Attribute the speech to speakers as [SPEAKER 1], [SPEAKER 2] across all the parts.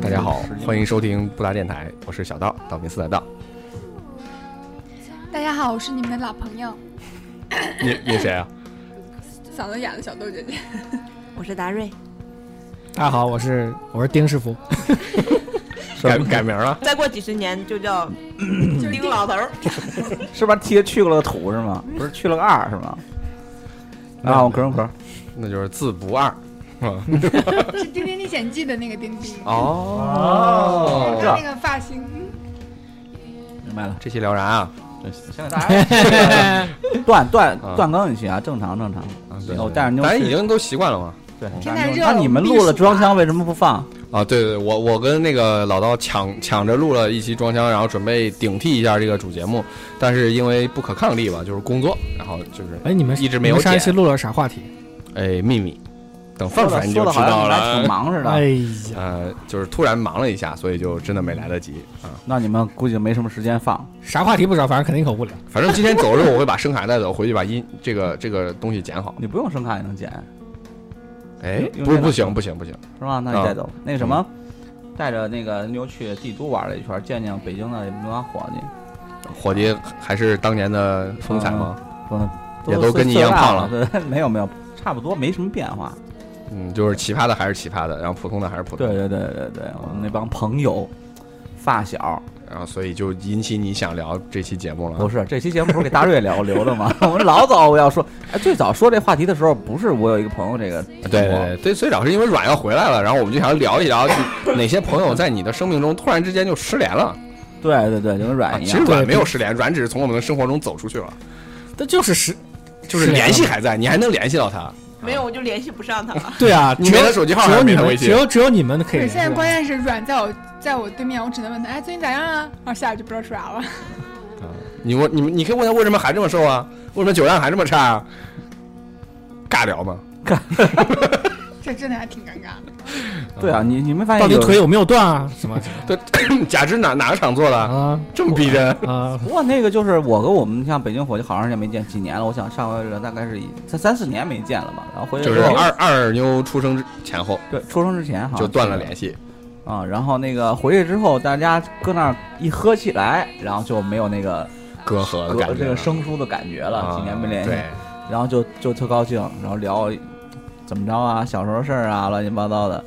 [SPEAKER 1] 大家好，欢迎收听布达电台，我是小道，道明寺的道。
[SPEAKER 2] 大家好，我是你们的老朋友，
[SPEAKER 1] 你你谁 啊？
[SPEAKER 2] 嗓子哑的小豆姐姐。
[SPEAKER 3] 我是达瑞，
[SPEAKER 4] 大家好，我是我是丁师傅，
[SPEAKER 1] 改改名了？
[SPEAKER 3] 再过几十年就叫丁老头儿。
[SPEAKER 5] 是吧？踢去了个土是吗？不是去了个二是吗？
[SPEAKER 1] 嗯
[SPEAKER 5] 大家好，我壳儿壳儿，
[SPEAKER 1] 那就是字不二。啊
[SPEAKER 2] 是《丁丁历险记》的那个丁丁，
[SPEAKER 1] 哦
[SPEAKER 2] 他那个发型，
[SPEAKER 5] 明白了。
[SPEAKER 1] 这期聊啥啊？
[SPEAKER 5] 现在大家 断断
[SPEAKER 1] 嗯
[SPEAKER 5] 断更一期啊，正常正常。
[SPEAKER 1] 啊对
[SPEAKER 5] 哦但是你
[SPEAKER 1] 咱已经都习惯了嘛。
[SPEAKER 5] 对，
[SPEAKER 2] 天太热
[SPEAKER 5] 那
[SPEAKER 2] 了
[SPEAKER 5] 你们
[SPEAKER 2] 避暑
[SPEAKER 5] 录了装
[SPEAKER 2] 啊
[SPEAKER 5] 腔为什么不放？
[SPEAKER 1] 啊，对对，我我跟那个老道抢抢着录了一期装腔，然后准备顶替一下这个主节目，但是因为不可抗力吧，就是工作，然后就是
[SPEAKER 4] 哎，你们
[SPEAKER 1] 一直没有
[SPEAKER 4] 你们上一期
[SPEAKER 1] 剪
[SPEAKER 4] 录了啥话题？
[SPEAKER 1] 哎秘密，等放出来你就
[SPEAKER 5] 说的
[SPEAKER 1] 知
[SPEAKER 5] 好
[SPEAKER 1] 道
[SPEAKER 5] 像你们还挺
[SPEAKER 1] 了。
[SPEAKER 5] 忙似的。
[SPEAKER 4] 哎呀，
[SPEAKER 1] 呃，就是突然忙了一下，所以就真的没来得及啊。
[SPEAKER 5] 那你们估计没什么时间放。
[SPEAKER 4] 啥话题不知道，反正肯定可无聊。
[SPEAKER 1] 反正今天走的时候，我会把声卡带走，回去把音这个这个东西剪好。
[SPEAKER 5] 你不用声卡也能剪，
[SPEAKER 1] 哎，
[SPEAKER 5] 用
[SPEAKER 1] 不
[SPEAKER 5] 这个
[SPEAKER 1] 不行不行不行，
[SPEAKER 5] 是吧？那你
[SPEAKER 1] 啊嗯
[SPEAKER 5] 带走那个什么，带着那个妞去帝都玩了一圈，见见北京的那帮伙计，
[SPEAKER 1] 伙计还是当年的风采吗？
[SPEAKER 5] 说
[SPEAKER 1] 也都跟你一样胖了
[SPEAKER 5] 了。对没有没有，差不多没什么变化。
[SPEAKER 1] 嗯，就是奇葩的还是奇葩的，然后普通的还是普通
[SPEAKER 5] 对
[SPEAKER 1] 的，
[SPEAKER 5] 对对对对，我们那帮朋友、发小，
[SPEAKER 1] 然后所以就引起你想聊这期节目了。
[SPEAKER 5] 不是这期节目不是给大瑞聊 留的吗？我们老早我要说，哎，最早说这话题的时候，不是我有一个朋友这个
[SPEAKER 1] 啊对对哎对，最最早是因为阮要回来了，然后我们就想聊一聊就哪些朋友在你的生命中突然之间就失联了。
[SPEAKER 5] 对对对，就跟
[SPEAKER 1] 啊
[SPEAKER 5] 软一
[SPEAKER 1] 其实。
[SPEAKER 5] 样
[SPEAKER 1] 阮
[SPEAKER 4] 对
[SPEAKER 1] 没有失联，阮只是从我们的生活中走出去了，
[SPEAKER 4] 这就是十，
[SPEAKER 1] 就是
[SPEAKER 4] 失
[SPEAKER 1] 联
[SPEAKER 4] 联了
[SPEAKER 1] 系还在，你还能联系到他。
[SPEAKER 3] 没有，我就联系不上他了。
[SPEAKER 4] 对啊，
[SPEAKER 1] 你
[SPEAKER 4] 只有
[SPEAKER 1] 没他手机号
[SPEAKER 4] 只
[SPEAKER 1] 还
[SPEAKER 4] 有
[SPEAKER 1] 是没
[SPEAKER 4] 你
[SPEAKER 1] 他
[SPEAKER 4] 们，
[SPEAKER 1] 微信
[SPEAKER 4] 只有只有你们可
[SPEAKER 2] 对，
[SPEAKER 4] 以联
[SPEAKER 2] 现
[SPEAKER 4] 系。
[SPEAKER 2] 在关键是软在我在我对面，我只能问他，哎，最近咋样啊？然后下一句不知道说啥了。
[SPEAKER 1] 你问你们，你可以问他为什么还这么瘦啊？为什么酒量还这么差啊？尬聊吗？
[SPEAKER 2] 这真的还挺尴尬的。
[SPEAKER 5] 对啊，你你没发
[SPEAKER 1] 哎
[SPEAKER 5] 现
[SPEAKER 4] 到底
[SPEAKER 5] 有
[SPEAKER 4] 腿有没有断啊？什么
[SPEAKER 1] 对，假肢哪哪个厂做的啊？
[SPEAKER 4] 啊
[SPEAKER 1] 这么逼真？
[SPEAKER 4] 啊？
[SPEAKER 5] 不过那个就是我跟我们像北京伙计好长时间没见，几年了。我想上回大概是以三三四年没见了吧。然后回去
[SPEAKER 1] 就
[SPEAKER 5] 之
[SPEAKER 1] 是
[SPEAKER 5] 后
[SPEAKER 1] 二二妞出生之前后
[SPEAKER 5] 对出生之前哈
[SPEAKER 1] 就断了
[SPEAKER 5] 联系
[SPEAKER 1] 联系，
[SPEAKER 5] 啊。然后那个回去之后，大家搁那儿一喝起来，然后就没有那个
[SPEAKER 1] 隔阂的感觉了，
[SPEAKER 5] 这个生疏的感觉
[SPEAKER 1] 啊
[SPEAKER 5] 了，几年没联系。
[SPEAKER 1] 对，
[SPEAKER 5] 然后就就特高兴，然后聊怎么着啊，小时候事儿啊，乱七八糟的，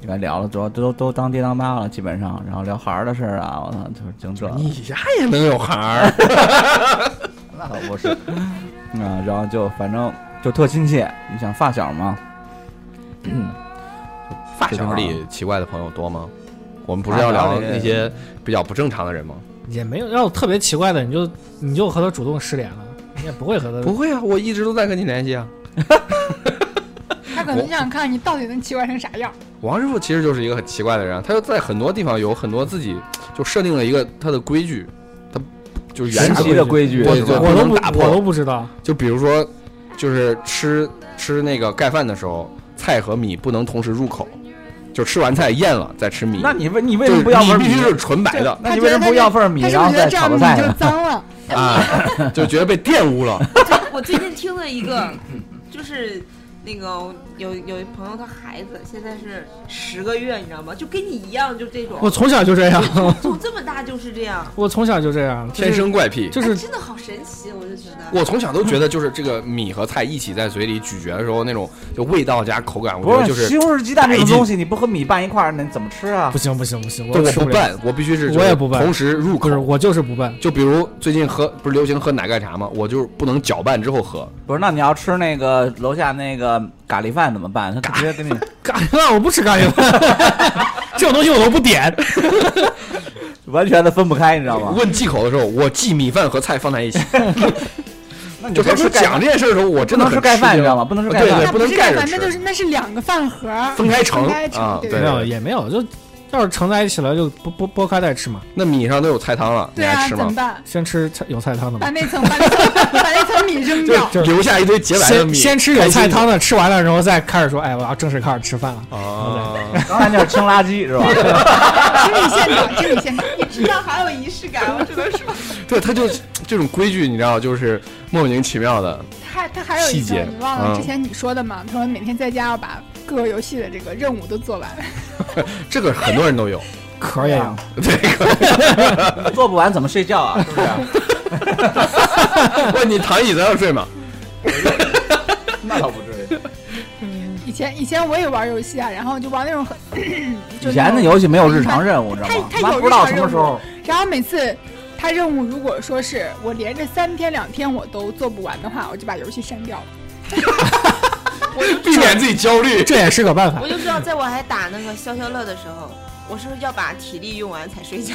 [SPEAKER 5] 就该聊了，主要都都当爹当妈了，基本上，然后聊孩儿的事儿啊，我操，就是净这，
[SPEAKER 1] 你呀也能有孩儿，
[SPEAKER 5] 那可不是，啊，然后就反正就特亲切，你想发小嘛，啊
[SPEAKER 1] 发小里奇怪的朋友多吗？我们不是要聊那些比较不正常的人吗？
[SPEAKER 4] 也没有，要有特别奇怪的，你就你就和他主动失联了，你也不会
[SPEAKER 5] 呃
[SPEAKER 4] 和他
[SPEAKER 1] 不会啊，我一直都在跟你联系啊。
[SPEAKER 2] 他可能就想看你到底能奇怪成啥样。
[SPEAKER 1] 王师傅其实就是一个很奇怪的人啊，他就在很多地方有很多自己就设定了一个他的规矩，他就是原
[SPEAKER 5] 神
[SPEAKER 1] 则
[SPEAKER 5] 奇的规矩
[SPEAKER 1] 我
[SPEAKER 5] 是吧
[SPEAKER 1] 不
[SPEAKER 4] 我都
[SPEAKER 1] 能
[SPEAKER 4] 不
[SPEAKER 1] 打破
[SPEAKER 4] 我都不知道。
[SPEAKER 1] 就比如说，就是吃吃那个盖饭的时候，菜和米不能同时入口，就吃完菜咽了再吃米。
[SPEAKER 5] 那你为你为
[SPEAKER 1] 就
[SPEAKER 5] 什
[SPEAKER 1] 是
[SPEAKER 5] 么不要
[SPEAKER 1] 米
[SPEAKER 5] 份
[SPEAKER 1] 必须是
[SPEAKER 5] 米？啊
[SPEAKER 1] 纯白的
[SPEAKER 5] 那你为什么不要份米，
[SPEAKER 2] 他是
[SPEAKER 5] 然
[SPEAKER 2] 不
[SPEAKER 5] 后
[SPEAKER 2] 是觉
[SPEAKER 5] 再
[SPEAKER 2] 得这
[SPEAKER 5] 炒
[SPEAKER 2] 样你
[SPEAKER 5] 个菜
[SPEAKER 2] 就
[SPEAKER 5] 呢？
[SPEAKER 2] 脏了？
[SPEAKER 1] 啊，就觉得被玷污 了。
[SPEAKER 3] 我最近听了一 个，就是那个有有一朋友他孩子现在是十个月，你知道吗？就跟你一样，就这种
[SPEAKER 4] 我，从小就 这样，
[SPEAKER 3] 从这么大就是这样，
[SPEAKER 4] 我从小就这样，就是
[SPEAKER 1] 天生怪癖。
[SPEAKER 4] 就是
[SPEAKER 3] 哎真的好神奇，我就觉得。
[SPEAKER 1] 我从小都觉得，就是这个米和菜一起在嘴里咀嚼的时候，那种就味道加口感，我觉
[SPEAKER 5] 不
[SPEAKER 1] 得
[SPEAKER 5] 是
[SPEAKER 1] 就是
[SPEAKER 5] 西
[SPEAKER 1] 是
[SPEAKER 5] 红柿鸡蛋这种
[SPEAKER 1] 白金
[SPEAKER 5] 东西，你不和米拌一块儿，那你怎么吃啊
[SPEAKER 4] 不？行不行不行，
[SPEAKER 1] 对我
[SPEAKER 4] 吃
[SPEAKER 1] 不
[SPEAKER 4] 不了，
[SPEAKER 1] 拌，我必须是
[SPEAKER 4] 我
[SPEAKER 1] 就是
[SPEAKER 4] 也不拌
[SPEAKER 1] 同时入
[SPEAKER 4] 不是
[SPEAKER 1] 口。
[SPEAKER 4] 我就是不拌。
[SPEAKER 1] 就比如最近喝不是流行喝奶盖茶吗？我就是不能搅拌之后喝，
[SPEAKER 5] 不是，那你要吃那个楼下那个咖喱饭怎么办？他直接给你
[SPEAKER 4] 咖喱啊饭我不吃咖喱饭， 这种东西我都不点。
[SPEAKER 5] 完全的分不开，你知道吗？
[SPEAKER 1] 问忌口的时候，我忌米饭和菜放在一 起。
[SPEAKER 5] 那你
[SPEAKER 1] 就他说讲这件事的时候，我真的
[SPEAKER 5] 不能
[SPEAKER 1] 很
[SPEAKER 5] 是盖饭，
[SPEAKER 1] 吃
[SPEAKER 5] 你
[SPEAKER 1] 惊
[SPEAKER 5] 知道吗？不能是
[SPEAKER 1] 对
[SPEAKER 5] 盖饭。
[SPEAKER 1] 对不
[SPEAKER 2] 那不
[SPEAKER 1] 能
[SPEAKER 2] 是
[SPEAKER 1] 盖着
[SPEAKER 2] 盖饭，
[SPEAKER 1] 吃
[SPEAKER 2] 那就是那是两个饭盒儿
[SPEAKER 1] 分开盛
[SPEAKER 2] 分开盛
[SPEAKER 1] 啊
[SPEAKER 2] 对
[SPEAKER 1] 对
[SPEAKER 4] 没有也没有，就要是盛在一起了就剥剥剥开再吃嘛。
[SPEAKER 1] 那米上都有菜汤了，你
[SPEAKER 2] 对啊，
[SPEAKER 1] 还吃
[SPEAKER 2] 怎么
[SPEAKER 1] 吗？
[SPEAKER 2] 办？
[SPEAKER 4] 先吃菜有菜汤的
[SPEAKER 2] 把
[SPEAKER 4] 嘛，
[SPEAKER 2] 那层把那层 把那层米 扔掉。
[SPEAKER 4] 就是
[SPEAKER 1] 留下一堆洁白的
[SPEAKER 4] 先
[SPEAKER 1] 米，
[SPEAKER 4] 先吃有菜汤啊的，吃完了然后再开始说，哎，我要正式开始吃饭了。
[SPEAKER 1] 啊！
[SPEAKER 5] 刚才那是清垃圾是吧？
[SPEAKER 2] 经理现场，经理现场，
[SPEAKER 3] 你知道好有仪式感，我只能说。
[SPEAKER 1] 对，他就这种规矩，你知道，就是莫名其妙的。
[SPEAKER 2] 他他还有
[SPEAKER 1] 细
[SPEAKER 2] 一
[SPEAKER 1] 节
[SPEAKER 2] 个，你忘了
[SPEAKER 1] 嗯
[SPEAKER 2] 之前你说的嘛？他说每天在家要把各个游戏的这个任务都做完，
[SPEAKER 1] 这个很多人 都有。
[SPEAKER 4] 壳儿也
[SPEAKER 1] 啊
[SPEAKER 4] 有，
[SPEAKER 5] 做不完怎么睡觉 啊？是不是？
[SPEAKER 1] 问你躺椅子上睡吗？
[SPEAKER 5] 那倒不至于。
[SPEAKER 2] 以前以前我也玩游戏啊，然后就玩那种很，就
[SPEAKER 5] 以前的
[SPEAKER 2] 那种，
[SPEAKER 5] 游戏没有日常任务，知道吗？
[SPEAKER 2] 它它
[SPEAKER 5] 妈
[SPEAKER 2] 有
[SPEAKER 5] 不知道
[SPEAKER 2] 日常
[SPEAKER 5] 什么时候。
[SPEAKER 2] 然后每次他任务如果说是我连着三天两天我都做不完的话，我就把游戏删掉了。
[SPEAKER 1] 避免自己焦虑。
[SPEAKER 4] 这也是个办法
[SPEAKER 3] 我。就知道，在我还打那个消消乐的时候，我是要把体力用完才睡觉。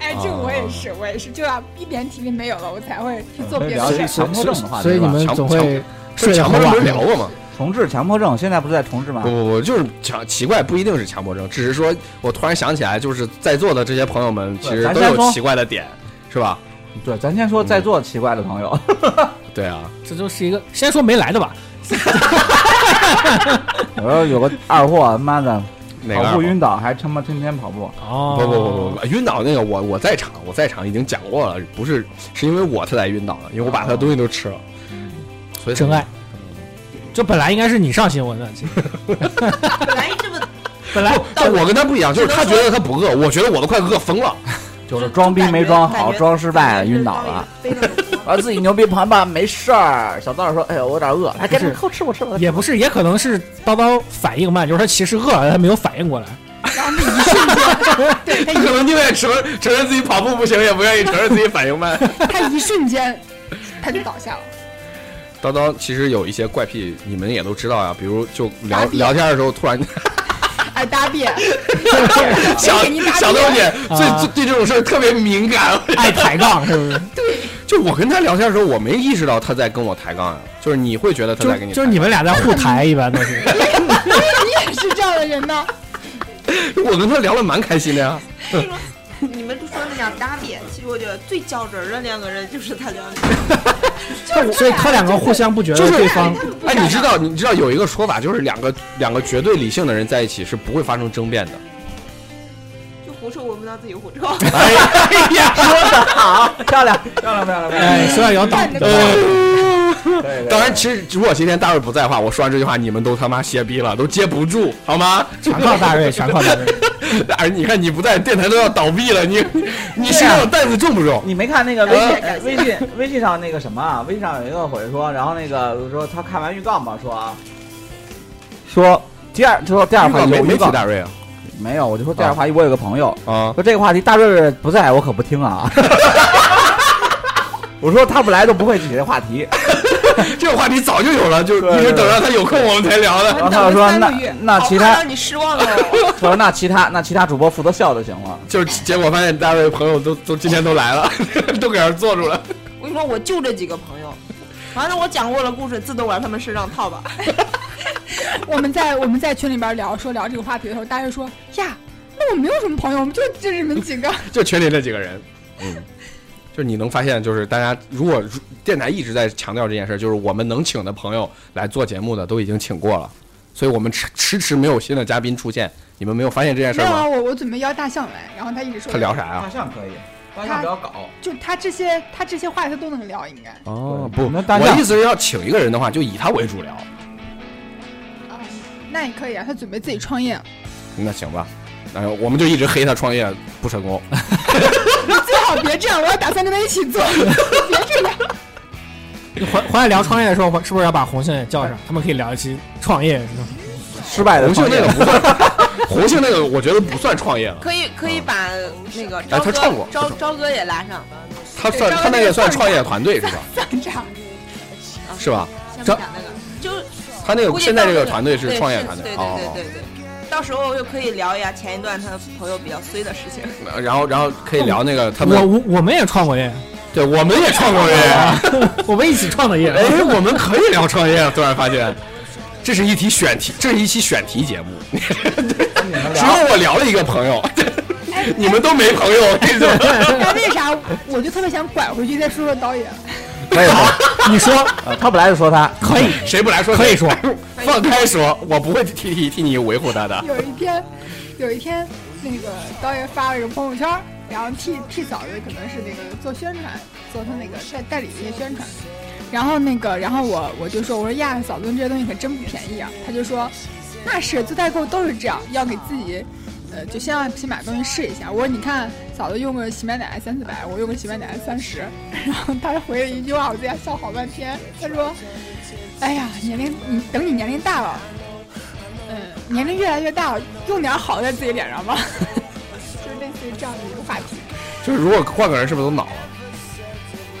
[SPEAKER 2] 哎，这个我也是，我也是，就要一点体力没有了，我才会去做
[SPEAKER 5] 可以
[SPEAKER 1] 啊
[SPEAKER 2] 别
[SPEAKER 5] 聊
[SPEAKER 2] 的
[SPEAKER 5] 一
[SPEAKER 2] 事
[SPEAKER 5] 些
[SPEAKER 2] 儿。
[SPEAKER 5] 强迫症的话，
[SPEAKER 4] 所以你
[SPEAKER 5] 对吧
[SPEAKER 4] 们
[SPEAKER 1] 强
[SPEAKER 4] 总
[SPEAKER 1] 强
[SPEAKER 4] 会
[SPEAKER 1] 这
[SPEAKER 4] 睡得
[SPEAKER 1] 强
[SPEAKER 4] 很
[SPEAKER 1] 迫症不是
[SPEAKER 4] 晚。
[SPEAKER 1] 聊过吗？
[SPEAKER 5] 重置强迫症，现在不是在重置吗
[SPEAKER 1] 不？不不，就是强奇怪，不一定是强迫症，只是说我突然想起来，就是在座的这些朋友们其实
[SPEAKER 5] 咱
[SPEAKER 1] 都
[SPEAKER 5] 先
[SPEAKER 1] 有
[SPEAKER 5] 说
[SPEAKER 1] 奇怪的点，是吧？
[SPEAKER 5] 对，咱先说在座奇怪的朋友，
[SPEAKER 1] 对啊，
[SPEAKER 4] 这就是一个，先说没来的吧，
[SPEAKER 5] 嗯有时候有个二货，妈的，
[SPEAKER 1] 哪个
[SPEAKER 5] 跑
[SPEAKER 1] 二
[SPEAKER 5] 步
[SPEAKER 1] 号？
[SPEAKER 5] 晕倒，还他妈天天跑步。
[SPEAKER 4] 哦，
[SPEAKER 1] 不不不不不，晕倒那个我我在场，我在场已经讲过了，不是是因为我他才晕倒的，因为我把他的东西都吃了，所以
[SPEAKER 4] 真爱。就本来应该是你上新闻的，其实
[SPEAKER 3] 本来这么
[SPEAKER 4] 本来
[SPEAKER 1] 但我跟他不一样，就是他觉得他不饿，我觉得我都快饿疯了。
[SPEAKER 5] 就是装逼没装好，装失败了，晕倒了。，哎
[SPEAKER 3] 感觉感觉就是当一个 非常
[SPEAKER 5] 完自己牛逼盘吧，没事儿。小道说：“哎呦，我有点饿，来，
[SPEAKER 4] 不
[SPEAKER 5] 赶
[SPEAKER 4] 是
[SPEAKER 5] 紧给我吃，我吃，我吃。
[SPEAKER 4] 也不是，也可能是叨叨反应慢，就是他其实饿了，他没有反应过来。
[SPEAKER 5] 哎
[SPEAKER 1] 他可能宁愿承认承认自己跑步不行，也不愿意承认自己反应慢。
[SPEAKER 2] 他一瞬间他就倒下了。
[SPEAKER 1] 叨叨其实有一些怪癖，你们也都知道呀，比如就聊
[SPEAKER 2] 打比
[SPEAKER 1] 聊天的时候突然
[SPEAKER 2] 哎，大便，
[SPEAKER 1] 小
[SPEAKER 2] 给你打比
[SPEAKER 1] 小豆姐
[SPEAKER 4] 啊
[SPEAKER 1] 对对这种事儿特别敏感，
[SPEAKER 4] 爱抬杠是不是？
[SPEAKER 1] 就我跟他聊天的时候，我没意识到他在跟我抬杠呀，就是你会觉得他在跟你抬
[SPEAKER 4] 就
[SPEAKER 1] 杠，
[SPEAKER 4] 就是你们俩在互抬，一般都是。
[SPEAKER 2] 你也是这样的人呢？
[SPEAKER 1] 我跟他聊的蛮开心的呀，
[SPEAKER 3] 那种 你们都说那叫搭点，其实我觉得最较真儿的两个人就是他俩。
[SPEAKER 4] 所以他两个互相不觉得
[SPEAKER 1] 就是
[SPEAKER 4] 对方
[SPEAKER 1] 哎，
[SPEAKER 2] 啊
[SPEAKER 1] 你知道你知道有一个说法，就是两个两个绝对理性的人在一起是不会发生争辩的，
[SPEAKER 3] 就狐臭闻不到自己狐 臭，
[SPEAKER 1] 哎
[SPEAKER 5] 好，漂亮，漂亮，漂亮，漂亮。
[SPEAKER 4] 哎，说要摇倒，
[SPEAKER 5] 对
[SPEAKER 1] 当然，，其实如果今天大卫不在的话，我说完这句话，你们都他妈歇逼了，都接不住，好吗？
[SPEAKER 4] 全靠大瑞，全靠大瑞。
[SPEAKER 1] 哎，你看你不在，电台都要倒闭了，你你身上有担子重不重？
[SPEAKER 5] 你没看那个微信、
[SPEAKER 3] 哎
[SPEAKER 5] 哎微信、微信上那个什么啊？微信上有一个回说，然后那个说他看完预告嘛，说啊，说第二，他说第二
[SPEAKER 1] 预
[SPEAKER 5] 话
[SPEAKER 1] 告
[SPEAKER 5] 题
[SPEAKER 1] 没
[SPEAKER 5] 我
[SPEAKER 1] 没
[SPEAKER 5] 预
[SPEAKER 1] 提
[SPEAKER 5] 告
[SPEAKER 1] 大瑞啊
[SPEAKER 5] 没有，我就说第二话题我有个朋友
[SPEAKER 1] 啊，
[SPEAKER 5] 说这个话题大瑞瑞不在我可不听 啊。我说他不来都不会起这话题，
[SPEAKER 1] 这个话题早就有了，就
[SPEAKER 5] 对
[SPEAKER 1] 一直等到他有空我们才聊的。
[SPEAKER 5] 然后他就说
[SPEAKER 2] 等了
[SPEAKER 5] 那
[SPEAKER 2] 三个月
[SPEAKER 5] 那其
[SPEAKER 3] 好怕
[SPEAKER 5] 他
[SPEAKER 3] 让你失望了。
[SPEAKER 5] 他说那其他那其他主播负责笑就行了。
[SPEAKER 1] 就是结果发现大卫朋友都都今天都来了， 都给人坐住了。
[SPEAKER 3] 我跟你说，我就这几个朋友，反正我讲过了故事，自动往他们身上套吧。
[SPEAKER 2] 我们在我们在群里边聊说聊这个话题的时候，大家就说呀，那我没有什么朋友，我们就就你们几个。
[SPEAKER 1] 就群里这几个人，嗯，就是你能发现，就是大家如果如电台一直在强调这件事，就是我们能请的朋友来做节目的都已经请过了，所以我们迟迟迟没有新的嘉宾出现。你们没有发现这件事
[SPEAKER 2] 没有啊，
[SPEAKER 1] 吗？
[SPEAKER 2] 我我准备邀大象来，然后他一直说
[SPEAKER 1] 他聊啥呀、
[SPEAKER 5] 象可以，大
[SPEAKER 2] 象不
[SPEAKER 5] 要搞。
[SPEAKER 2] 就他这些他这些话他都能聊，应该。
[SPEAKER 1] 哦
[SPEAKER 5] 对那大
[SPEAKER 1] 我
[SPEAKER 5] 象
[SPEAKER 1] 的意思是要请一个人的话，就以他为主聊。
[SPEAKER 2] 那也可以啊，他准备自己创业，
[SPEAKER 1] 那行吧，然后我们就一直黑他创业不成功。
[SPEAKER 2] 你 最好别这样，我要打算跟他一起做， 别这样。
[SPEAKER 4] 回回来聊创业的时候，是不是要把红杏也叫上？他们可以聊一期创业。是吧
[SPEAKER 5] 失败的
[SPEAKER 1] 红杏
[SPEAKER 5] 创业
[SPEAKER 1] 那 个不算，红杏那个我觉得不算创业了，
[SPEAKER 3] 可以可以把那个
[SPEAKER 1] 啊哎
[SPEAKER 3] 朝
[SPEAKER 1] 他
[SPEAKER 3] 哥、
[SPEAKER 1] 唱过他
[SPEAKER 3] 朝
[SPEAKER 1] 唱
[SPEAKER 3] 朝哥也拉上，
[SPEAKER 1] 他算他那个算创业团队 是吧？
[SPEAKER 2] 算 账，
[SPEAKER 1] 是吧？
[SPEAKER 3] 像
[SPEAKER 1] 张
[SPEAKER 3] 不啊讲那个，就是
[SPEAKER 1] 他那
[SPEAKER 3] 估
[SPEAKER 1] 个
[SPEAKER 3] 计
[SPEAKER 1] 现在
[SPEAKER 3] 到
[SPEAKER 1] 这个
[SPEAKER 3] 时候
[SPEAKER 1] 团队是
[SPEAKER 3] 对
[SPEAKER 1] 创业团队
[SPEAKER 3] 对
[SPEAKER 1] 哦
[SPEAKER 3] 对。
[SPEAKER 1] 哦
[SPEAKER 3] 对对对，到时候又可以聊一下前一段他朋友比较衰的事情。
[SPEAKER 1] 呃然后，然后可以聊那个他
[SPEAKER 4] 我
[SPEAKER 1] 们，
[SPEAKER 4] 我我们也创过业，
[SPEAKER 1] 对，我们也创过 业，哎，
[SPEAKER 4] 我们一起创的业。
[SPEAKER 1] 我们可以聊创业了。突然发现，这是一题选题，这是一期选题节目。 只有我聊了一个朋友，
[SPEAKER 3] 哎
[SPEAKER 1] 你们都没朋友，我跟你说
[SPEAKER 2] 但为啥我就特别想拐回去再说说导演？
[SPEAKER 5] 可以吗？
[SPEAKER 4] 你说
[SPEAKER 5] 呃他不来就说他
[SPEAKER 4] 可以，
[SPEAKER 1] 谁不来说
[SPEAKER 4] 可以说，
[SPEAKER 1] 放开说，我不会替替替你维护他 的。
[SPEAKER 2] 有一天，有一天，那个导演发了一个朋友圈儿，然后替替嫂子可能是那个做宣传，做他那个代代理一些宣传。然后那个，然后我我就说，我说呀，嫂子这些东西可真不便宜啊。他就说，那是做代购都是这样，要给自己，呃，就先要先买东西试一下。我说你看，嫂子用个洗面奶三四百，我用个洗面奶三十，然后他回了一句话，我在家笑好半天。他说：“哎呀，年龄，你等你年龄大了，嗯、年龄越来越大了，用点好在自己脸上吧。” 就是类似于这样的一个话题。
[SPEAKER 1] 就是如果换个人，是不是都恼了？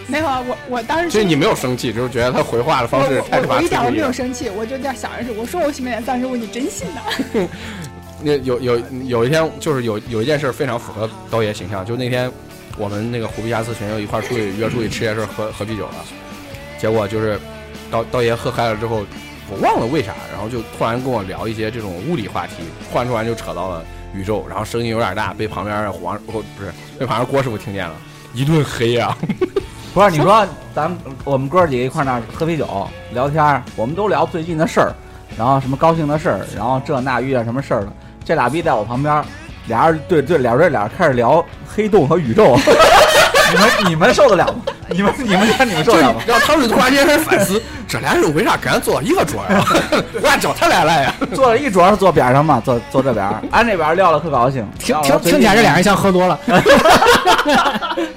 [SPEAKER 2] 没有啊，我我当时
[SPEAKER 1] 就是你没有生气，就是觉得他回话的
[SPEAKER 2] 我
[SPEAKER 1] 方式态
[SPEAKER 2] 我
[SPEAKER 1] 度
[SPEAKER 2] 我
[SPEAKER 1] 吧
[SPEAKER 2] 我一点都
[SPEAKER 1] 不一
[SPEAKER 2] 没
[SPEAKER 1] 样
[SPEAKER 2] 有。生气，我就这样想着是，我说我洗面奶三十五，你真信 呐？
[SPEAKER 1] 那有有有一天，就是有有一件事非常符合刀爷形象，就那天我们那个虎皮侠四群又一块儿出去约出去吃夜市喝喝啤酒了，结果就是刀刀爷喝嗨了之后，我忘了为啥，然后就突然跟我聊一些这种物理话题，突然突然就扯到了宇宙，然后声音有点大，被旁边的黄不是被旁边郭师傅听见 了，一顿黑啊！
[SPEAKER 5] 不是你说咱们我们哥儿几个一块儿那儿喝啤酒聊天儿，我们都聊最近的事儿，然后什么高兴的事儿，然后这那遇见什么事儿了。这俩逼在我旁边儿，俩人对对俩人俩人开始聊黑洞和宇宙。你们你们受得了吗？你们你们看你们受
[SPEAKER 1] 就
[SPEAKER 5] 得
[SPEAKER 1] 是
[SPEAKER 5] 了
[SPEAKER 1] 你
[SPEAKER 5] 吗？
[SPEAKER 1] 知道，他们突 然间开始反思，这俩人为啥敢坐到一个桌呀？ 为啥找他俩来呀？
[SPEAKER 5] 坐了一桌是坐边儿上嘛，坐坐这边儿，俺这边儿撂了可高兴。
[SPEAKER 1] 啊
[SPEAKER 4] 听听听起来这俩人像喝多了，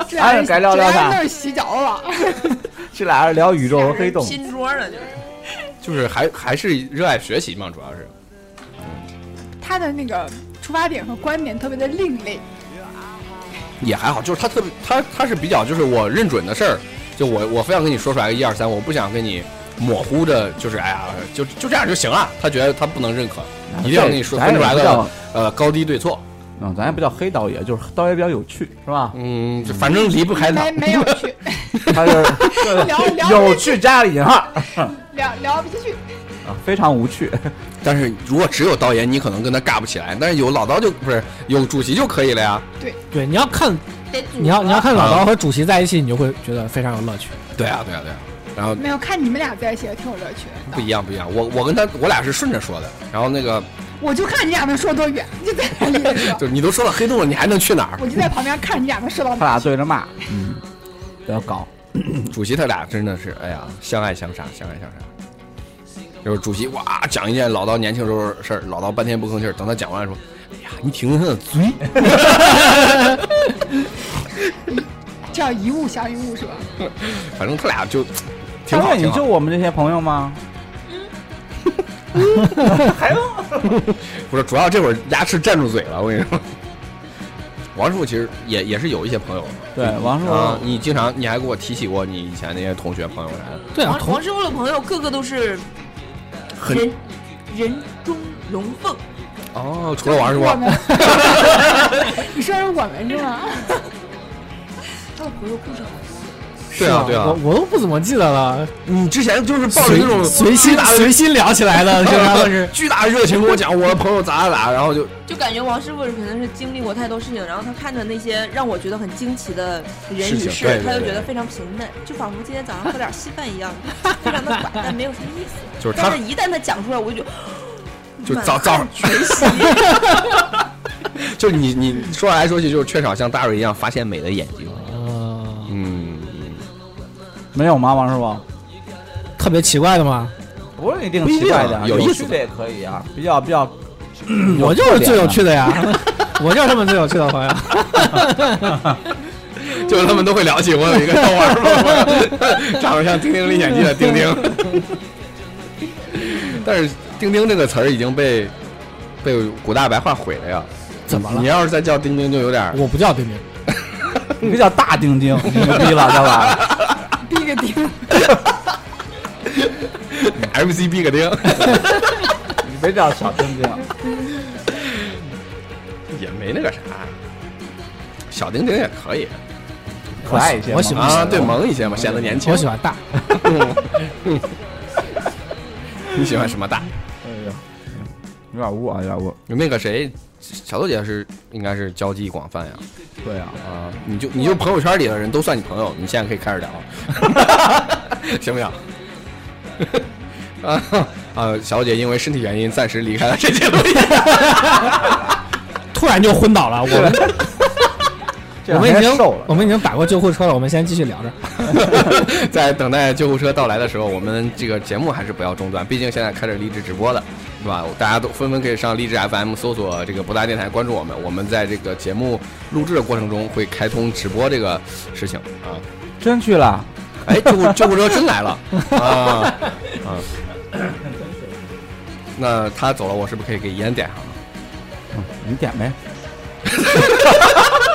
[SPEAKER 2] 这俩人
[SPEAKER 5] 哎该聊聊
[SPEAKER 2] 这俩人
[SPEAKER 5] 啥
[SPEAKER 2] 都是洗脚了。
[SPEAKER 5] 这俩人聊宇宙和黑洞，
[SPEAKER 3] 拼桌呢，就是
[SPEAKER 1] 就是还还是热爱学习嘛，主要是。
[SPEAKER 2] 他的那个出发点和观点特别的另类，
[SPEAKER 1] 也还好，就是他特别，他他是比较，就是我认准的事儿，就我我非要跟你说出来个一二三，我不想跟你模糊的，就是哎呀，就就这样就行了。他觉得他不能认可，一定要跟你说
[SPEAKER 5] 咱
[SPEAKER 1] 分
[SPEAKER 5] 也
[SPEAKER 1] 出来
[SPEAKER 5] 不叫
[SPEAKER 1] 个呃高低对错。
[SPEAKER 5] 嗯，咱也不叫黑导演，就是导演比较有趣，是吧？
[SPEAKER 1] 嗯，反正离不开他
[SPEAKER 2] 没。没有 去
[SPEAKER 5] 他就是
[SPEAKER 2] 聊聊
[SPEAKER 5] 有趣加引号啊，
[SPEAKER 2] 聊聊不进去，
[SPEAKER 5] 非常无趣。
[SPEAKER 1] 但是如果只有导演，你可能跟他尬不起来。但是有老刀就不是有主席就可以了呀。
[SPEAKER 4] 对，你要看
[SPEAKER 3] 得组合
[SPEAKER 4] 你要你要看老高和主席在一起，你就会觉得非常有乐趣。
[SPEAKER 1] 对啊，对啊，对啊。然后
[SPEAKER 2] 没有看你们俩在一起也挺有乐趣
[SPEAKER 1] 不
[SPEAKER 2] 的。
[SPEAKER 1] 一样，不一样。我我跟他我俩是顺着说的。然后那个
[SPEAKER 2] 我就看你俩能说多远，你就在那里 说，
[SPEAKER 1] 就你都说到黑洞了，你还能去哪儿？
[SPEAKER 2] 我就在旁边看你俩能说到
[SPEAKER 5] 他
[SPEAKER 2] 哪。
[SPEAKER 5] 俩对着骂，嗯，不要搞。
[SPEAKER 1] 主席他俩真的是，哎呀，相爱相杀，相爱相杀。就是主席哇讲一件老刀年轻时候的事儿，老刀半天不吭气儿。等他讲完说，哎呀，你听听他的嘴，
[SPEAKER 2] 这样一物降一物是吧？
[SPEAKER 1] 反正他俩就挺
[SPEAKER 5] 大
[SPEAKER 1] 好，
[SPEAKER 5] 卫，
[SPEAKER 1] 挺
[SPEAKER 5] 你就
[SPEAKER 1] 好。
[SPEAKER 5] 我们这些朋友吗？
[SPEAKER 1] 不是，主要这会儿牙齿占住嘴了，我跟你说。王师傅其实也也是有一些朋友，
[SPEAKER 5] 对，王师
[SPEAKER 1] 啊，
[SPEAKER 5] 傅，
[SPEAKER 1] 你经常你还给我提起过你以前那些同学朋友啥的，
[SPEAKER 4] 对啊
[SPEAKER 3] 王，
[SPEAKER 4] 同
[SPEAKER 3] 王师傅的朋友个个都是
[SPEAKER 1] 很
[SPEAKER 3] 人人中龙凤，
[SPEAKER 1] 哦，除了王师
[SPEAKER 2] 我
[SPEAKER 1] 傅，
[SPEAKER 2] 们，你说是我们是吗？
[SPEAKER 3] 他的哦朋友不少。
[SPEAKER 1] 对
[SPEAKER 4] 是
[SPEAKER 1] 啊
[SPEAKER 4] 吗
[SPEAKER 1] 对啊
[SPEAKER 4] 我，我都不怎么记得了，
[SPEAKER 1] 你之前就是抱着
[SPEAKER 4] 随
[SPEAKER 1] 那种
[SPEAKER 4] 随心
[SPEAKER 1] 巨大的。
[SPEAKER 4] 随心聊起来的，经常都是
[SPEAKER 1] 巨大的热情跟我讲我的朋友咋咋咋，然后就
[SPEAKER 3] 就感觉王师傅可能是经历过太多事情，然后他看着那些让我觉得很惊奇的人与
[SPEAKER 1] 事情
[SPEAKER 3] 事，
[SPEAKER 1] 对对
[SPEAKER 3] 他就
[SPEAKER 1] 对
[SPEAKER 3] 觉得非常平淡，就仿佛今天早上喝点稀饭一样， 非常的寡淡，没有什么意思。
[SPEAKER 1] 就是他
[SPEAKER 3] 但是，一旦他讲出来，我就觉
[SPEAKER 1] 就早早
[SPEAKER 3] 全息。
[SPEAKER 1] 就你你说来说去就是缺少像大瑞一样发现美的眼睛。
[SPEAKER 4] 呃
[SPEAKER 1] 嗯，
[SPEAKER 5] 没有吗？王师傅，
[SPEAKER 4] 特别奇怪的嘛，
[SPEAKER 5] 不是一定
[SPEAKER 1] 不一定
[SPEAKER 5] 奇怪的啊，
[SPEAKER 1] 有意思
[SPEAKER 5] 趣的也可以啊，比较比较。
[SPEAKER 4] 我就是最有趣
[SPEAKER 5] 的，
[SPEAKER 4] 的呀， 我就是他们最有趣的朋友。
[SPEAKER 1] 就是他们都会聊起我有一个小玩儿， 长得像《丁丁历险记》的丁丁。 但是“丁丁”这个词儿已经被被古代白话毁了呀。
[SPEAKER 4] 怎么了
[SPEAKER 1] 你要是再叫丁丁，就有点儿
[SPEAKER 4] 我不叫冰冰，
[SPEAKER 5] 你这叫大丁丁，你牛逼了，对吧？
[SPEAKER 2] 逼个丁，
[SPEAKER 1] MC 逼个 丁，
[SPEAKER 5] 你别叫小丁丁，
[SPEAKER 1] 也没那个啥。小丁丁也可以
[SPEAKER 5] 可爱一些嘛。
[SPEAKER 4] 我喜欢
[SPEAKER 1] 啊，对，萌一些嘛，显得年轻。
[SPEAKER 4] 我喜欢大，
[SPEAKER 1] 你喜欢什么大？
[SPEAKER 5] 哎呀，有点污啊，有点污。
[SPEAKER 1] 那个谁，小豆姐是应该是交际广泛呀。
[SPEAKER 5] 对呀，
[SPEAKER 1] 啊，你就你就朋友圈里的人都算你朋友，你现在可以开始聊，行不 行？啊啊，小姐因为身体原因暂时离开了这节录音。
[SPEAKER 4] 突然就昏倒了。我们
[SPEAKER 5] 这
[SPEAKER 4] 我
[SPEAKER 5] 两
[SPEAKER 4] 们已
[SPEAKER 5] 天
[SPEAKER 4] 经哦
[SPEAKER 5] 瘦了
[SPEAKER 4] 我，们已经打过救护车了，我们先继续聊着。
[SPEAKER 1] 在等待救护车到来的时候，我们这个节目还是不要中断，毕竟现在开着励志直播的。是吧？大家都纷纷可以上荔枝 FM 搜索这个博大电台，关注我们。我们在这个节目录制的过程中会开通直播这个事情啊。
[SPEAKER 5] 真去了，
[SPEAKER 1] 哎，救 护救护车真来了啊啊！那他走了，我是不是可以给烟点上了？
[SPEAKER 5] 嗯你点呗。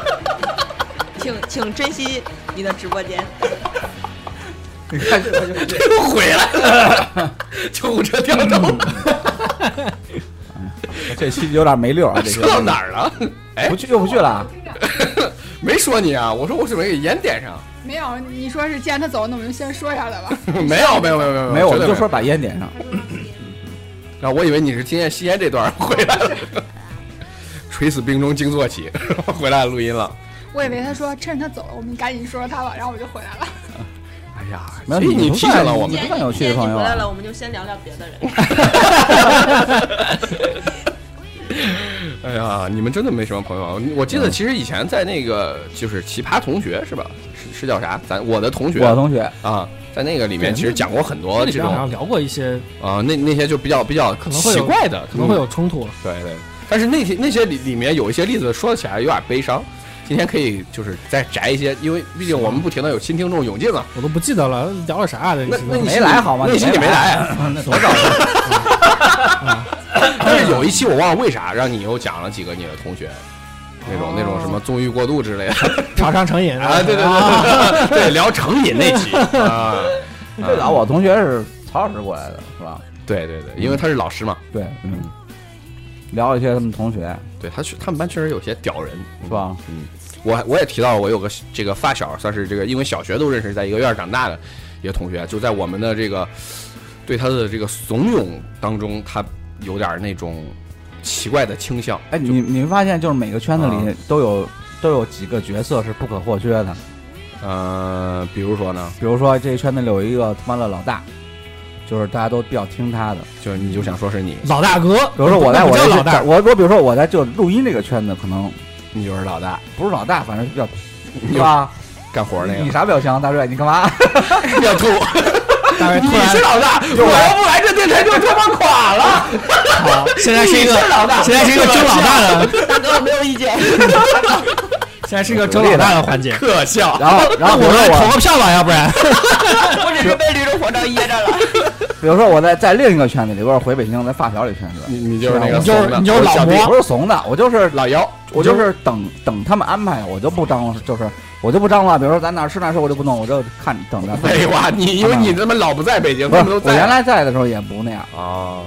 [SPEAKER 3] 请请珍惜你的直播间。
[SPEAKER 5] 你看这个就
[SPEAKER 1] 又回来 了，救护车掉头，
[SPEAKER 5] 这期 有点没溜啊，这期
[SPEAKER 1] 说到哪儿了？哎
[SPEAKER 5] 不，去又不去了，
[SPEAKER 1] 没说你啊，我说我准备给烟点 上，
[SPEAKER 2] 没有，你说是既然他走了，那我们就先说一下他吧。
[SPEAKER 1] 没有没有没有没有
[SPEAKER 5] 没有，我
[SPEAKER 1] 呃绝对
[SPEAKER 5] 就说把烟点上。
[SPEAKER 1] 啊，我以为你是今天吸烟这段儿 回来了，垂死病中惊坐起， 回来录音了。
[SPEAKER 2] 我以为他说趁着他走了，我们赶紧说说他吧，然后我就回来了。
[SPEAKER 1] 哎呀，
[SPEAKER 5] 没
[SPEAKER 1] 所
[SPEAKER 5] 有
[SPEAKER 1] 以哦
[SPEAKER 5] 你
[SPEAKER 1] 你
[SPEAKER 5] 不
[SPEAKER 1] 提醒
[SPEAKER 5] 算
[SPEAKER 1] 了我
[SPEAKER 5] 你
[SPEAKER 1] 们，
[SPEAKER 5] 不算有趣的朋
[SPEAKER 3] 既然你
[SPEAKER 5] 友
[SPEAKER 3] 回
[SPEAKER 5] 啊
[SPEAKER 3] 来了，我们就先聊聊别的人。
[SPEAKER 1] 哎呀，你们真的没什么朋友。啊我
[SPEAKER 4] 嗯
[SPEAKER 1] 记得其实以前在那个就是奇葩同学是吧？是是叫啥？咱我的同学
[SPEAKER 5] 我同学，
[SPEAKER 1] 啊，在那个里面
[SPEAKER 4] 对
[SPEAKER 1] 其实讲过很多
[SPEAKER 4] 里
[SPEAKER 1] 这
[SPEAKER 4] 边好
[SPEAKER 1] 种
[SPEAKER 4] 像聊过一些，
[SPEAKER 1] 啊，那那些就比较比较
[SPEAKER 4] 可能会
[SPEAKER 1] 奇
[SPEAKER 4] 有
[SPEAKER 1] 怪的，嗯
[SPEAKER 4] 可能会有冲突。
[SPEAKER 1] 对对，但是那些那些里里面有一些例子说起来有点悲伤，今天可以就是再摘一些，因为毕竟我们不停的有新听众涌进 啊。
[SPEAKER 4] 我都不记得了，聊了啥啊的？
[SPEAKER 1] 那那你
[SPEAKER 5] 没来好吗？
[SPEAKER 1] 那期你没来，
[SPEAKER 5] 多少？
[SPEAKER 1] 但是有一期我忘了为啥让你又讲了几个你的同学，那种
[SPEAKER 4] 哦
[SPEAKER 1] 那种什么纵欲过度之类的
[SPEAKER 4] 厂商成瘾
[SPEAKER 1] 啊，对对对对，对聊成瘾那期啊，
[SPEAKER 5] 最早我同学是曹老师过来的，是吧？
[SPEAKER 1] 对对对，因为他是老师嘛，
[SPEAKER 5] 对，嗯，聊一些他们同学，
[SPEAKER 1] 对他确他们班确实有些屌人，嗯
[SPEAKER 5] 是吧？
[SPEAKER 1] 我我也提到了，我有个这个发小，算是这个因为小学都认识，在一个院儿长大的一个同学，就在我们的这个对他的这个怂恿当中，他有点那种奇怪的倾向。
[SPEAKER 5] 哎，
[SPEAKER 1] 就
[SPEAKER 5] 你你们发现就是嗯每个圈子里都有都有几个角色是不可或缺的，
[SPEAKER 1] 呃，比如说呢，
[SPEAKER 5] 比如说这圈子里有一个他妈的老大，就是大家都比较听他的。
[SPEAKER 1] 就是你就想说是你，
[SPEAKER 4] 老大哥，
[SPEAKER 5] 比如说 我在
[SPEAKER 4] 那
[SPEAKER 5] 我
[SPEAKER 4] 不
[SPEAKER 5] 在
[SPEAKER 4] 叫
[SPEAKER 5] 这
[SPEAKER 4] 老大，
[SPEAKER 5] 我我比如说我在就录音这个圈子，可能
[SPEAKER 1] 你就是老大，
[SPEAKER 5] 不是老大，反正 是比较
[SPEAKER 1] 你
[SPEAKER 5] 是
[SPEAKER 1] 就
[SPEAKER 5] 吧？
[SPEAKER 1] 干活那
[SPEAKER 5] 你
[SPEAKER 1] 个，
[SPEAKER 5] 啥表情，大帅？你干 嘛？
[SPEAKER 1] 要吐，
[SPEAKER 4] 大卫
[SPEAKER 1] 你
[SPEAKER 4] 突然
[SPEAKER 1] 是老 大，我要不来这电台就他妈垮了。
[SPEAKER 4] 好，现在是一个
[SPEAKER 1] 你是老大
[SPEAKER 4] 现在是一个争老大的，
[SPEAKER 3] 大哥，我没有意见。
[SPEAKER 4] 现在是一个争老大的环节。
[SPEAKER 1] 特效，
[SPEAKER 5] 然后然后比
[SPEAKER 4] 我
[SPEAKER 5] 如说
[SPEAKER 4] 们
[SPEAKER 5] 我
[SPEAKER 4] 投个票吧，要不然
[SPEAKER 3] 我只是被驴肉火烧噎着了。
[SPEAKER 5] 比如说我在在另一个圈子里，我是回北京在发小里圈子，
[SPEAKER 1] 你你就是那个
[SPEAKER 5] 你
[SPEAKER 4] 就是
[SPEAKER 1] 怂的
[SPEAKER 4] 你就是老
[SPEAKER 1] 小弟
[SPEAKER 4] 摸
[SPEAKER 5] 不是怂的，我就是
[SPEAKER 1] 老姚，
[SPEAKER 5] 我就是等等他们安排，我就不张罗，就是我就不张罗。比如说咱哪儿吃哪儿吃，我就不弄，我就看等着。
[SPEAKER 1] 废话， 你因为你他妈老不在北京，
[SPEAKER 5] 不
[SPEAKER 1] 他
[SPEAKER 5] 是
[SPEAKER 1] 们都
[SPEAKER 5] 我
[SPEAKER 1] 在
[SPEAKER 5] 原来在的时候也不那样，
[SPEAKER 1] 啊。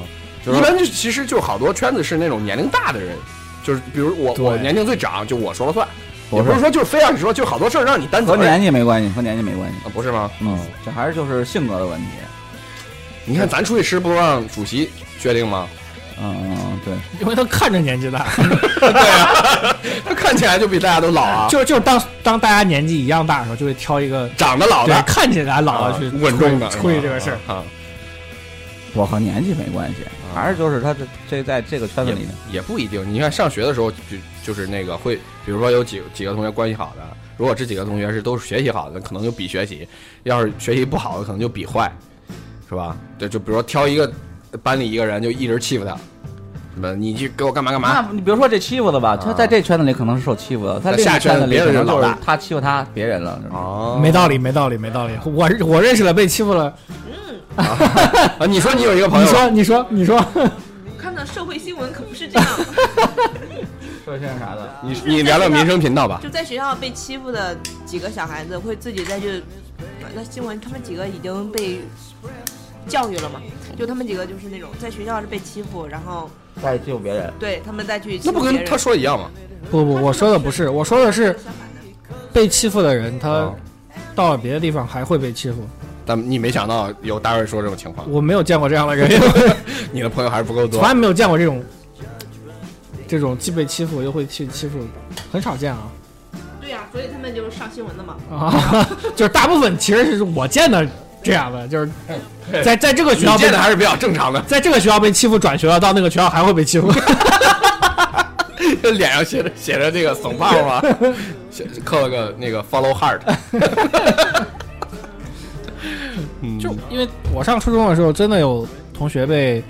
[SPEAKER 5] 就是
[SPEAKER 1] 一般就其实就好多圈子是那种年龄大的人，就是比如我
[SPEAKER 4] 对
[SPEAKER 1] 我年龄最长，就我说了算，
[SPEAKER 5] 不
[SPEAKER 1] 也不
[SPEAKER 5] 是
[SPEAKER 1] 是说就是非让你说，就好多事儿让你担责
[SPEAKER 5] 和
[SPEAKER 1] 任，
[SPEAKER 5] 年纪没关系，和年纪没关系。
[SPEAKER 1] 啊不是吗？
[SPEAKER 5] 嗯，这还是就是性格的问题。
[SPEAKER 1] 你看咱出去吃不都让主席决定 吗？
[SPEAKER 5] 嗯嗯嗯，对，
[SPEAKER 4] 因为他看着年纪大，
[SPEAKER 1] 他看起来就比大家都老啊，就
[SPEAKER 4] 啊就就当当大家年纪一样大的时候，就会挑一个
[SPEAKER 1] 长得老
[SPEAKER 4] 对
[SPEAKER 1] 的，
[SPEAKER 4] 看起来老
[SPEAKER 1] 啊
[SPEAKER 4] 的去
[SPEAKER 1] 稳重的，
[SPEAKER 4] 吹这个事儿。
[SPEAKER 1] 啊，
[SPEAKER 5] 我和年纪没关系，还是就是他这这在这个圈
[SPEAKER 1] 嗯
[SPEAKER 5] 子
[SPEAKER 1] 也
[SPEAKER 5] 里面，
[SPEAKER 1] 也不一定。你看上学的时候就就是那个会，比如说有几几个同学关系好的，如果这几个同学是都是学习好的，可能就比学习；要是学习不好的，可能就比坏，是吧？对，就比如说挑一个班里一个人就一直欺负他，什么你去给我干嘛干嘛，
[SPEAKER 5] 那你比如说这欺负的吧，他在这圈子里可能是受欺负的，在另一
[SPEAKER 1] 啊下
[SPEAKER 5] 个
[SPEAKER 1] 圈
[SPEAKER 5] 圈
[SPEAKER 1] 子
[SPEAKER 5] 子里
[SPEAKER 1] 别
[SPEAKER 5] 可
[SPEAKER 1] 人
[SPEAKER 5] 能
[SPEAKER 1] 老
[SPEAKER 5] 就
[SPEAKER 1] 大
[SPEAKER 5] 是他欺负他别人了。就是
[SPEAKER 1] 哦
[SPEAKER 4] 没道理，没道理，没道理。我我认识了被欺负了，
[SPEAKER 1] 啊？ 你说你有一个朋
[SPEAKER 4] 你
[SPEAKER 1] 友，
[SPEAKER 4] 说你说你说，
[SPEAKER 3] 看到社会新闻可不是这样，
[SPEAKER 5] 说些啥的，
[SPEAKER 1] 你你聊聊民生频道吧。
[SPEAKER 3] 就在学校被欺负的几个小孩子会自己再去，那新闻他们几个已经被教育了嘛，就他们几个就是那种在学校是被欺负，然后
[SPEAKER 5] 再欺负别人。
[SPEAKER 3] 对他们再去欺
[SPEAKER 1] 那不
[SPEAKER 3] 负别
[SPEAKER 1] 跟
[SPEAKER 3] 人
[SPEAKER 1] 他。说的一样吗？
[SPEAKER 4] 不不，我说的不是，我说的是被欺负的人，他
[SPEAKER 1] 哦
[SPEAKER 4] 到了别的地方还会被欺负。
[SPEAKER 1] 但你没想到有大卫说这种情况，
[SPEAKER 4] 我没有见过这样的人，
[SPEAKER 1] 你的朋友还是不够
[SPEAKER 4] 从
[SPEAKER 1] 多
[SPEAKER 4] 来。没有见过这种这种既被欺负又会去欺负，很少见啊
[SPEAKER 3] 对呀、所以他们就是上新闻的嘛。
[SPEAKER 4] 啊！ 就是大部分其实是我见的这样的， 就是在在这个
[SPEAKER 1] 你
[SPEAKER 4] 学校被
[SPEAKER 1] 见的还是比较正常的，
[SPEAKER 4] 在这个学校被欺负，转学校到那个学校还会被欺 负。
[SPEAKER 1] 脸上写着写着这个怂胖 吗？写刻了个那个 follow heart。嗯
[SPEAKER 4] 就因为我上初中的时候，真的有同学被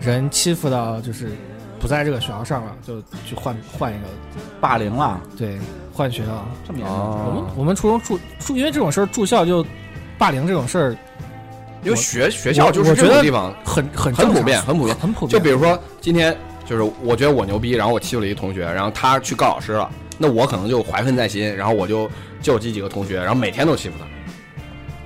[SPEAKER 4] 人欺负到就是不在这个学校上了，就去换换一个，
[SPEAKER 5] 霸凌了，
[SPEAKER 4] 对，换学校。
[SPEAKER 5] 这么严重？
[SPEAKER 4] 我们
[SPEAKER 1] 哦，
[SPEAKER 4] 我们初中住住，因为这种事儿住校就霸凌这种事儿
[SPEAKER 1] 因为学学校就
[SPEAKER 4] 我
[SPEAKER 1] 是
[SPEAKER 4] 我
[SPEAKER 1] 这
[SPEAKER 4] 觉
[SPEAKER 1] 种
[SPEAKER 4] 得
[SPEAKER 1] 地方，
[SPEAKER 4] 很很
[SPEAKER 1] 很
[SPEAKER 4] 正
[SPEAKER 1] 普
[SPEAKER 4] 常
[SPEAKER 1] 遍很普遍
[SPEAKER 4] 很普遍。
[SPEAKER 1] 就比如说今天就是我觉得我牛逼，然后我欺负了一同学，然后他去告老师了，那我可能就怀恨在心，然后我就就这几个同学，然后每天都欺负他。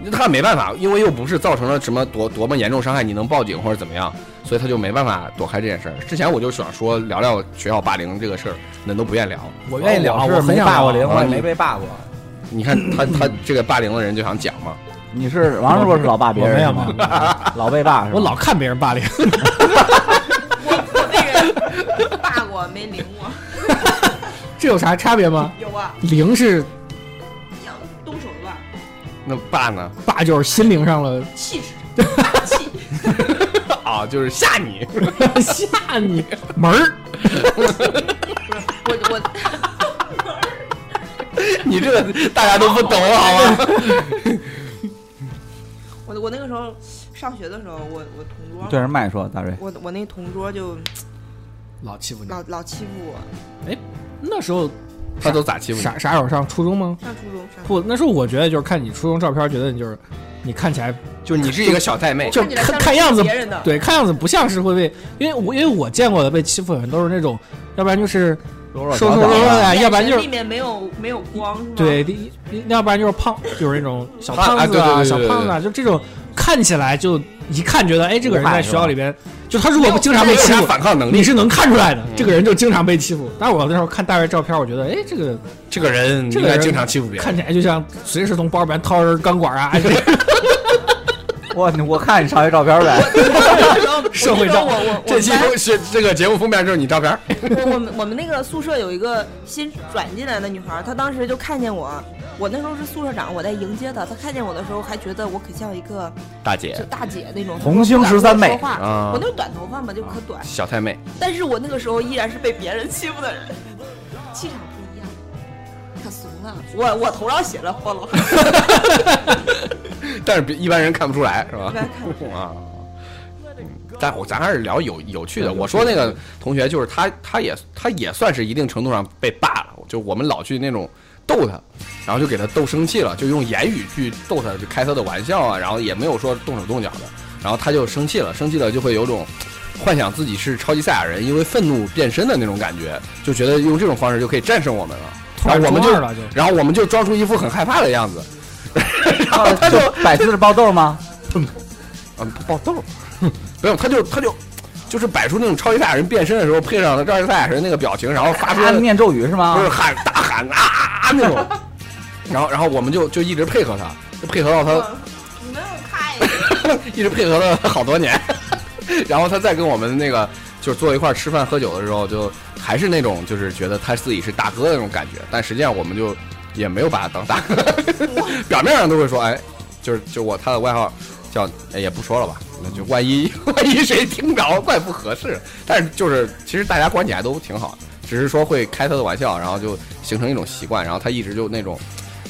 [SPEAKER 1] 那他也没办法，因为又不是造成了什么多多么严重伤害，你能报警或者怎么样，所以他就没办法躲开这件事儿。之前我就想说聊聊学校霸凌这个事儿，那都不愿聊。
[SPEAKER 4] 我愿意
[SPEAKER 1] 哦
[SPEAKER 4] 聊，
[SPEAKER 5] 我
[SPEAKER 4] 哦我
[SPEAKER 5] 是
[SPEAKER 4] 很
[SPEAKER 5] 没
[SPEAKER 4] 想
[SPEAKER 5] 霸过
[SPEAKER 4] 聊
[SPEAKER 5] 凌，我也
[SPEAKER 1] 啊
[SPEAKER 5] 没
[SPEAKER 1] 你
[SPEAKER 5] 被霸过。
[SPEAKER 1] 你看他他这个霸凌的人就想讲嘛，
[SPEAKER 5] 你是王师傅是老霸别人
[SPEAKER 4] 我没有
[SPEAKER 5] 是吗
[SPEAKER 4] 没有
[SPEAKER 5] 老被霸是吧？
[SPEAKER 4] 我老看别人霸凌，
[SPEAKER 3] 我那个霸过没领我，
[SPEAKER 4] 这有啥差别吗？
[SPEAKER 3] 有啊，
[SPEAKER 4] 凌是
[SPEAKER 3] 要动手的吧，
[SPEAKER 1] 那霸呢？
[SPEAKER 4] 霸就是心灵上了，
[SPEAKER 3] 气势上，气
[SPEAKER 1] 啊，就是吓你。
[SPEAKER 4] 吓你门儿。
[SPEAKER 3] 不是我我
[SPEAKER 1] 你这个大家都不懂好 吗？
[SPEAKER 3] 我我那个时候上学的时候，我我同桌，
[SPEAKER 5] 对着麦说，大瑞，
[SPEAKER 3] 我我那同桌就
[SPEAKER 4] 老欺负你，
[SPEAKER 3] 老老欺负我，
[SPEAKER 4] 那时候
[SPEAKER 1] 他都咋欺负你？
[SPEAKER 4] 啥啥时候上初中吗？
[SPEAKER 3] 上初中上初中
[SPEAKER 4] 不，那时候我觉得就是看你初中照片，觉得你就是你看起来
[SPEAKER 1] 就你是一个小太妹，
[SPEAKER 4] 就
[SPEAKER 3] 看起来像
[SPEAKER 4] 看
[SPEAKER 3] 是
[SPEAKER 4] 看样子
[SPEAKER 3] 别人的，
[SPEAKER 4] 对，看样子不像是会被，因为我因为我见过的被欺负的人都是那种，要不然就是
[SPEAKER 5] 柔弱
[SPEAKER 4] 瘦
[SPEAKER 5] 小
[SPEAKER 4] 瘦
[SPEAKER 5] 小
[SPEAKER 4] 弱弱
[SPEAKER 5] 的
[SPEAKER 4] 的，啊要不然
[SPEAKER 3] 眼
[SPEAKER 4] 就
[SPEAKER 3] 神里
[SPEAKER 4] 是
[SPEAKER 3] 面没有没有光是吗？
[SPEAKER 4] 对，第一要不然就是胖，就是那种小
[SPEAKER 1] 啊胖
[SPEAKER 4] 胖
[SPEAKER 1] 啊
[SPEAKER 4] 子
[SPEAKER 1] 对对对对
[SPEAKER 4] 小
[SPEAKER 1] 对
[SPEAKER 4] 胖子啊，就这种看起来就一看觉得，哎，这个人
[SPEAKER 5] 武汉
[SPEAKER 4] 在
[SPEAKER 5] 是
[SPEAKER 4] 学校
[SPEAKER 5] 吧
[SPEAKER 4] 里边，就他如果不经常
[SPEAKER 1] 没
[SPEAKER 4] 被
[SPEAKER 1] 有
[SPEAKER 4] 欺
[SPEAKER 1] 啥
[SPEAKER 4] 负，
[SPEAKER 1] 反抗能力
[SPEAKER 4] 你。是能看出来的，这
[SPEAKER 1] 嗯
[SPEAKER 4] 个人就经常被欺负。但是我那时候看大卫照片，我觉得，哎，这个
[SPEAKER 1] 这个人嗯
[SPEAKER 4] 这
[SPEAKER 1] 应
[SPEAKER 4] 个人
[SPEAKER 1] 该经常欺负别人。
[SPEAKER 4] 看起来就像随时从包里面掏根钢管啊，这个
[SPEAKER 5] 我我看你上学照片呗，
[SPEAKER 4] 社会照
[SPEAKER 3] 我我我
[SPEAKER 1] 这期
[SPEAKER 3] 班
[SPEAKER 1] 封是这个节目封面就是你照片，
[SPEAKER 3] 我我们我们那个宿舍有一个新转进来的女孩儿，她当时就看见我，我那时候是宿舍长，我在迎接她，她看见我的时候还觉得我可像一个
[SPEAKER 1] 大
[SPEAKER 3] 就
[SPEAKER 1] 姐
[SPEAKER 3] 大姐那种
[SPEAKER 5] 红星十三妹
[SPEAKER 3] 她不敢跟我说话
[SPEAKER 1] 啊
[SPEAKER 3] 我那短头发嘛就可
[SPEAKER 4] 啊
[SPEAKER 3] 短，
[SPEAKER 1] 小太妹，
[SPEAKER 3] 但是我那个时候依然是被别人欺负的人，气场不一样，可怂了，我我头上写了“菠萝
[SPEAKER 1] 但是别一般人看不出来是吧
[SPEAKER 3] 一般 看不？
[SPEAKER 1] 啊，但我咱还是聊有有趣的。我说那个同学就是他，他也他也算是一定程度上被霸了，就我们老去那种逗他，然后就给他逗生气了，就用言语去逗他，就开他的玩笑啊，然后也没有说动手动脚的，然后他就生气了，生气了就会有种。幻想自己是超级赛亚人，因为愤怒变身的那种感觉，就觉得用这种方式就可以战胜我们了。
[SPEAKER 4] 突
[SPEAKER 1] 然
[SPEAKER 4] 然
[SPEAKER 1] 后我们
[SPEAKER 4] 中
[SPEAKER 1] 就
[SPEAKER 4] 二了就，
[SPEAKER 1] 然后我们就装出一副很害怕的样子，
[SPEAKER 5] 就百思是爆豆吗？
[SPEAKER 1] 嗯，爆豆儿，没有，他就他就就是摆出那种超级赛亚人变身的时候，配上了超级赛亚人那个表情，然后发出
[SPEAKER 5] 啊，念咒语是吗
[SPEAKER 1] 不？是喊大喊啊啊啊那种，然后然后我们就就一直配合他，就配合到”，
[SPEAKER 3] 嗯
[SPEAKER 1] 他
[SPEAKER 3] 你们看，
[SPEAKER 1] 一直配合了好多年，然后他再跟我们那个就是坐一块儿吃饭喝酒的时候，就还是那种就是觉得他自己是大哥的那种感觉，但实际上我们就也没有把他当大哥， 表面上都会说哎，就是就我他的外号叫、哎也不说了吧，那就万一 万一谁听着怪不合适，但是就是其实大家关系还都挺好，只是说会开他的玩笑，然后就形成一种习惯，然后他一直就那种。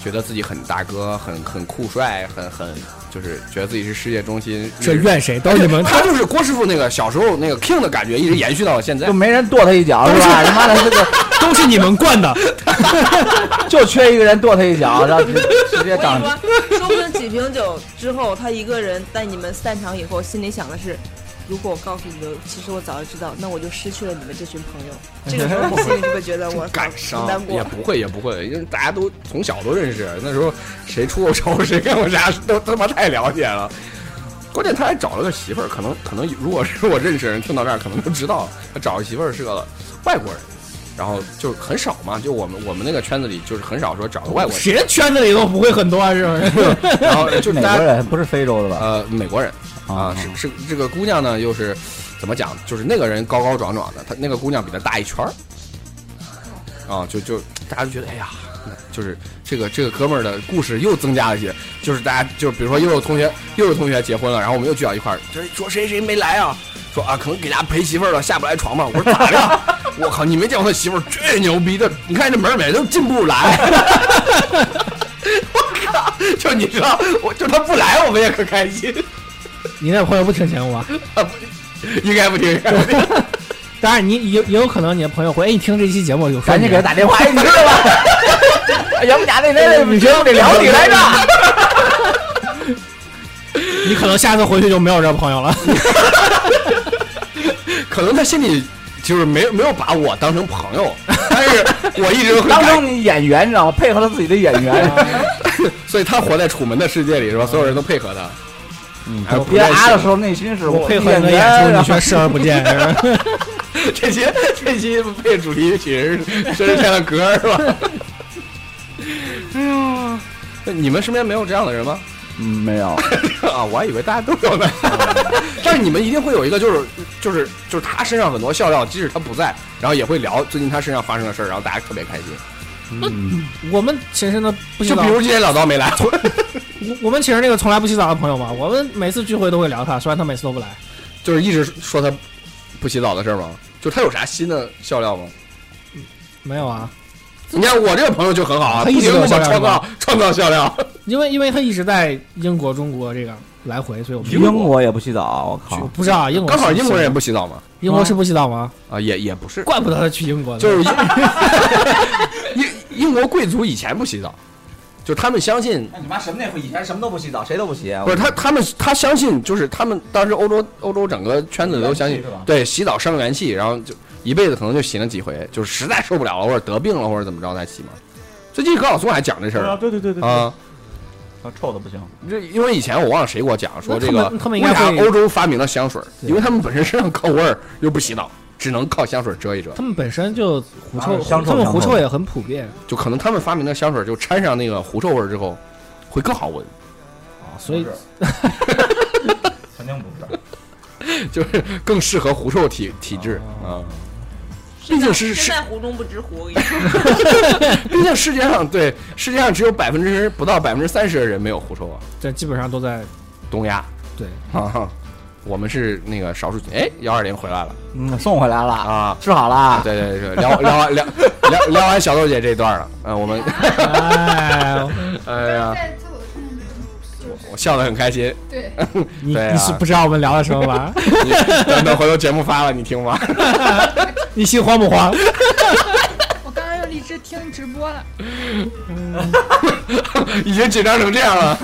[SPEAKER 1] 觉得自己很大哥，很很酷帅，很很就是觉得自己是世界中心。
[SPEAKER 4] 这怨谁哦都是你 们
[SPEAKER 1] 他就是郭师傅那个小时候那个 king 的感觉，一直延续到了现在
[SPEAKER 5] 就。没人跺他一脚是吧？他妈的，这个
[SPEAKER 4] 都是你们惯 的，
[SPEAKER 5] 就缺一个人跺他一脚，然后直直接
[SPEAKER 3] 我跟
[SPEAKER 5] 长
[SPEAKER 3] 你。说，说不定几瓶酒之后，他一个人在你们散场以后，心里想的是。如果我告诉你们，其实我早就知道，那我就失去了你们这群朋友。这个时候，你心里就会觉得我
[SPEAKER 1] 感
[SPEAKER 3] 很
[SPEAKER 1] 伤
[SPEAKER 3] 难过
[SPEAKER 1] 也。不会也不会，因为大家都从小都认识，那时候谁出过丑，谁干过啥，都他妈太了解了。关键他还找了个媳妇儿，可能可能如果是我认识的人听到这儿，可能都知道了他找个媳妇儿是个外国人，然后就很少嘛，就我们我们那个圈子里就是很少说找个外国人，
[SPEAKER 4] 谁圈子里都不会很多啊，是不是？
[SPEAKER 1] 然后就
[SPEAKER 5] 美
[SPEAKER 1] 大
[SPEAKER 5] 国
[SPEAKER 1] 家
[SPEAKER 5] 人不是非洲的吧？
[SPEAKER 1] 呃美国人，啊，是是这个姑娘呢，又是怎么讲？就是那个人高高壮壮的，她那个姑娘比他大一圈儿，啊，就就大家就觉得，哎呀，那就是这个这个哥们儿的故事又增加了一些，就是大家就比如说又有同学又有同学结婚了，然后我们又聚到一块儿，就是说谁谁没来啊，说啊可能给大家陪媳妇儿了，下不来床嘛。我说咋的 呀？我靠，你没见过他媳妇儿最牛逼的，你看这门儿每都进不来。 我靠！就你知道，我就他不来，我们也可开心。
[SPEAKER 4] 你那朋友不挺嫌我？
[SPEAKER 1] 啊，不应该不听，应该不听。
[SPEAKER 4] 当然你也也有可能你的朋友会，哎，你听这期节目有说
[SPEAKER 5] 赶紧
[SPEAKER 4] 你
[SPEAKER 5] 给他打电话，哎，你知道吧？咱们俩那那那节目得聊你来着，
[SPEAKER 4] 你可能下次回去就没有这朋友了。
[SPEAKER 1] 可能他心里就是没有没有把我当成朋友，但是我一直会
[SPEAKER 5] 当
[SPEAKER 1] 感
[SPEAKER 5] 成你演员，你知道吗？配合他自己的演员，
[SPEAKER 1] 所以他活在楚门的世界里是吧？所有人都配合他。嗯，还有
[SPEAKER 5] 别啊的时候内心是
[SPEAKER 4] 我配合
[SPEAKER 5] 演
[SPEAKER 4] 你的
[SPEAKER 5] 员，啊
[SPEAKER 4] 演出，
[SPEAKER 5] 然
[SPEAKER 4] 你
[SPEAKER 5] 后
[SPEAKER 4] 却视而不见。
[SPEAKER 1] 这期这期配主题曲是《生日快乐歌》是吧？哎呀，那你们身边没有这样的人吗？
[SPEAKER 5] 嗯没有，
[SPEAKER 1] 啊，我还以为大家都有呢。 但是你们一定会有一个，就是就是就是他身上很多笑料，即使他不在，然后也会聊最近他身上发生的事儿，然后大家特别开心。
[SPEAKER 5] 嗯
[SPEAKER 4] 我们寝室呢不洗
[SPEAKER 1] 就
[SPEAKER 4] 澡
[SPEAKER 1] 比，如今天老刀没来，
[SPEAKER 4] 我我们寝室那个从来不洗澡的朋友嘛，我们每次聚会都会聊他，虽然他每次都不来。
[SPEAKER 1] 就是一直说他不洗澡的事儿吗？就他有啥新的笑料吗？
[SPEAKER 4] 没有啊，
[SPEAKER 1] 你看我这个朋友就很好啊，
[SPEAKER 4] 他
[SPEAKER 1] 不
[SPEAKER 4] 一直
[SPEAKER 1] 停
[SPEAKER 4] 都有
[SPEAKER 1] 的
[SPEAKER 4] 笑
[SPEAKER 1] 想
[SPEAKER 4] 料
[SPEAKER 1] 创造创造笑料。
[SPEAKER 4] 因为因为他一直在英国、中国这个来回，所以我们
[SPEAKER 1] 英国
[SPEAKER 5] 英国也不洗澡，我
[SPEAKER 4] 我
[SPEAKER 5] 靠，
[SPEAKER 4] 不知道啊英国
[SPEAKER 1] 刚好英国人也
[SPEAKER 4] 是
[SPEAKER 1] 不洗澡嘛，
[SPEAKER 4] 英国是不洗澡吗？
[SPEAKER 1] 啊，也也不是，
[SPEAKER 4] 怪不得他去英国呢，
[SPEAKER 1] 就是英 英英国贵族以前不洗澡，就是他们相信，
[SPEAKER 5] 那你妈什么那会以前什么都不洗澡，谁都不洗，啊
[SPEAKER 1] 不是他他们他相信，就是他们当时欧洲欧洲整个圈子都相
[SPEAKER 5] 元
[SPEAKER 1] 信
[SPEAKER 5] 气是吧，
[SPEAKER 1] 对洗澡伤元气，然后就一辈子可能就洗那几回，就是实在受不了了或者得病了或者怎么着再洗嘛。最近何晓松还讲这事儿
[SPEAKER 5] 对对对啊
[SPEAKER 1] 啊，
[SPEAKER 5] 臭的不行，
[SPEAKER 1] 这因为以前我忘了谁给我讲说
[SPEAKER 4] 那
[SPEAKER 1] 这
[SPEAKER 4] 他
[SPEAKER 1] 个
[SPEAKER 4] 们他
[SPEAKER 1] 为
[SPEAKER 4] 们应该
[SPEAKER 1] 啥
[SPEAKER 4] 会
[SPEAKER 1] 欧洲发明了香水儿，
[SPEAKER 4] 对
[SPEAKER 1] 因为他们本身身上靠味儿又不洗澡，只能靠香水遮一遮，
[SPEAKER 4] 他们本身就狐
[SPEAKER 5] 啊
[SPEAKER 4] 臭，
[SPEAKER 5] 香臭
[SPEAKER 4] 他们
[SPEAKER 5] 香
[SPEAKER 4] 狐
[SPEAKER 5] 臭
[SPEAKER 4] 臭也很普遍，
[SPEAKER 1] 就可能他们发明的香水儿就掺上那个狐臭味儿之后会更好闻。
[SPEAKER 4] 所以
[SPEAKER 5] 肯定不是。
[SPEAKER 1] 就是更适合狐臭体体质啊。
[SPEAKER 4] 哦
[SPEAKER 1] 毕竟是
[SPEAKER 3] 身
[SPEAKER 1] 是，
[SPEAKER 3] 在湖中不知湖，我跟你说，
[SPEAKER 1] 毕竟世界上对世界上只有百分之不到百分之三十的人没有狐臭啊。
[SPEAKER 4] 这基本上都在
[SPEAKER 1] 东亚
[SPEAKER 4] 对。
[SPEAKER 1] 啊，我们是那个少数群。哎，幺二零回来了
[SPEAKER 5] 嗯，送回来了，
[SPEAKER 1] 啊！
[SPEAKER 5] 吃好了，
[SPEAKER 1] 对对对，聊聊完聊聊聊完小豆姐这一段了。嗯，我们
[SPEAKER 4] 哎，
[SPEAKER 1] 哎呀，
[SPEAKER 2] 在厕所上面
[SPEAKER 1] 我笑得很开心。
[SPEAKER 2] 对，
[SPEAKER 4] 你
[SPEAKER 1] 对啊
[SPEAKER 4] 你是不知道我们聊了什么吧？
[SPEAKER 1] 你等等回头节目发了，你听吧。
[SPEAKER 4] 你心慌不慌？
[SPEAKER 2] 我刚刚用荔枝听直播了，
[SPEAKER 1] 已经紧张成这样了。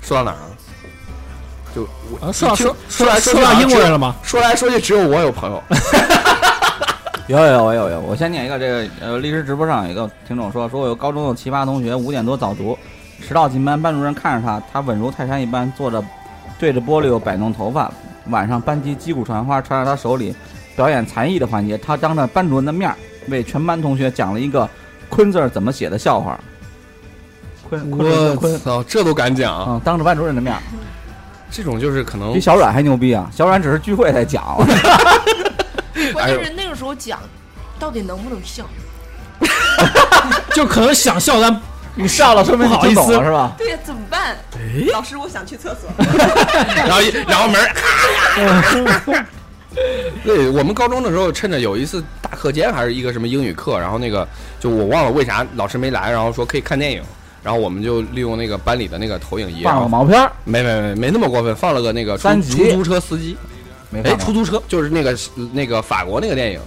[SPEAKER 1] 说到哪儿了？就我
[SPEAKER 4] 啊说到
[SPEAKER 1] 听
[SPEAKER 4] 说
[SPEAKER 1] 说来说啊
[SPEAKER 4] 说到
[SPEAKER 1] 哪儿
[SPEAKER 4] 英国人了吗？
[SPEAKER 1] 说来说去，只有我有朋友。
[SPEAKER 5] 有有有有，我先念一个这个呃，历史直播上有一个听众说，说我有高中的奇葩同学，五点多早读，迟到进班，班主任看着他，他稳如泰山一般坐着，对着玻璃摆弄头发。晚上班级击鼓传花传到他手里，表演才艺的环节，他当着班主任的面儿为全班同学讲了一个“坤”字儿怎么写的笑话。坤坤 坤
[SPEAKER 1] 我
[SPEAKER 5] 坤，
[SPEAKER 1] 操，这都敢讲啊！嗯
[SPEAKER 5] 嗯，当着班主任的面儿，
[SPEAKER 1] 这种就是可能
[SPEAKER 5] 比小阮还牛逼啊！小阮只是聚会才讲，
[SPEAKER 3] 关
[SPEAKER 1] 哎
[SPEAKER 3] 键是那个时候讲，到底能不能笑？
[SPEAKER 4] 就可能想笑，但
[SPEAKER 5] 你笑了说明
[SPEAKER 4] 不好意思
[SPEAKER 5] 是吧？
[SPEAKER 3] 对呀，怎么办？老师，我想去厕所。
[SPEAKER 1] 然后一然后门 儿。对我们高中的时候，趁着有一次大课间还是一个什么英语课，然后那个就我忘了为啥老师没来，然后说可以看电影，然后我们就利用那个班里的那个投影仪，然
[SPEAKER 5] 放了
[SPEAKER 1] 后
[SPEAKER 5] 毛片儿，
[SPEAKER 1] 没没没没那么过分，放了个那个出
[SPEAKER 5] 三级
[SPEAKER 1] 出租车司机，
[SPEAKER 5] 没
[SPEAKER 1] 哎，
[SPEAKER 5] 看过
[SPEAKER 1] 出租车就是那个那个法国那个电影，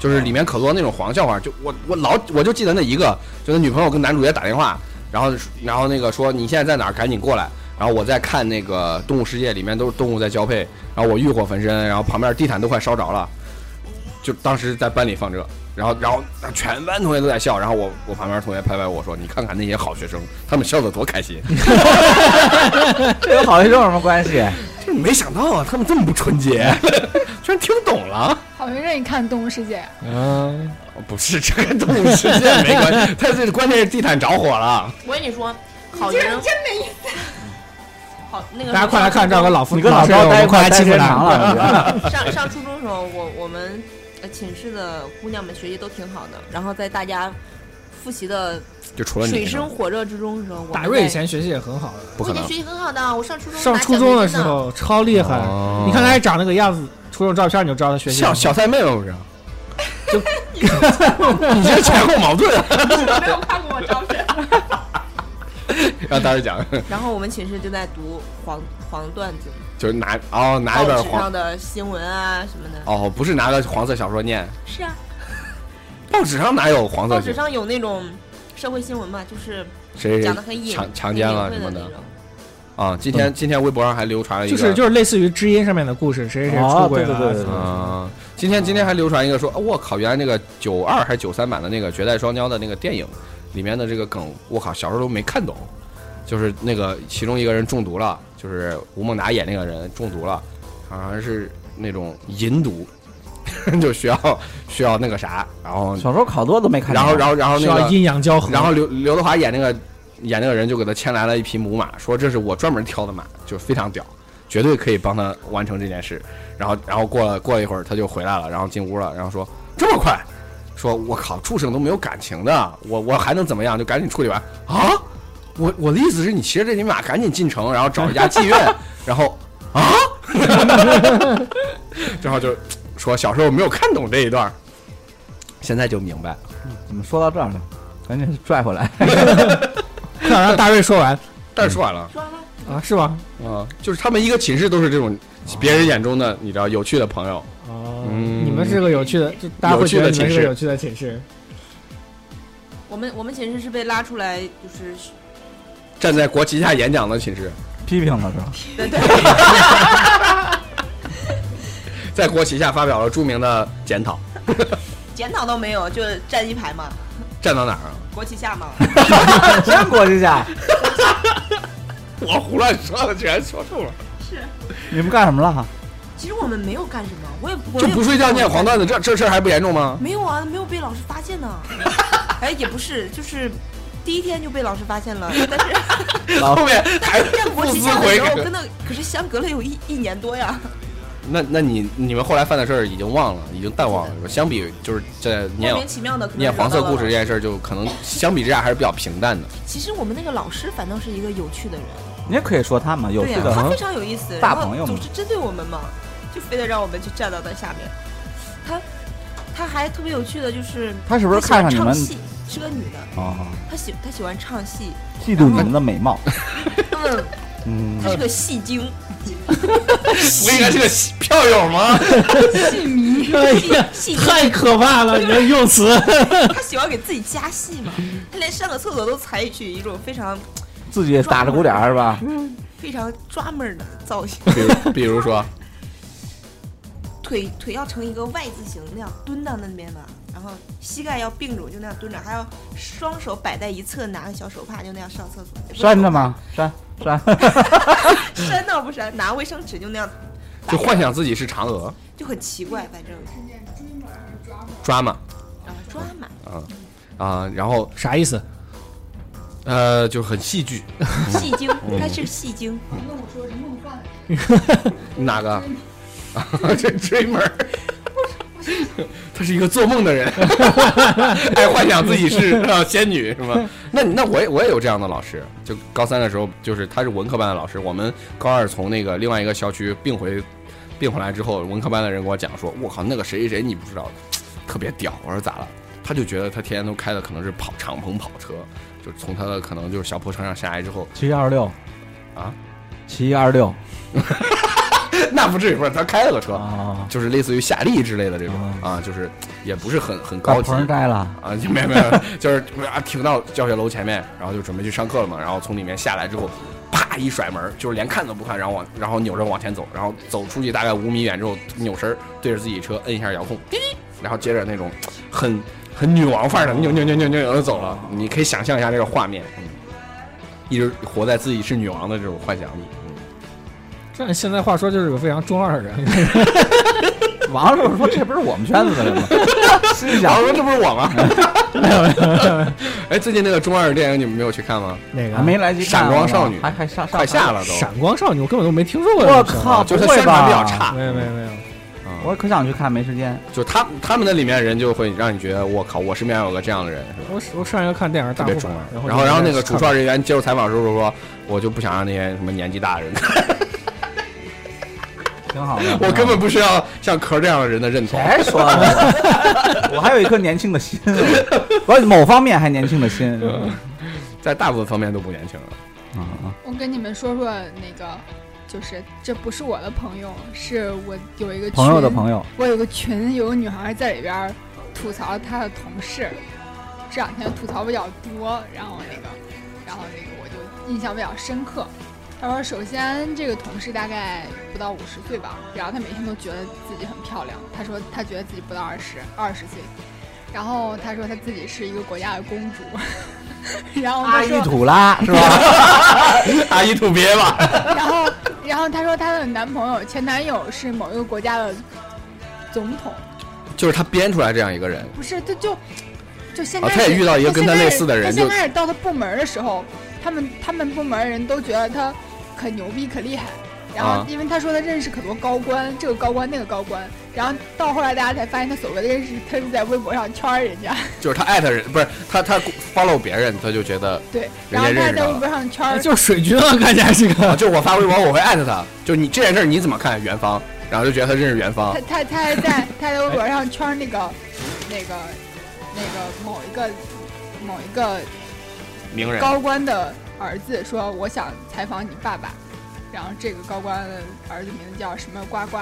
[SPEAKER 1] 就是里面可多那种黄笑话。就我我老我就记得那一个，就那女朋友跟男主角打电话，然后然后那个说你现在在哪儿，赶紧过来。然后我在看那个《动物世界》，里面都是动物在交配，然后我欲火焚身，然后旁边地毯都快烧着了，就当时在班里放这，然后然后全班同学都在笑，然后我我旁边同学拍拍我说：“你看看那些好学生，他们笑得多开心。”
[SPEAKER 5] 这跟好学生有什么关系？
[SPEAKER 1] 就是没想到啊，他们这么不纯 洁，居然听懂了。
[SPEAKER 2] 好像让你看《动物世界》，
[SPEAKER 4] 嗯，
[SPEAKER 1] 啊不是这跟动物世界没关系，但是关键是地毯着火了。
[SPEAKER 3] 我跟你说，好学生真没意思。好，那个
[SPEAKER 4] 大家快来看，这儿有个老夫
[SPEAKER 5] 你跟老
[SPEAKER 4] 师，
[SPEAKER 5] 高
[SPEAKER 4] 我
[SPEAKER 5] 待
[SPEAKER 4] 们
[SPEAKER 5] 一
[SPEAKER 4] 快
[SPEAKER 5] 块儿
[SPEAKER 4] 来
[SPEAKER 5] 待
[SPEAKER 4] 欺
[SPEAKER 5] 时
[SPEAKER 4] 负
[SPEAKER 5] 间
[SPEAKER 4] 他
[SPEAKER 5] 长。 了，
[SPEAKER 3] 上上初中的时候，我我们呃寝室的姑娘们学习都挺好的，然后在大家复习的
[SPEAKER 1] 就除了你，
[SPEAKER 3] 水深火热之中的时候，我们
[SPEAKER 4] 打瑞以
[SPEAKER 3] 在
[SPEAKER 4] 前学习也很好的，
[SPEAKER 1] 不
[SPEAKER 3] 我
[SPEAKER 1] 可
[SPEAKER 3] 以前
[SPEAKER 1] 能
[SPEAKER 3] 学。习很好的，我上初中
[SPEAKER 4] 上
[SPEAKER 3] 拿
[SPEAKER 4] 初
[SPEAKER 3] 奖
[SPEAKER 4] 中
[SPEAKER 3] 学
[SPEAKER 4] 的
[SPEAKER 3] 金
[SPEAKER 4] 时候超厉害，
[SPEAKER 1] 哦
[SPEAKER 4] 你看他长那个样子，初中照片你就知道他学习
[SPEAKER 1] 小
[SPEAKER 4] 很好。
[SPEAKER 1] 小太妹吗？不是，就 你这前后矛盾。啊
[SPEAKER 3] 呢，没有看过我照片。
[SPEAKER 1] 让大师讲，
[SPEAKER 3] 然后我们寝室就在读黄黄段子，
[SPEAKER 1] 就是拿哦拿
[SPEAKER 3] 报
[SPEAKER 1] 一本
[SPEAKER 3] 纸上
[SPEAKER 1] 黄
[SPEAKER 3] 的新闻啊什么的。
[SPEAKER 1] 哦，不是拿个黄色小说念，
[SPEAKER 3] 是啊，
[SPEAKER 1] 报纸上哪有黄色
[SPEAKER 3] 报
[SPEAKER 1] 小
[SPEAKER 3] 纸
[SPEAKER 1] 说？
[SPEAKER 3] 上有那种社会新闻嘛，就是
[SPEAKER 1] 谁
[SPEAKER 3] 讲的很隐
[SPEAKER 1] 强强奸了
[SPEAKER 3] 隐晦
[SPEAKER 1] 什么
[SPEAKER 3] 的那
[SPEAKER 1] 的
[SPEAKER 3] 种。嗯
[SPEAKER 1] 啊？今天今天微博上还流传了一
[SPEAKER 4] 就
[SPEAKER 1] 个，
[SPEAKER 4] 是就是类似于知音上面的故事，谁谁谁
[SPEAKER 5] 哦
[SPEAKER 4] 出轨了
[SPEAKER 5] 对
[SPEAKER 4] 啊，
[SPEAKER 5] 对对对
[SPEAKER 4] 什么的
[SPEAKER 1] 啊，今天今天还流传一个说，啊我、靠，原来那个九二还是九三版的那个《绝代双骄》的那个电影里面的这个梗，我靠，小时候都没看懂。就是那个其中一个人中毒了，就是吴孟达演那个人中毒了，好像是那种银毒， 就需要需要那个啥，然后
[SPEAKER 5] 小时候好多都没看
[SPEAKER 1] 然
[SPEAKER 5] 见。啊
[SPEAKER 1] 后然后然后
[SPEAKER 4] 需
[SPEAKER 1] 那
[SPEAKER 4] 要
[SPEAKER 1] 个
[SPEAKER 4] 阴阳 交合，
[SPEAKER 1] 然后刘刘德华演那个演那个人就给他牵来了一匹母马，说这是我专门挑的马，就非常屌，绝对可以帮他完成这件事。然后然后过了过了一会儿他就回来了，然后进屋了，然后说这么快，说我靠，畜生都没有感情的，我我还能怎么样？就赶紧处理完啊！我我的意思是你骑着这匹马赶紧进城，然后找一家妓院，然后啊， 然后就说小时候没有看懂这一段儿，现在就明白了。
[SPEAKER 5] 怎么说到这儿了？赶紧拽回来。
[SPEAKER 4] 快点让大瑞说完
[SPEAKER 1] 但是说完了。
[SPEAKER 3] 说完了，
[SPEAKER 4] 啊，是吗？
[SPEAKER 1] 啊，就是他们一个寝室都是这种别人眼中的你知道有趣的朋友，
[SPEAKER 4] 哦，
[SPEAKER 1] 嗯
[SPEAKER 4] 你们是个有趣的，就大家会觉得你们是个有趣的寝室。
[SPEAKER 3] 我们我们寝室是被拉出来，就是
[SPEAKER 1] 站在国旗下演讲的寝室，
[SPEAKER 5] 批评了是吧？
[SPEAKER 1] 在国旗下发表了著名的检讨，
[SPEAKER 3] 检讨都没有，就站一排嘛，
[SPEAKER 1] 站到哪儿啊？
[SPEAKER 3] 国旗下嘛。
[SPEAKER 5] 真国际下，
[SPEAKER 1] 我胡乱说的，居然说中了，
[SPEAKER 5] 你们干什么了？
[SPEAKER 3] 其实我们没有干什么，我也我
[SPEAKER 1] 就
[SPEAKER 3] 也
[SPEAKER 1] 不睡觉念黄段子，这这事儿还不严重吗？
[SPEAKER 3] 没有啊，没有被老师发现呢。 哎，也不是，就是第一天就被老师发现了，但 是
[SPEAKER 1] 后 面还是
[SPEAKER 3] 但
[SPEAKER 1] 不
[SPEAKER 3] 国旗
[SPEAKER 1] 思
[SPEAKER 3] 下的
[SPEAKER 1] 悔
[SPEAKER 3] 时候
[SPEAKER 1] 改
[SPEAKER 3] 跟。那可是相隔了有一一年多呀。
[SPEAKER 1] 那那你你们后来犯的事儿已经忘了，已经淡忘了，是吧？相比就是这念
[SPEAKER 3] 莫名其妙的可能
[SPEAKER 1] 念黄色
[SPEAKER 3] 惹到了
[SPEAKER 1] 故事这件事儿，就可能相比之下还是比较平淡的。
[SPEAKER 3] 其实我们那个老师反倒是一个有趣的人，
[SPEAKER 5] 你也可以说他们有
[SPEAKER 3] 对
[SPEAKER 5] 趣
[SPEAKER 3] 呀、
[SPEAKER 5] 的
[SPEAKER 3] 他
[SPEAKER 5] 很
[SPEAKER 3] 非。常有意思，
[SPEAKER 5] 大
[SPEAKER 3] 然后
[SPEAKER 5] 朋友嘛
[SPEAKER 3] 总是针对我们嘛，就非得让我们去站到他下面。他他还特别有趣的就是，
[SPEAKER 5] 他是不是
[SPEAKER 3] 她喜欢
[SPEAKER 5] 看上你
[SPEAKER 3] 唱
[SPEAKER 5] 们
[SPEAKER 3] 戏？是个女的，
[SPEAKER 5] 哦，
[SPEAKER 3] 她喜她喜欢唱戏，
[SPEAKER 5] 嫉妒你们的美貌。
[SPEAKER 3] 嗯，
[SPEAKER 5] 嗯
[SPEAKER 3] 她，是个戏精，
[SPEAKER 1] 我应该是个票友吗？
[SPEAKER 4] 哎呀，
[SPEAKER 3] 戏精，
[SPEAKER 4] 太可怕 了！你的用词，
[SPEAKER 3] 她喜欢给自己加戏嘛，
[SPEAKER 5] 嗯
[SPEAKER 3] 她连上个厕所都采取一种非常
[SPEAKER 5] 自己打着鼓点儿是吧？
[SPEAKER 3] 非常抓门儿的造 型，
[SPEAKER 1] 比如比如说，
[SPEAKER 3] 腿腿要成一个 Y 字形那样蹲到那边的，然后膝盖要并拢就那样蹲着，还要双手摆在一侧，拿个小手帕就那样上厕所。也不是
[SPEAKER 5] 扇
[SPEAKER 3] 手
[SPEAKER 5] 着
[SPEAKER 3] 帕？
[SPEAKER 5] 吗？扇扇。
[SPEAKER 3] 扇倒不扇，拿卫生纸就那样，
[SPEAKER 1] 就幻想自己是嫦娥
[SPEAKER 3] 就很奇怪，反正
[SPEAKER 1] ，drama
[SPEAKER 3] 啊抓 马。
[SPEAKER 1] 啊，然后
[SPEAKER 4] 啥意思？
[SPEAKER 1] 呃，就很戏剧。
[SPEAKER 3] 戏精，
[SPEAKER 1] 嗯
[SPEAKER 3] 他是戏精，
[SPEAKER 2] 跟我说是梦幻的，
[SPEAKER 1] 哪个？这 dreamer，他是一个做梦的人， 爱幻想自己是啊仙女是吗？那你那我也我也有这样的老师，就高三的时候，就是他是文科班的老师，我们高二从那个另外一个校区并回并回来之后，文科班的人跟我讲说，我靠，那个谁谁谁你不知道，特别屌。我说咋了？他就觉得他天天都开的可能是跑敞篷跑车，就是从他的可能就是小破车上下来之后，
[SPEAKER 5] 七一二六
[SPEAKER 1] 啊，
[SPEAKER 5] 七一二六
[SPEAKER 1] 那不至于不是他开了个车，
[SPEAKER 5] 啊，
[SPEAKER 1] 就是类似于夏利之类的这种
[SPEAKER 5] 啊
[SPEAKER 1] 啊，就是也不是很很
[SPEAKER 5] 把
[SPEAKER 1] 高级
[SPEAKER 5] 棚儿摘了。
[SPEAKER 1] 啊，就没有没有，就是啊停到教学楼前面，然后就准备去上课了嘛，然后从里面下来之后，啪一甩门，就是连看都不看，然后往然后扭着往前走，然后走出去大概五米远之后扭身儿对着自己车摁一下遥控，滴滴，然后接着那种很很女王范儿的扭扭扭扭扭扭就走了，你可以想象一下这个画面，嗯，一直活在自己是女王的这种幻想里，嗯
[SPEAKER 4] 这按现在话说就是个非常中二的人，
[SPEAKER 5] 王师傅说：“这不是我们圈子的人吗？”心里
[SPEAKER 1] 然
[SPEAKER 5] 想
[SPEAKER 1] 后说这不是我吗？ 哎，最近那个中二电影你们没有去看吗？
[SPEAKER 4] 那个
[SPEAKER 5] 还没来及看
[SPEAKER 1] 闪光
[SPEAKER 5] 我
[SPEAKER 1] 少女
[SPEAKER 5] 还还上
[SPEAKER 1] 快下！了都，
[SPEAKER 4] 闪光少女，我根本都没听说过。
[SPEAKER 5] 我靠，
[SPEAKER 1] 啊就是它
[SPEAKER 5] 不会
[SPEAKER 1] 宣传比较
[SPEAKER 5] 吧
[SPEAKER 1] 差，
[SPEAKER 4] 没有没有没有，
[SPEAKER 5] 我可想去看，没时间。
[SPEAKER 1] 就他他们那里面人就会让你觉得我靠，我身边有个这样的人，是吧？
[SPEAKER 4] 我我上一个看电影
[SPEAKER 1] 特
[SPEAKER 4] 大
[SPEAKER 1] 别
[SPEAKER 4] 护
[SPEAKER 1] 中
[SPEAKER 4] 法，
[SPEAKER 1] 二。然
[SPEAKER 4] 然
[SPEAKER 1] 后
[SPEAKER 4] 后
[SPEAKER 1] 然后那个主创人员接受采访的时候说，我就不想让那些什么年纪大的人看，。
[SPEAKER 5] 挺好的
[SPEAKER 1] 我根本不需要像壳这样的人的认同。
[SPEAKER 5] 谁说的？ 嗯我还有一颗年轻的心，我某方面还年轻的心。
[SPEAKER 1] 在大部分方面都不年轻了。
[SPEAKER 5] 啊，
[SPEAKER 2] 我跟你们说说那个，就是这不是我的朋友，是我有一个
[SPEAKER 5] 朋友的
[SPEAKER 2] 群
[SPEAKER 5] 朋友，
[SPEAKER 2] 我有个群，有个女孩在里边儿吐槽她的同事，这两天吐槽比较多，然后那个，然后那个我就印象比较深刻。她说，首先这个同事大概不到五十岁吧，然后她每天都觉得自己很漂亮。她说她觉得自己不到二十，二十岁。然后她说她自己是一个国家的公主， 然后她
[SPEAKER 5] 阿依
[SPEAKER 2] 说，
[SPEAKER 5] 土拉是吧？
[SPEAKER 1] 阿姨土鳖吧，
[SPEAKER 2] 然后然后她说她的男朋友前男友是某一个国家的总统。
[SPEAKER 1] 就是他编出来这样一个人，
[SPEAKER 2] 不是，他就就先
[SPEAKER 1] 啊
[SPEAKER 2] 开始、
[SPEAKER 1] 他也遇到一个跟他
[SPEAKER 2] 先开
[SPEAKER 1] 类
[SPEAKER 2] 始
[SPEAKER 1] 似的人
[SPEAKER 2] 他先
[SPEAKER 1] 就
[SPEAKER 2] 开始到他部门的时候，他们他们部门的人都觉得他可牛逼可厉害，然后
[SPEAKER 1] 啊
[SPEAKER 2] 因为他说他认识很多高官，这个高官那个高官，然后到后来大家才发现他所谓的认识，他是在微博上圈儿人家，
[SPEAKER 1] 就是他艾特人，不是他他 follow 别人，他就觉得
[SPEAKER 2] 对，
[SPEAKER 1] 人
[SPEAKER 2] 然
[SPEAKER 1] 家
[SPEAKER 2] 后他还
[SPEAKER 1] 认识
[SPEAKER 2] 在
[SPEAKER 1] 他
[SPEAKER 2] 微
[SPEAKER 1] 了
[SPEAKER 2] 博上圈
[SPEAKER 4] 哎
[SPEAKER 2] 儿。
[SPEAKER 4] 就是水军啊，看起来是
[SPEAKER 1] 啊，
[SPEAKER 4] 个。
[SPEAKER 1] 就是我发微博我会艾特他，就是你这件事儿你怎么看？元芳，然后就觉得他认识元芳
[SPEAKER 2] 他，他他还在他还在微博上圈儿那个那个那个某一个某一个
[SPEAKER 1] 名人
[SPEAKER 2] 高官的儿子说：“我想采访你爸爸。”然后这个高官的儿子名字叫什么呱呱。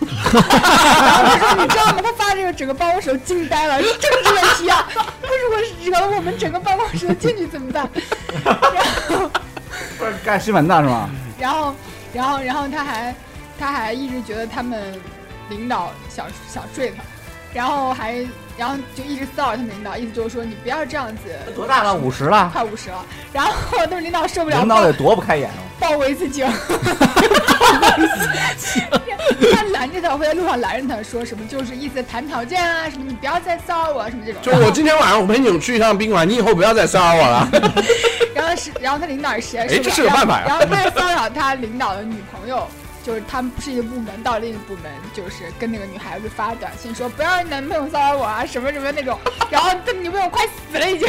[SPEAKER 2] 然后他说：“你知道吗？他发这个，整个办公室都惊呆了，政治问题啊！他如果惹了我们整个办公室的进去怎么办？”
[SPEAKER 5] 不是干新闻的是吗？
[SPEAKER 2] 然后，然后，然后他还他还一直觉得他们领导想想睡他，然后还然后就一直骚扰他们领导，意思就是说你不要这样子，
[SPEAKER 5] 多大了？五十了，
[SPEAKER 2] 快五十了。然后他们领导受不了，
[SPEAKER 5] 领导得多不开眼啊！
[SPEAKER 2] 报过一次警，他拦着他，我会在路上拦着他说什么，就是意思谈条件啊，什么你不要再骚扰我啊，什么这种。
[SPEAKER 1] 就是我今天晚上我陪你去一趟宾馆，你以后不要再骚扰我了。
[SPEAKER 2] 然后是，然后他领导实在
[SPEAKER 1] 哎
[SPEAKER 2] 受
[SPEAKER 1] 这
[SPEAKER 2] 不
[SPEAKER 1] 是个
[SPEAKER 2] 了，
[SPEAKER 1] 办法呀
[SPEAKER 2] 然后然后他还骚扰他领导的女朋友，就是他们不是一个部门到另一个部门，就是跟那个女孩子发短信说不要让你男朋友骚扰我啊，什么什么那种。然后他女朋友快死了已经。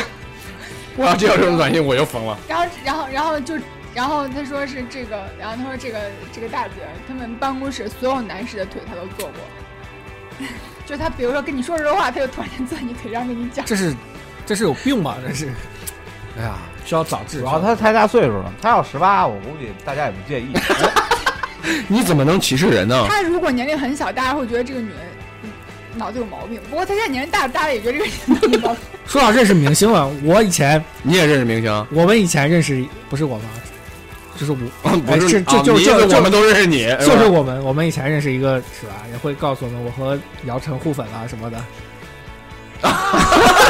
[SPEAKER 1] 我要啊接到这种短信我就疯了。
[SPEAKER 2] 然后，然后，然后就，然后他说是这个，然后他说这个这个大姐，他们办公室所有男士的腿他都坐过，就他比如说跟你说实话，他就突然坐你腿上跟你讲，
[SPEAKER 4] 这是这是有病吧？这是，哎呀，需要早治。
[SPEAKER 5] 主要他太大岁数了，他要十八，我估计大家也不 介意。
[SPEAKER 1] 你怎么能歧视人呢？
[SPEAKER 2] 他如果年龄很小，大家会觉得这个女人嗯脑子有毛病，不过他现在年龄大了，大家也觉得这个女人有毛病。
[SPEAKER 4] 说到认识明星了， 我以前
[SPEAKER 1] 你也认识明星？
[SPEAKER 4] 我们以前认识不是我们啊，就是我哎
[SPEAKER 1] 不
[SPEAKER 4] 是
[SPEAKER 1] 是，
[SPEAKER 4] 就
[SPEAKER 1] 啊
[SPEAKER 4] 就
[SPEAKER 1] 你
[SPEAKER 4] 就
[SPEAKER 1] 意思
[SPEAKER 4] 就
[SPEAKER 1] 我们都哎认识你，
[SPEAKER 4] 就是
[SPEAKER 1] 吧
[SPEAKER 4] 我们，我们以前认识一个是吧，也会告诉我们我和姚晨互粉啊什么的。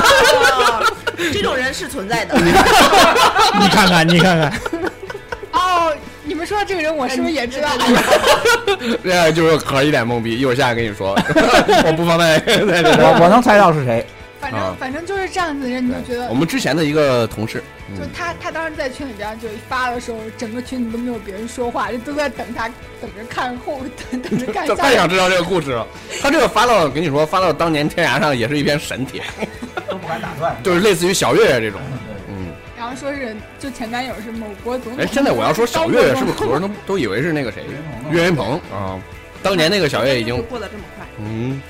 [SPEAKER 3] 这种人是存在的。
[SPEAKER 4] 你看看，你看看，
[SPEAKER 2] 哦，你们说的这个人，我是不是也知道？哎
[SPEAKER 1] 这哎就是可一脸懵逼。一会儿下来跟你 说，我不方便 在这
[SPEAKER 5] 我我能猜到是谁，
[SPEAKER 2] 反
[SPEAKER 1] 啊
[SPEAKER 2] 正反正就是这样子的人，你就觉
[SPEAKER 1] 我
[SPEAKER 2] 得。
[SPEAKER 1] 们之前的一个同事，嗯
[SPEAKER 2] 就他，他当时在群里边就发的时候，整个群里都没有别人说话，就都在等他，等着看后，等等着看
[SPEAKER 1] 就
[SPEAKER 2] 下
[SPEAKER 1] 太
[SPEAKER 2] 一
[SPEAKER 1] 想知道这个故事了。他这个发到，跟你说，发到当年天涯上也是一篇神帖，
[SPEAKER 5] 都不敢打断。
[SPEAKER 1] 就是类似于小月月这种。嗯，
[SPEAKER 2] 然后说是就前男友是某国总统。
[SPEAKER 1] 哎，现在我要说小月月，是不是很多人都都以为是那个谁岳云鹏啊？当年那个小月已 经
[SPEAKER 3] 过得这么快，
[SPEAKER 1] 嗯，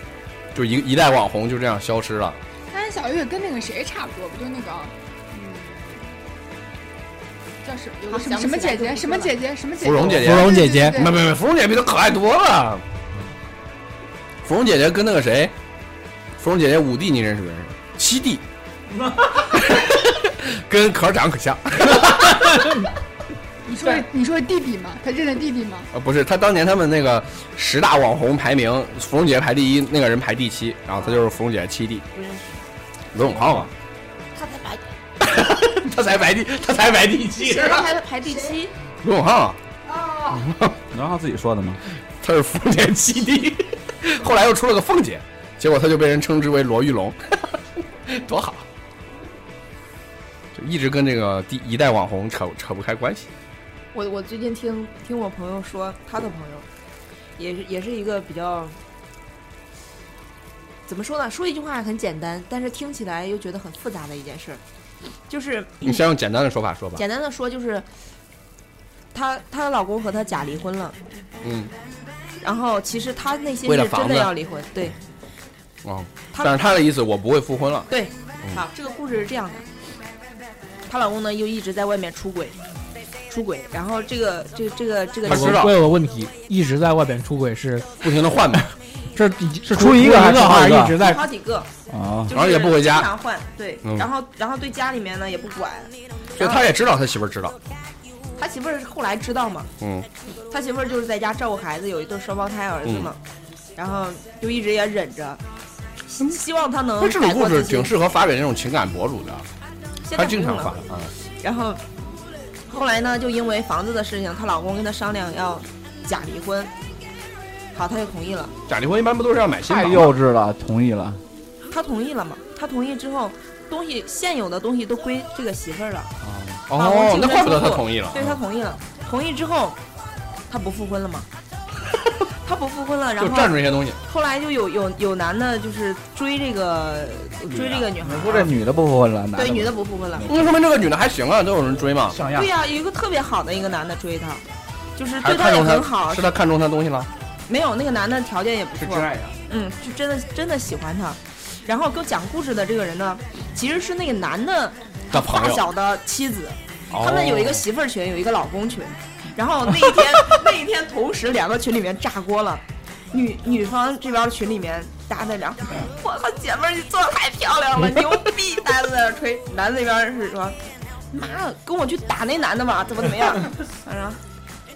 [SPEAKER 1] 就一一代网红就这样消失了。
[SPEAKER 2] 但是小月跟那个谁差不多，不就那个，嗯，叫什么有个
[SPEAKER 3] 好
[SPEAKER 2] 什
[SPEAKER 3] 想
[SPEAKER 2] 么
[SPEAKER 3] 不
[SPEAKER 2] 什么
[SPEAKER 3] 起来
[SPEAKER 2] 姐姐，
[SPEAKER 3] 就不
[SPEAKER 2] 什么
[SPEAKER 3] 说了
[SPEAKER 2] 姐姐，什么姐
[SPEAKER 1] 芙蓉姐姐
[SPEAKER 4] 芙蓉姐姐
[SPEAKER 2] 对对
[SPEAKER 1] 没
[SPEAKER 2] 对
[SPEAKER 1] 没没， 芙蓉姐比她可爱多了。芙蓉姐姐跟那个谁，芙蓉姐姐五弟你认识不认识？七 弟，跟可儿长可像。
[SPEAKER 2] 你说是你说是弟弟吗？他认得弟弟吗？
[SPEAKER 1] 啊，不是，他当年他们那个十大网红排名，芙蓉姐姐排第一，那个人排第七，然后他就是芙蓉姐姐七弟。
[SPEAKER 3] 不认识
[SPEAKER 1] 罗永浩啊，
[SPEAKER 3] 他才排，
[SPEAKER 1] 他才排第，他才排第七。
[SPEAKER 3] 谁才排第七？
[SPEAKER 1] 罗永浩，啊
[SPEAKER 2] 哦，
[SPEAKER 5] 然后自己说的吗？
[SPEAKER 1] 他是芙蓉姐姐七弟， 后来又出了个凤姐，结果他就被人称之为罗玉龙， 多好。就一直跟这个第一代网红扯扯不开关系。
[SPEAKER 3] 我我最近听听我朋友说，他的朋友也是也是一个比较怎么说呢？说一句话很简单，但是听起来又觉得很复杂的一件事儿，就是
[SPEAKER 1] 你先嗯用简单的说法说吧。
[SPEAKER 3] 简单的说就是，她她的老公和她假离婚了，
[SPEAKER 1] 嗯，
[SPEAKER 3] 然后其实她内心
[SPEAKER 1] 为了
[SPEAKER 3] 是真
[SPEAKER 1] 房子
[SPEAKER 3] 的要离婚，对
[SPEAKER 1] 哦，
[SPEAKER 3] 她
[SPEAKER 1] 但是他的意思我不会复婚了。
[SPEAKER 3] 对，好，这个故事是这样的，她老公呢又一直在外面出轨，出轨，然后这个这这个这个
[SPEAKER 1] 她知道
[SPEAKER 4] 我有个问题，一直在外边出轨是
[SPEAKER 1] 不停的换 呗，
[SPEAKER 4] 是已是
[SPEAKER 5] 出一
[SPEAKER 4] 一
[SPEAKER 5] 个
[SPEAKER 4] 还
[SPEAKER 5] 还是
[SPEAKER 4] 是
[SPEAKER 5] 出好几个
[SPEAKER 4] 一直
[SPEAKER 3] 有
[SPEAKER 4] 在
[SPEAKER 3] 好几个，
[SPEAKER 5] 啊，
[SPEAKER 3] 就是
[SPEAKER 1] 然后也不回家
[SPEAKER 3] 经常换，对，
[SPEAKER 1] 嗯
[SPEAKER 3] 然后然后对家里面呢也不管，
[SPEAKER 1] 就他也知道他媳妇儿知道，
[SPEAKER 3] 他媳妇儿是后来知道嘛，
[SPEAKER 1] 嗯，
[SPEAKER 3] 他媳妇儿就是在家照顾孩子，有一对双胞胎儿子嘛，
[SPEAKER 1] 嗯
[SPEAKER 3] 然后就一直也忍着，希希望他能
[SPEAKER 1] 那嗯这种
[SPEAKER 3] 改
[SPEAKER 1] 故
[SPEAKER 3] 过
[SPEAKER 1] 事
[SPEAKER 3] 自
[SPEAKER 1] 挺
[SPEAKER 3] 新。
[SPEAKER 1] 适合发给那种情感博主的，嗯他
[SPEAKER 3] 现在不
[SPEAKER 1] 经
[SPEAKER 3] 用
[SPEAKER 1] 常发
[SPEAKER 3] 了。，
[SPEAKER 1] 嗯，
[SPEAKER 3] 然后后来呢，就因为房子的事情，她老公跟她商量要假离婚，好，她就同意了。
[SPEAKER 1] 假离婚一般不都是要买新
[SPEAKER 5] 太
[SPEAKER 1] 房吗？
[SPEAKER 5] 幼稚了，同意了
[SPEAKER 3] 她同意了嘛？她同意之后，东西现有的东西都归这个媳妇儿了。
[SPEAKER 5] 啊
[SPEAKER 3] 老公
[SPEAKER 1] 哦，
[SPEAKER 3] 精
[SPEAKER 1] 那
[SPEAKER 3] 神
[SPEAKER 1] 怪不得
[SPEAKER 3] 出
[SPEAKER 1] 他
[SPEAKER 3] 轨
[SPEAKER 1] 同意了，
[SPEAKER 3] 对她同意了，同意之后，她不复婚了嘛？她不复婚了，然
[SPEAKER 1] 就占
[SPEAKER 3] 后
[SPEAKER 1] 住这些东西，
[SPEAKER 3] 后来就有有有男的，就是追这个追这个女孩
[SPEAKER 5] 你说这
[SPEAKER 3] 儿，
[SPEAKER 5] 女的不复婚了，男
[SPEAKER 3] 对女
[SPEAKER 5] 的
[SPEAKER 3] 的不复婚了。
[SPEAKER 1] 那说明这个女的还行啊，都有人追嘛
[SPEAKER 5] 不，上样
[SPEAKER 3] 对，呀、有一个特别好的一个男的追她，就是
[SPEAKER 1] 还
[SPEAKER 3] 对
[SPEAKER 1] 是
[SPEAKER 3] 她
[SPEAKER 1] 看
[SPEAKER 3] 也
[SPEAKER 1] 中
[SPEAKER 3] 很好
[SPEAKER 1] 他，是，他看中他东西了，
[SPEAKER 3] 没有那个男的条件也不错，
[SPEAKER 5] 爱呀。
[SPEAKER 3] 嗯，就真的真的喜欢她。然后给我讲故事的这个人呢，其实是那个男的
[SPEAKER 1] 的
[SPEAKER 3] 发
[SPEAKER 1] 朋友，
[SPEAKER 3] 小的妻子，
[SPEAKER 1] 哦
[SPEAKER 3] 他们有一个媳妇儿群，有一个老公群。然后那一 天那一天同时两个群里面炸锅了，女女方这边群里面大家在聊，我靠姐妹儿你做的太漂 亮了，牛逼！大家都在那儿吹，男的那边是说，妈跟我去打那男的吧，怎么怎么样？然后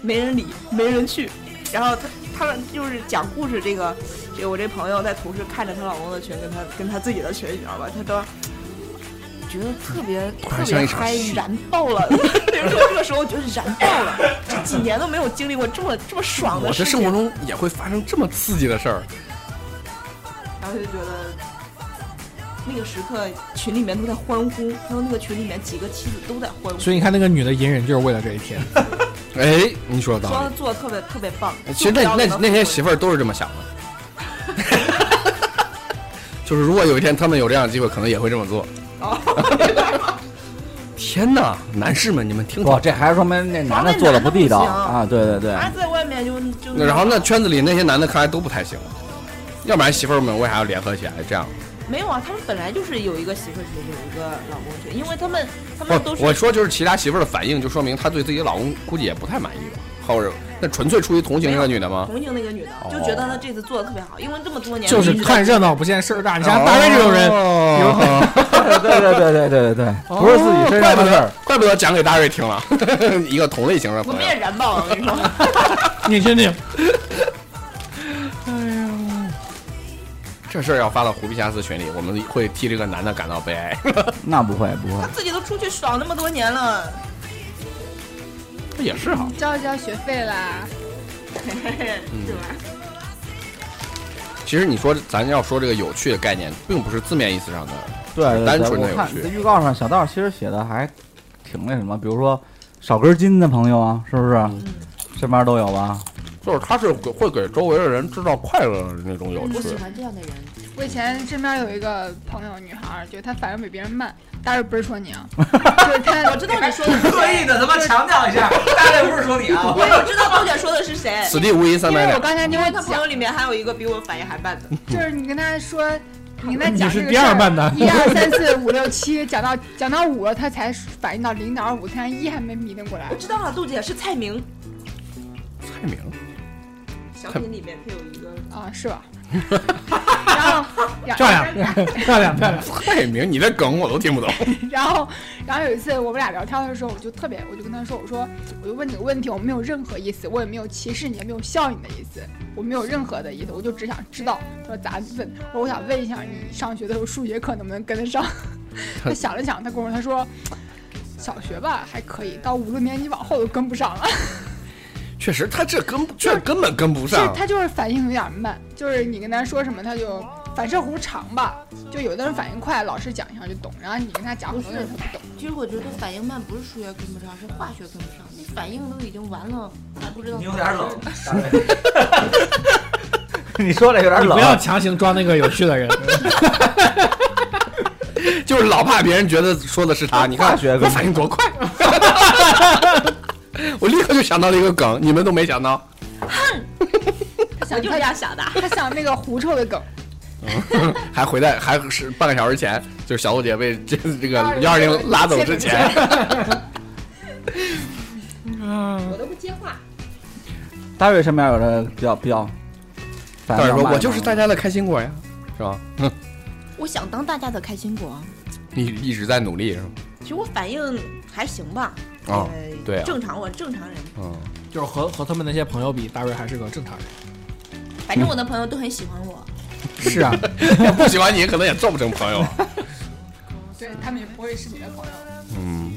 [SPEAKER 3] 没人理，没人去。然后他他们就是讲故事，这个这个我这朋友在同时看着她老公的群，跟她跟她自己的群，你知道吧？她都觉得特别特
[SPEAKER 1] 然像
[SPEAKER 3] 别
[SPEAKER 1] 嗯一场
[SPEAKER 3] 嗨
[SPEAKER 1] 戏，
[SPEAKER 3] 燃爆了。 那时候这个时候我觉得燃爆了，这几年都没有经历过这么这么爽
[SPEAKER 1] 我
[SPEAKER 3] 的
[SPEAKER 1] 的
[SPEAKER 3] 事
[SPEAKER 1] 生活
[SPEAKER 3] 情，
[SPEAKER 1] 中也会发生这么刺激的事儿，
[SPEAKER 3] 然后就觉得。那个时刻，群里面都在欢呼，还有那个群里面几个妻子都在欢呼，
[SPEAKER 4] 所以你看，那个女的隐忍就是为了这一天。
[SPEAKER 1] 哎，你说的道
[SPEAKER 3] 说
[SPEAKER 1] 理，哎
[SPEAKER 3] 做的特别特别棒。
[SPEAKER 1] 其实那那那些媳妇儿都是这么想的， 就是如果有一天他们有这样的机会，可能也会这么做。
[SPEAKER 3] 哦
[SPEAKER 1] 天哪，男士们，你们 听
[SPEAKER 5] 不，
[SPEAKER 1] 好。
[SPEAKER 5] 这还是说明那男的做的不地道啊！对对对，
[SPEAKER 3] 他在外面就就
[SPEAKER 1] 那然后那圈子里那些男的看来都不太行，要不然媳妇儿们为啥要联合起来这样？
[SPEAKER 3] 没有啊，他们本来就是有一个媳妇群，有一个老公群，因为他们他们都
[SPEAKER 1] 不，
[SPEAKER 3] 是
[SPEAKER 1] 我说就是其他媳妇儿的反应，就说明她对自己的老公估计也不太满意吧，或者那纯粹出于同情这个女的吗？
[SPEAKER 3] 同情那个女
[SPEAKER 1] 哦
[SPEAKER 3] 的，就觉得她这次做的特别好，因为这么多年
[SPEAKER 4] 就是
[SPEAKER 3] 一直在
[SPEAKER 4] 看热闹不嫌事儿大，你像大卫这种人，
[SPEAKER 1] 哦，
[SPEAKER 5] 对对对对对对对，不是自己身
[SPEAKER 1] 怪
[SPEAKER 5] 上
[SPEAKER 1] 不
[SPEAKER 5] 的事儿
[SPEAKER 1] 得。，怪不得讲给大瑞听了， 一个同类型的
[SPEAKER 3] 我
[SPEAKER 1] 朋
[SPEAKER 3] 们
[SPEAKER 1] 友
[SPEAKER 3] 也。燃爆了，我跟你说，
[SPEAKER 4] 你听听，
[SPEAKER 1] 这事儿要发到胡皮瑕疵群里，我们会替这个男的感到悲哀。
[SPEAKER 5] 那不会不会
[SPEAKER 3] 她，自己都出去爽那么多年了，
[SPEAKER 1] 也是哈，
[SPEAKER 2] 交一交学费啦。
[SPEAKER 3] 是
[SPEAKER 1] 啊
[SPEAKER 3] 吧？
[SPEAKER 1] 嗯其实你说咱要说这个有趣的概念，并不是字面意思上的，
[SPEAKER 5] 对对对，
[SPEAKER 1] 单纯的
[SPEAKER 5] 我看
[SPEAKER 1] 有趣
[SPEAKER 5] 这预告上小道其实写的还挺那什么，比如说少根筋的朋友啊，是不是？
[SPEAKER 1] 嗯
[SPEAKER 5] 这边都有吧？
[SPEAKER 1] 就是他是给会给周围的人制造快乐的那种有趣。
[SPEAKER 3] 欢这样的人，
[SPEAKER 2] 我以前身边有一个朋友，女孩儿，就她反应比别人慢，大家不是说 你啊，就是她，
[SPEAKER 3] 我知道你说的是
[SPEAKER 6] 刻意
[SPEAKER 3] 谁，
[SPEAKER 6] 的他妈强调一下，大概不是说你啊，
[SPEAKER 3] 我有知道杜姐说的是谁，
[SPEAKER 1] 此地无银三
[SPEAKER 2] 因
[SPEAKER 1] 百
[SPEAKER 2] 为我
[SPEAKER 1] 两，
[SPEAKER 2] 刚才
[SPEAKER 3] 因
[SPEAKER 2] 跟
[SPEAKER 3] 为
[SPEAKER 2] 她
[SPEAKER 3] 她朋
[SPEAKER 2] 讲
[SPEAKER 3] 友，里面还有一个比我反应还慢的，
[SPEAKER 2] 就是你跟她说，你跟她
[SPEAKER 4] 嗯你
[SPEAKER 2] 讲
[SPEAKER 4] 是
[SPEAKER 2] 这个
[SPEAKER 4] 第二慢的
[SPEAKER 2] 一二三四五六七，讲到讲到五了，她才反应到零点五，她一还没迷瞪过来
[SPEAKER 3] 我。知道了，杜姐是蔡明，
[SPEAKER 1] 蔡明，
[SPEAKER 3] 小品里面她有一个，
[SPEAKER 2] 啊，是吧？ 然后，然
[SPEAKER 4] 漂亮，漂亮，漂亮。
[SPEAKER 1] 蔡明，你的梗我都听不懂。
[SPEAKER 2] 然后，然后有一次我们俩聊天的时候，我就特别，我就跟他说，我说，我就问你个问题，我没有任何意思，我也没有歧视你，也没有笑你的意思，我没有任何的意思，我就只想知道。他说咋问？我说我想问一下你上学的时候数学课能不能跟得 上？他想了想，他跟我说，他说小学吧还可以，到五六年级往后都跟不上了。
[SPEAKER 1] 确实，他这根这根本跟不
[SPEAKER 2] 就是
[SPEAKER 1] 上。
[SPEAKER 2] 他就是反应有点慢，就是你跟他说什么，他就反射弧长吧。就有的人反应快，老师讲一下就懂，然后你跟他讲很多东西他不懂。
[SPEAKER 7] 其实我觉得反应慢不是数学跟不上，是化学跟不上。那反应都已经完了，还不知道。
[SPEAKER 6] 你有点冷。大概
[SPEAKER 5] 你说这有点
[SPEAKER 4] 你
[SPEAKER 5] 冷
[SPEAKER 4] 不，要强行装那个有趣的人，
[SPEAKER 1] 就是老怕别人觉得说的是他。你看
[SPEAKER 5] 大学
[SPEAKER 1] 我反应多快， 我立刻就想到了一个梗，你们都没想到。
[SPEAKER 2] 他
[SPEAKER 3] 我
[SPEAKER 2] 想
[SPEAKER 3] 就
[SPEAKER 2] 他
[SPEAKER 3] 这样想的，
[SPEAKER 2] 他想那个狐臭的梗，
[SPEAKER 1] 还回在还是半个小时前，就是小虎姐被这这 个幺二零拉走之 前，
[SPEAKER 7] 我都不接话。
[SPEAKER 5] 大卫身边有着比较比较，
[SPEAKER 1] 大
[SPEAKER 5] 反
[SPEAKER 1] 伟
[SPEAKER 5] 正
[SPEAKER 1] 说
[SPEAKER 5] 骂：“
[SPEAKER 1] 我就是
[SPEAKER 5] 他
[SPEAKER 1] 大家的开心果呀，是吧？”
[SPEAKER 7] 我想当大家的开心果，
[SPEAKER 1] 你一直在努力是吗？
[SPEAKER 7] 其实我反应还行吧。
[SPEAKER 1] 啊、
[SPEAKER 7] 呃
[SPEAKER 1] 对啊
[SPEAKER 7] 正常我正常人，
[SPEAKER 1] 嗯，
[SPEAKER 4] 就是和和他们那些朋友比，大瑞还是个正常人。
[SPEAKER 7] 反正我的朋友都很喜欢我。
[SPEAKER 4] 是啊，
[SPEAKER 1] 要不喜欢你，可能也做不成朋友。
[SPEAKER 2] 对他们也不会是你的朋友。
[SPEAKER 1] 嗯，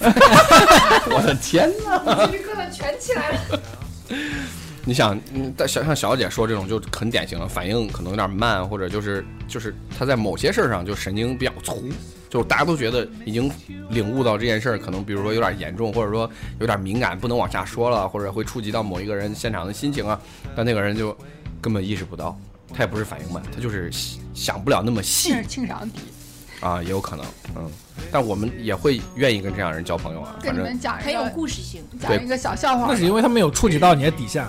[SPEAKER 1] 我的天哪！
[SPEAKER 2] 这课本全起来了。
[SPEAKER 1] 你想，嗯，但小像小姐说这种就很典型了，反应可能有点慢，或者就是就是她在某些事儿上就神经比较粗，就大家都觉得已经领悟到这件事儿，可能比如说有点严重，或者说有点敏感，不能往下说了，或者会触及到某一个人现场的心情啊，但那个人就根本意识不到，他也不是反应慢，他就是想不了那么细
[SPEAKER 2] 是情商低，
[SPEAKER 1] 啊，也有可能，嗯，但我们也会愿意跟这样人交朋友啊，
[SPEAKER 2] 跟
[SPEAKER 1] 反
[SPEAKER 2] 你
[SPEAKER 1] 正
[SPEAKER 2] 们讲一
[SPEAKER 7] 很有
[SPEAKER 2] 个
[SPEAKER 7] 故事性，
[SPEAKER 2] 讲一个小笑话
[SPEAKER 4] 那。是因为他没有触及到你的底线。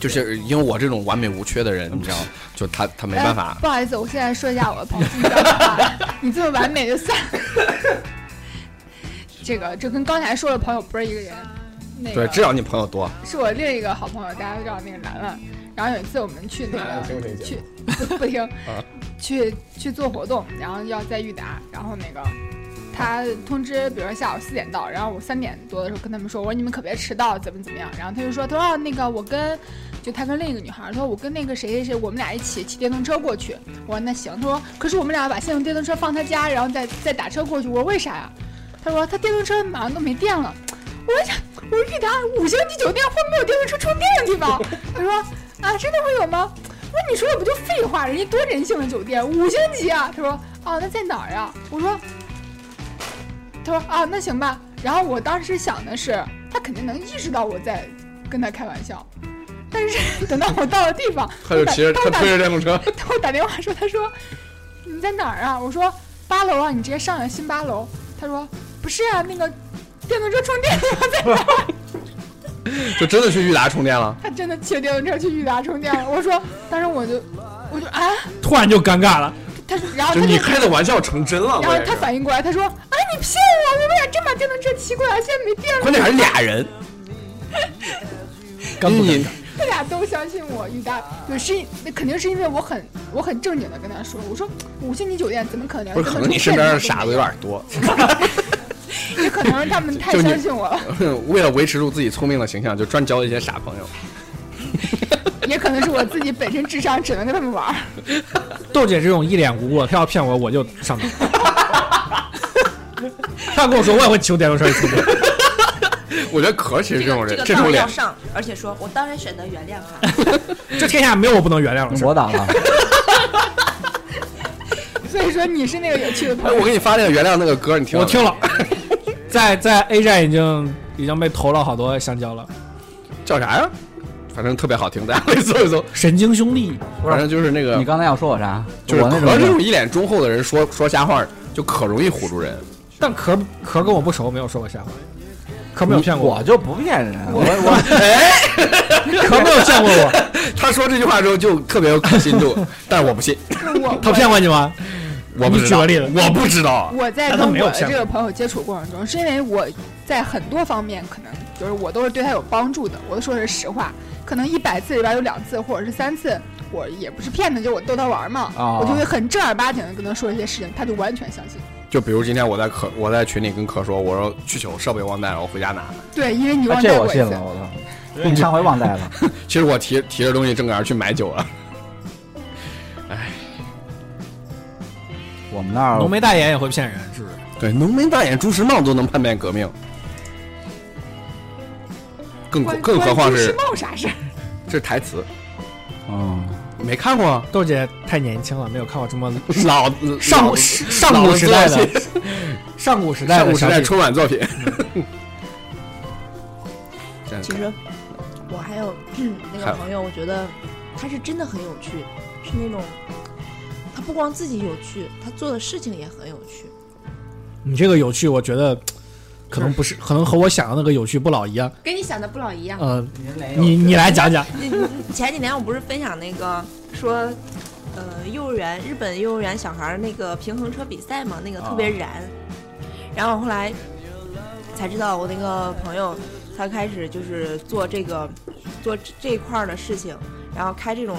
[SPEAKER 1] 就是因为我这种完美无缺的人，你知道，就他他没办
[SPEAKER 2] 哎
[SPEAKER 1] 法，
[SPEAKER 2] 不好意思，我现在说一下我的朋友圈 吧。你这么完美就算了。这个这跟刚才说的朋友不是一个 人。那个
[SPEAKER 1] 对，至少你朋友多，
[SPEAKER 2] 是我另一个好朋友，大家都知道那个兰兰。然后有一次我们去 那 个去 不不听，去去做活动，然后要在裕达，然后那个他通知，比如说下午四点到，然后我三点多的时候跟他们说，我说你们可别迟到，怎么怎么样。然后他就说，他说、啊、那个我跟就他跟另一个女孩说，我跟那个谁谁谁，我们俩一起骑电动车过去。我说那行，他说可是我们俩把现用电动车放他家，然后再再打车过去。我说为啥呀？他说他电动车马上都没电了。我想，我说玉达五星级酒店会没有电动车充电的地方？他说啊，真的会有吗？我说你说的不就废话？人家多人性的酒店，五星级啊！他说哦，那在哪儿啊？我说，他说啊，那行吧。然后我当时想的是，他肯定能意识到我在跟他开玩笑，但是等到我到了地方，
[SPEAKER 1] 他就骑着他推着电动车，
[SPEAKER 2] 他给 我打电话说，他说你在哪儿啊？我说八楼啊，你直接上来新八楼。他说不是啊，那个电动车充电地方在哪儿？
[SPEAKER 1] 就真的去裕达充电了。
[SPEAKER 2] 他真的骑着电动车去裕达充电了。我说，当时我就，我就啊，
[SPEAKER 4] 突然就尴尬了，
[SPEAKER 2] 他说，然后
[SPEAKER 1] 就
[SPEAKER 2] 他
[SPEAKER 1] 你
[SPEAKER 2] 就，
[SPEAKER 1] 开的玩笑成真了，
[SPEAKER 2] 然后
[SPEAKER 1] 关键
[SPEAKER 2] 他
[SPEAKER 1] 是，
[SPEAKER 2] 反应过来，他说啊，你骗我，我们俩真把电动车骑过来，现在没电了。
[SPEAKER 1] 关键还是俩人，
[SPEAKER 4] 尴不尴
[SPEAKER 1] 你
[SPEAKER 4] 尬？
[SPEAKER 2] 他俩都相信我，裕达就是因那肯定是因为我很我很正经的跟他说，我说五星级酒店怎么可能？
[SPEAKER 1] 不是可能你身边的傻子有，点多，
[SPEAKER 2] 也可能是他们太
[SPEAKER 1] 就你
[SPEAKER 2] 相信我了，
[SPEAKER 1] 为了维持住自己聪明的形象，就专交一些傻朋友。
[SPEAKER 2] 也可能是我自己本身智商只能跟他们玩儿。
[SPEAKER 4] 豆姐这种一脸无辜，她要骗我，我就上当。 她跟我说我也会骑我电动车去充电，
[SPEAKER 1] 我觉得可其实这种
[SPEAKER 7] 个
[SPEAKER 1] 人，
[SPEAKER 7] 这
[SPEAKER 1] 这种
[SPEAKER 7] 个杠
[SPEAKER 1] 脸
[SPEAKER 7] 要，上，而且说我当然选择原谅啊
[SPEAKER 1] 嗯
[SPEAKER 7] 他。
[SPEAKER 4] 这天下没有我不能原谅的事儿。
[SPEAKER 5] 我 打了，
[SPEAKER 2] 所以说你是那个有趣的朋
[SPEAKER 1] 哎，
[SPEAKER 2] 友，
[SPEAKER 1] 我给你发那个原谅那个歌，你听
[SPEAKER 4] 我
[SPEAKER 1] 了
[SPEAKER 4] 听了， 在在 A 站已经已经被投了好多香蕉了，
[SPEAKER 1] 叫啥呀？反正特别好听，大家可以搜一搜。
[SPEAKER 4] 神经兄弟，
[SPEAKER 1] 反正就是那个
[SPEAKER 5] 你，刚才要说我啥？
[SPEAKER 1] 啊就是
[SPEAKER 5] 我那
[SPEAKER 1] 可这
[SPEAKER 5] 种
[SPEAKER 1] 种一脸忠厚的人说说瞎话，就可容易唬住人。
[SPEAKER 4] 但壳壳跟我不熟，没有说过瞎话，壳没有骗过
[SPEAKER 5] 我
[SPEAKER 4] 我，
[SPEAKER 5] 就不骗人， 我我
[SPEAKER 4] 壳没有骗过我，
[SPEAKER 1] 他说这句话之后就特别有可信度，但是我不信，
[SPEAKER 2] 就是我
[SPEAKER 4] 他骗过你吗？
[SPEAKER 1] 我不知道，
[SPEAKER 4] 你举个例子
[SPEAKER 1] 我不知道。啊
[SPEAKER 2] 我在
[SPEAKER 4] 但他
[SPEAKER 2] 跟
[SPEAKER 4] 没有
[SPEAKER 2] 我
[SPEAKER 4] 骗
[SPEAKER 2] 这个朋友接触过程中，是因为我在很多方面可能就是我都是对他有帮助的，我都说的是实话。可能一百次里边有两次或者是三次，我也不是骗他，就是我逗他玩嘛，
[SPEAKER 5] 哦
[SPEAKER 2] 我就会很正儿八经的跟他说一些事情，他就完全相信。
[SPEAKER 1] 就比如今天我在可我在群里跟可说，我说去球设备忘带了，我回家拿。
[SPEAKER 2] 对，因为你忘带
[SPEAKER 5] 啊这我
[SPEAKER 2] 过一
[SPEAKER 5] 信
[SPEAKER 2] 次
[SPEAKER 5] 了，，我操！你上回忘带了，
[SPEAKER 1] 其实我提提着东西正赶上去买酒了，
[SPEAKER 5] 我们那儿
[SPEAKER 4] 浓眉大眼也会骗人，是不是？
[SPEAKER 1] 对，浓眉大眼朱时茂都能叛变革命，更
[SPEAKER 2] 关
[SPEAKER 1] 更何况
[SPEAKER 2] 关朱时
[SPEAKER 1] 是
[SPEAKER 2] 茂啥事儿？
[SPEAKER 1] 这是台词，
[SPEAKER 5] 嗯，
[SPEAKER 1] 没看过啊
[SPEAKER 4] 豆姐太年轻了，没有看过这么
[SPEAKER 1] 老
[SPEAKER 4] 上
[SPEAKER 1] 老
[SPEAKER 4] 古上
[SPEAKER 1] 老
[SPEAKER 4] 古时代
[SPEAKER 1] 作品
[SPEAKER 4] 的 上古时代
[SPEAKER 1] 上
[SPEAKER 4] 的
[SPEAKER 1] 古时
[SPEAKER 4] 小
[SPEAKER 1] 代
[SPEAKER 4] 品，嗯
[SPEAKER 1] 春晚作品。 真
[SPEAKER 7] 其
[SPEAKER 1] 的
[SPEAKER 7] 实我还有嗯那
[SPEAKER 1] 还有
[SPEAKER 7] 个朋友，我觉得他是真的很有趣，是那种他不光自己有趣，他做的事情也很有趣。
[SPEAKER 4] 你这个有趣，我觉得可能不是，可能和我想的那个有趣不老一样。呃
[SPEAKER 7] 跟你想的不老
[SPEAKER 3] 啊
[SPEAKER 7] 一样。
[SPEAKER 4] 嗯，你你来讲讲，
[SPEAKER 7] 前几年我不是分享那个说
[SPEAKER 3] 呃幼儿园日本幼儿园小孩儿那个平衡车比赛嘛，那个特别燃。然后后来才知道，我那个朋友他开始就是做这个做这这一块儿的事情，然后开这种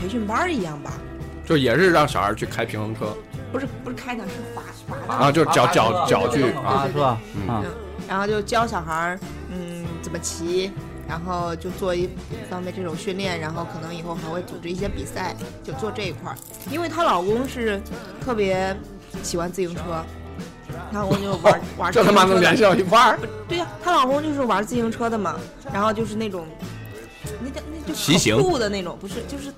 [SPEAKER 3] 培训班儿一样吧，
[SPEAKER 1] 就也是让小孩去开平衡车
[SPEAKER 3] 不是不是开的是滑滑的。
[SPEAKER 1] 啊，就是脚脚脚
[SPEAKER 8] 对对
[SPEAKER 1] 具啊，
[SPEAKER 5] 啊，是吧？
[SPEAKER 1] 嗯
[SPEAKER 5] 啊，
[SPEAKER 3] 然后就教小孩儿，嗯，怎么骑，然后就做一方面这种训练，然后可能以后还会组织一些比赛，就做这一块儿。因为她老公是特别喜欢自行车，她老公就玩玩
[SPEAKER 1] 这他妈能联系到一块儿？
[SPEAKER 3] 对呀、她老公就是玩自行车的嘛，然后就是那种，那叫那就
[SPEAKER 1] 骑行
[SPEAKER 3] 很酷的那种，不是就是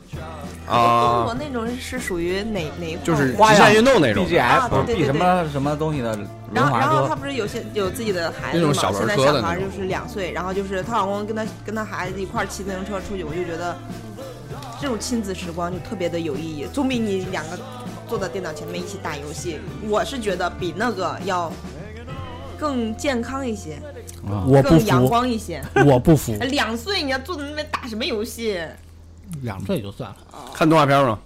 [SPEAKER 1] 啊
[SPEAKER 3] 我那种是属于哪哪一块儿？
[SPEAKER 1] 就是
[SPEAKER 5] 花
[SPEAKER 1] 极
[SPEAKER 5] 样
[SPEAKER 1] 限运动那种啊
[SPEAKER 5] BGF
[SPEAKER 3] 对对对
[SPEAKER 5] B 什么什么东西的
[SPEAKER 3] 然
[SPEAKER 5] 轮
[SPEAKER 3] 后，然
[SPEAKER 5] 滑
[SPEAKER 3] 后她
[SPEAKER 5] 车，
[SPEAKER 3] 不是有些有自己的孩子
[SPEAKER 1] 那
[SPEAKER 3] 嘛？
[SPEAKER 1] 种小轮
[SPEAKER 3] 现在
[SPEAKER 1] 车的
[SPEAKER 3] 小孩儿
[SPEAKER 1] 那种
[SPEAKER 3] 就是两岁，然后就是她老公跟她跟她孩子一块儿骑自行车出去，我就觉得这种亲子时光就特别的有意义，总比你两个坐在电脑前面一起打游戏，我是觉得比那个要更健康一些，
[SPEAKER 4] 我不
[SPEAKER 3] 更阳
[SPEAKER 4] 服，
[SPEAKER 3] 光一些。，
[SPEAKER 4] 我不服
[SPEAKER 3] 两岁你要坐在那边打什么游戏？
[SPEAKER 4] 两岁也就算了，
[SPEAKER 1] 看动画片吗？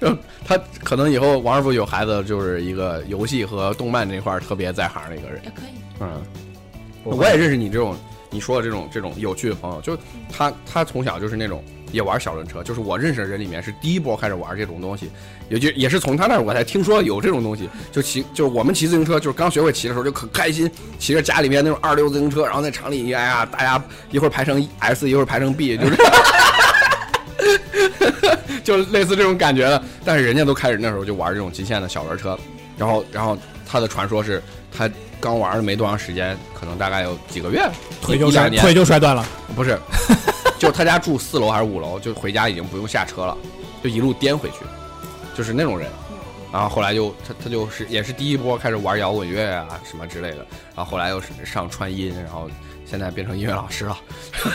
[SPEAKER 1] 就他可能以后王师傅有孩子，就是一个游戏和动漫这块儿特别在行的一个人。
[SPEAKER 3] 也哎可以，
[SPEAKER 1] 嗯，我也认识你这种你说的这种这种有趣的朋友，就他他从小就是那种也玩小轮车，就是我认识的人里面是第一波开始玩这种东西，也就也是从他那儿我才听说有这种东西，就骑就是我们骑自行车，就是刚学会骑的时候就可开心，骑着家里面那种二溜自行车，然后在厂里哎呀大家一会儿排成 S 一会儿排成 B，就是 就类似这种感觉的，但是人家都开始那时候就玩这种极限的小轮车，然后然后他的传说是他刚玩了没多长时间，可能大概有几个月，
[SPEAKER 4] 腿
[SPEAKER 1] 一
[SPEAKER 4] 就
[SPEAKER 1] 一
[SPEAKER 4] 摔
[SPEAKER 1] 两年啊
[SPEAKER 4] 腿就摔断了。
[SPEAKER 1] 不是， 就他家住四楼还是五楼，就回家已经不用下车了，就一路颠回去，就是那种人。然后后来就他他就是也是第一波开始玩摇滚乐啊什么之类的，然后后来又是上川音，然后现在变成音乐老师了，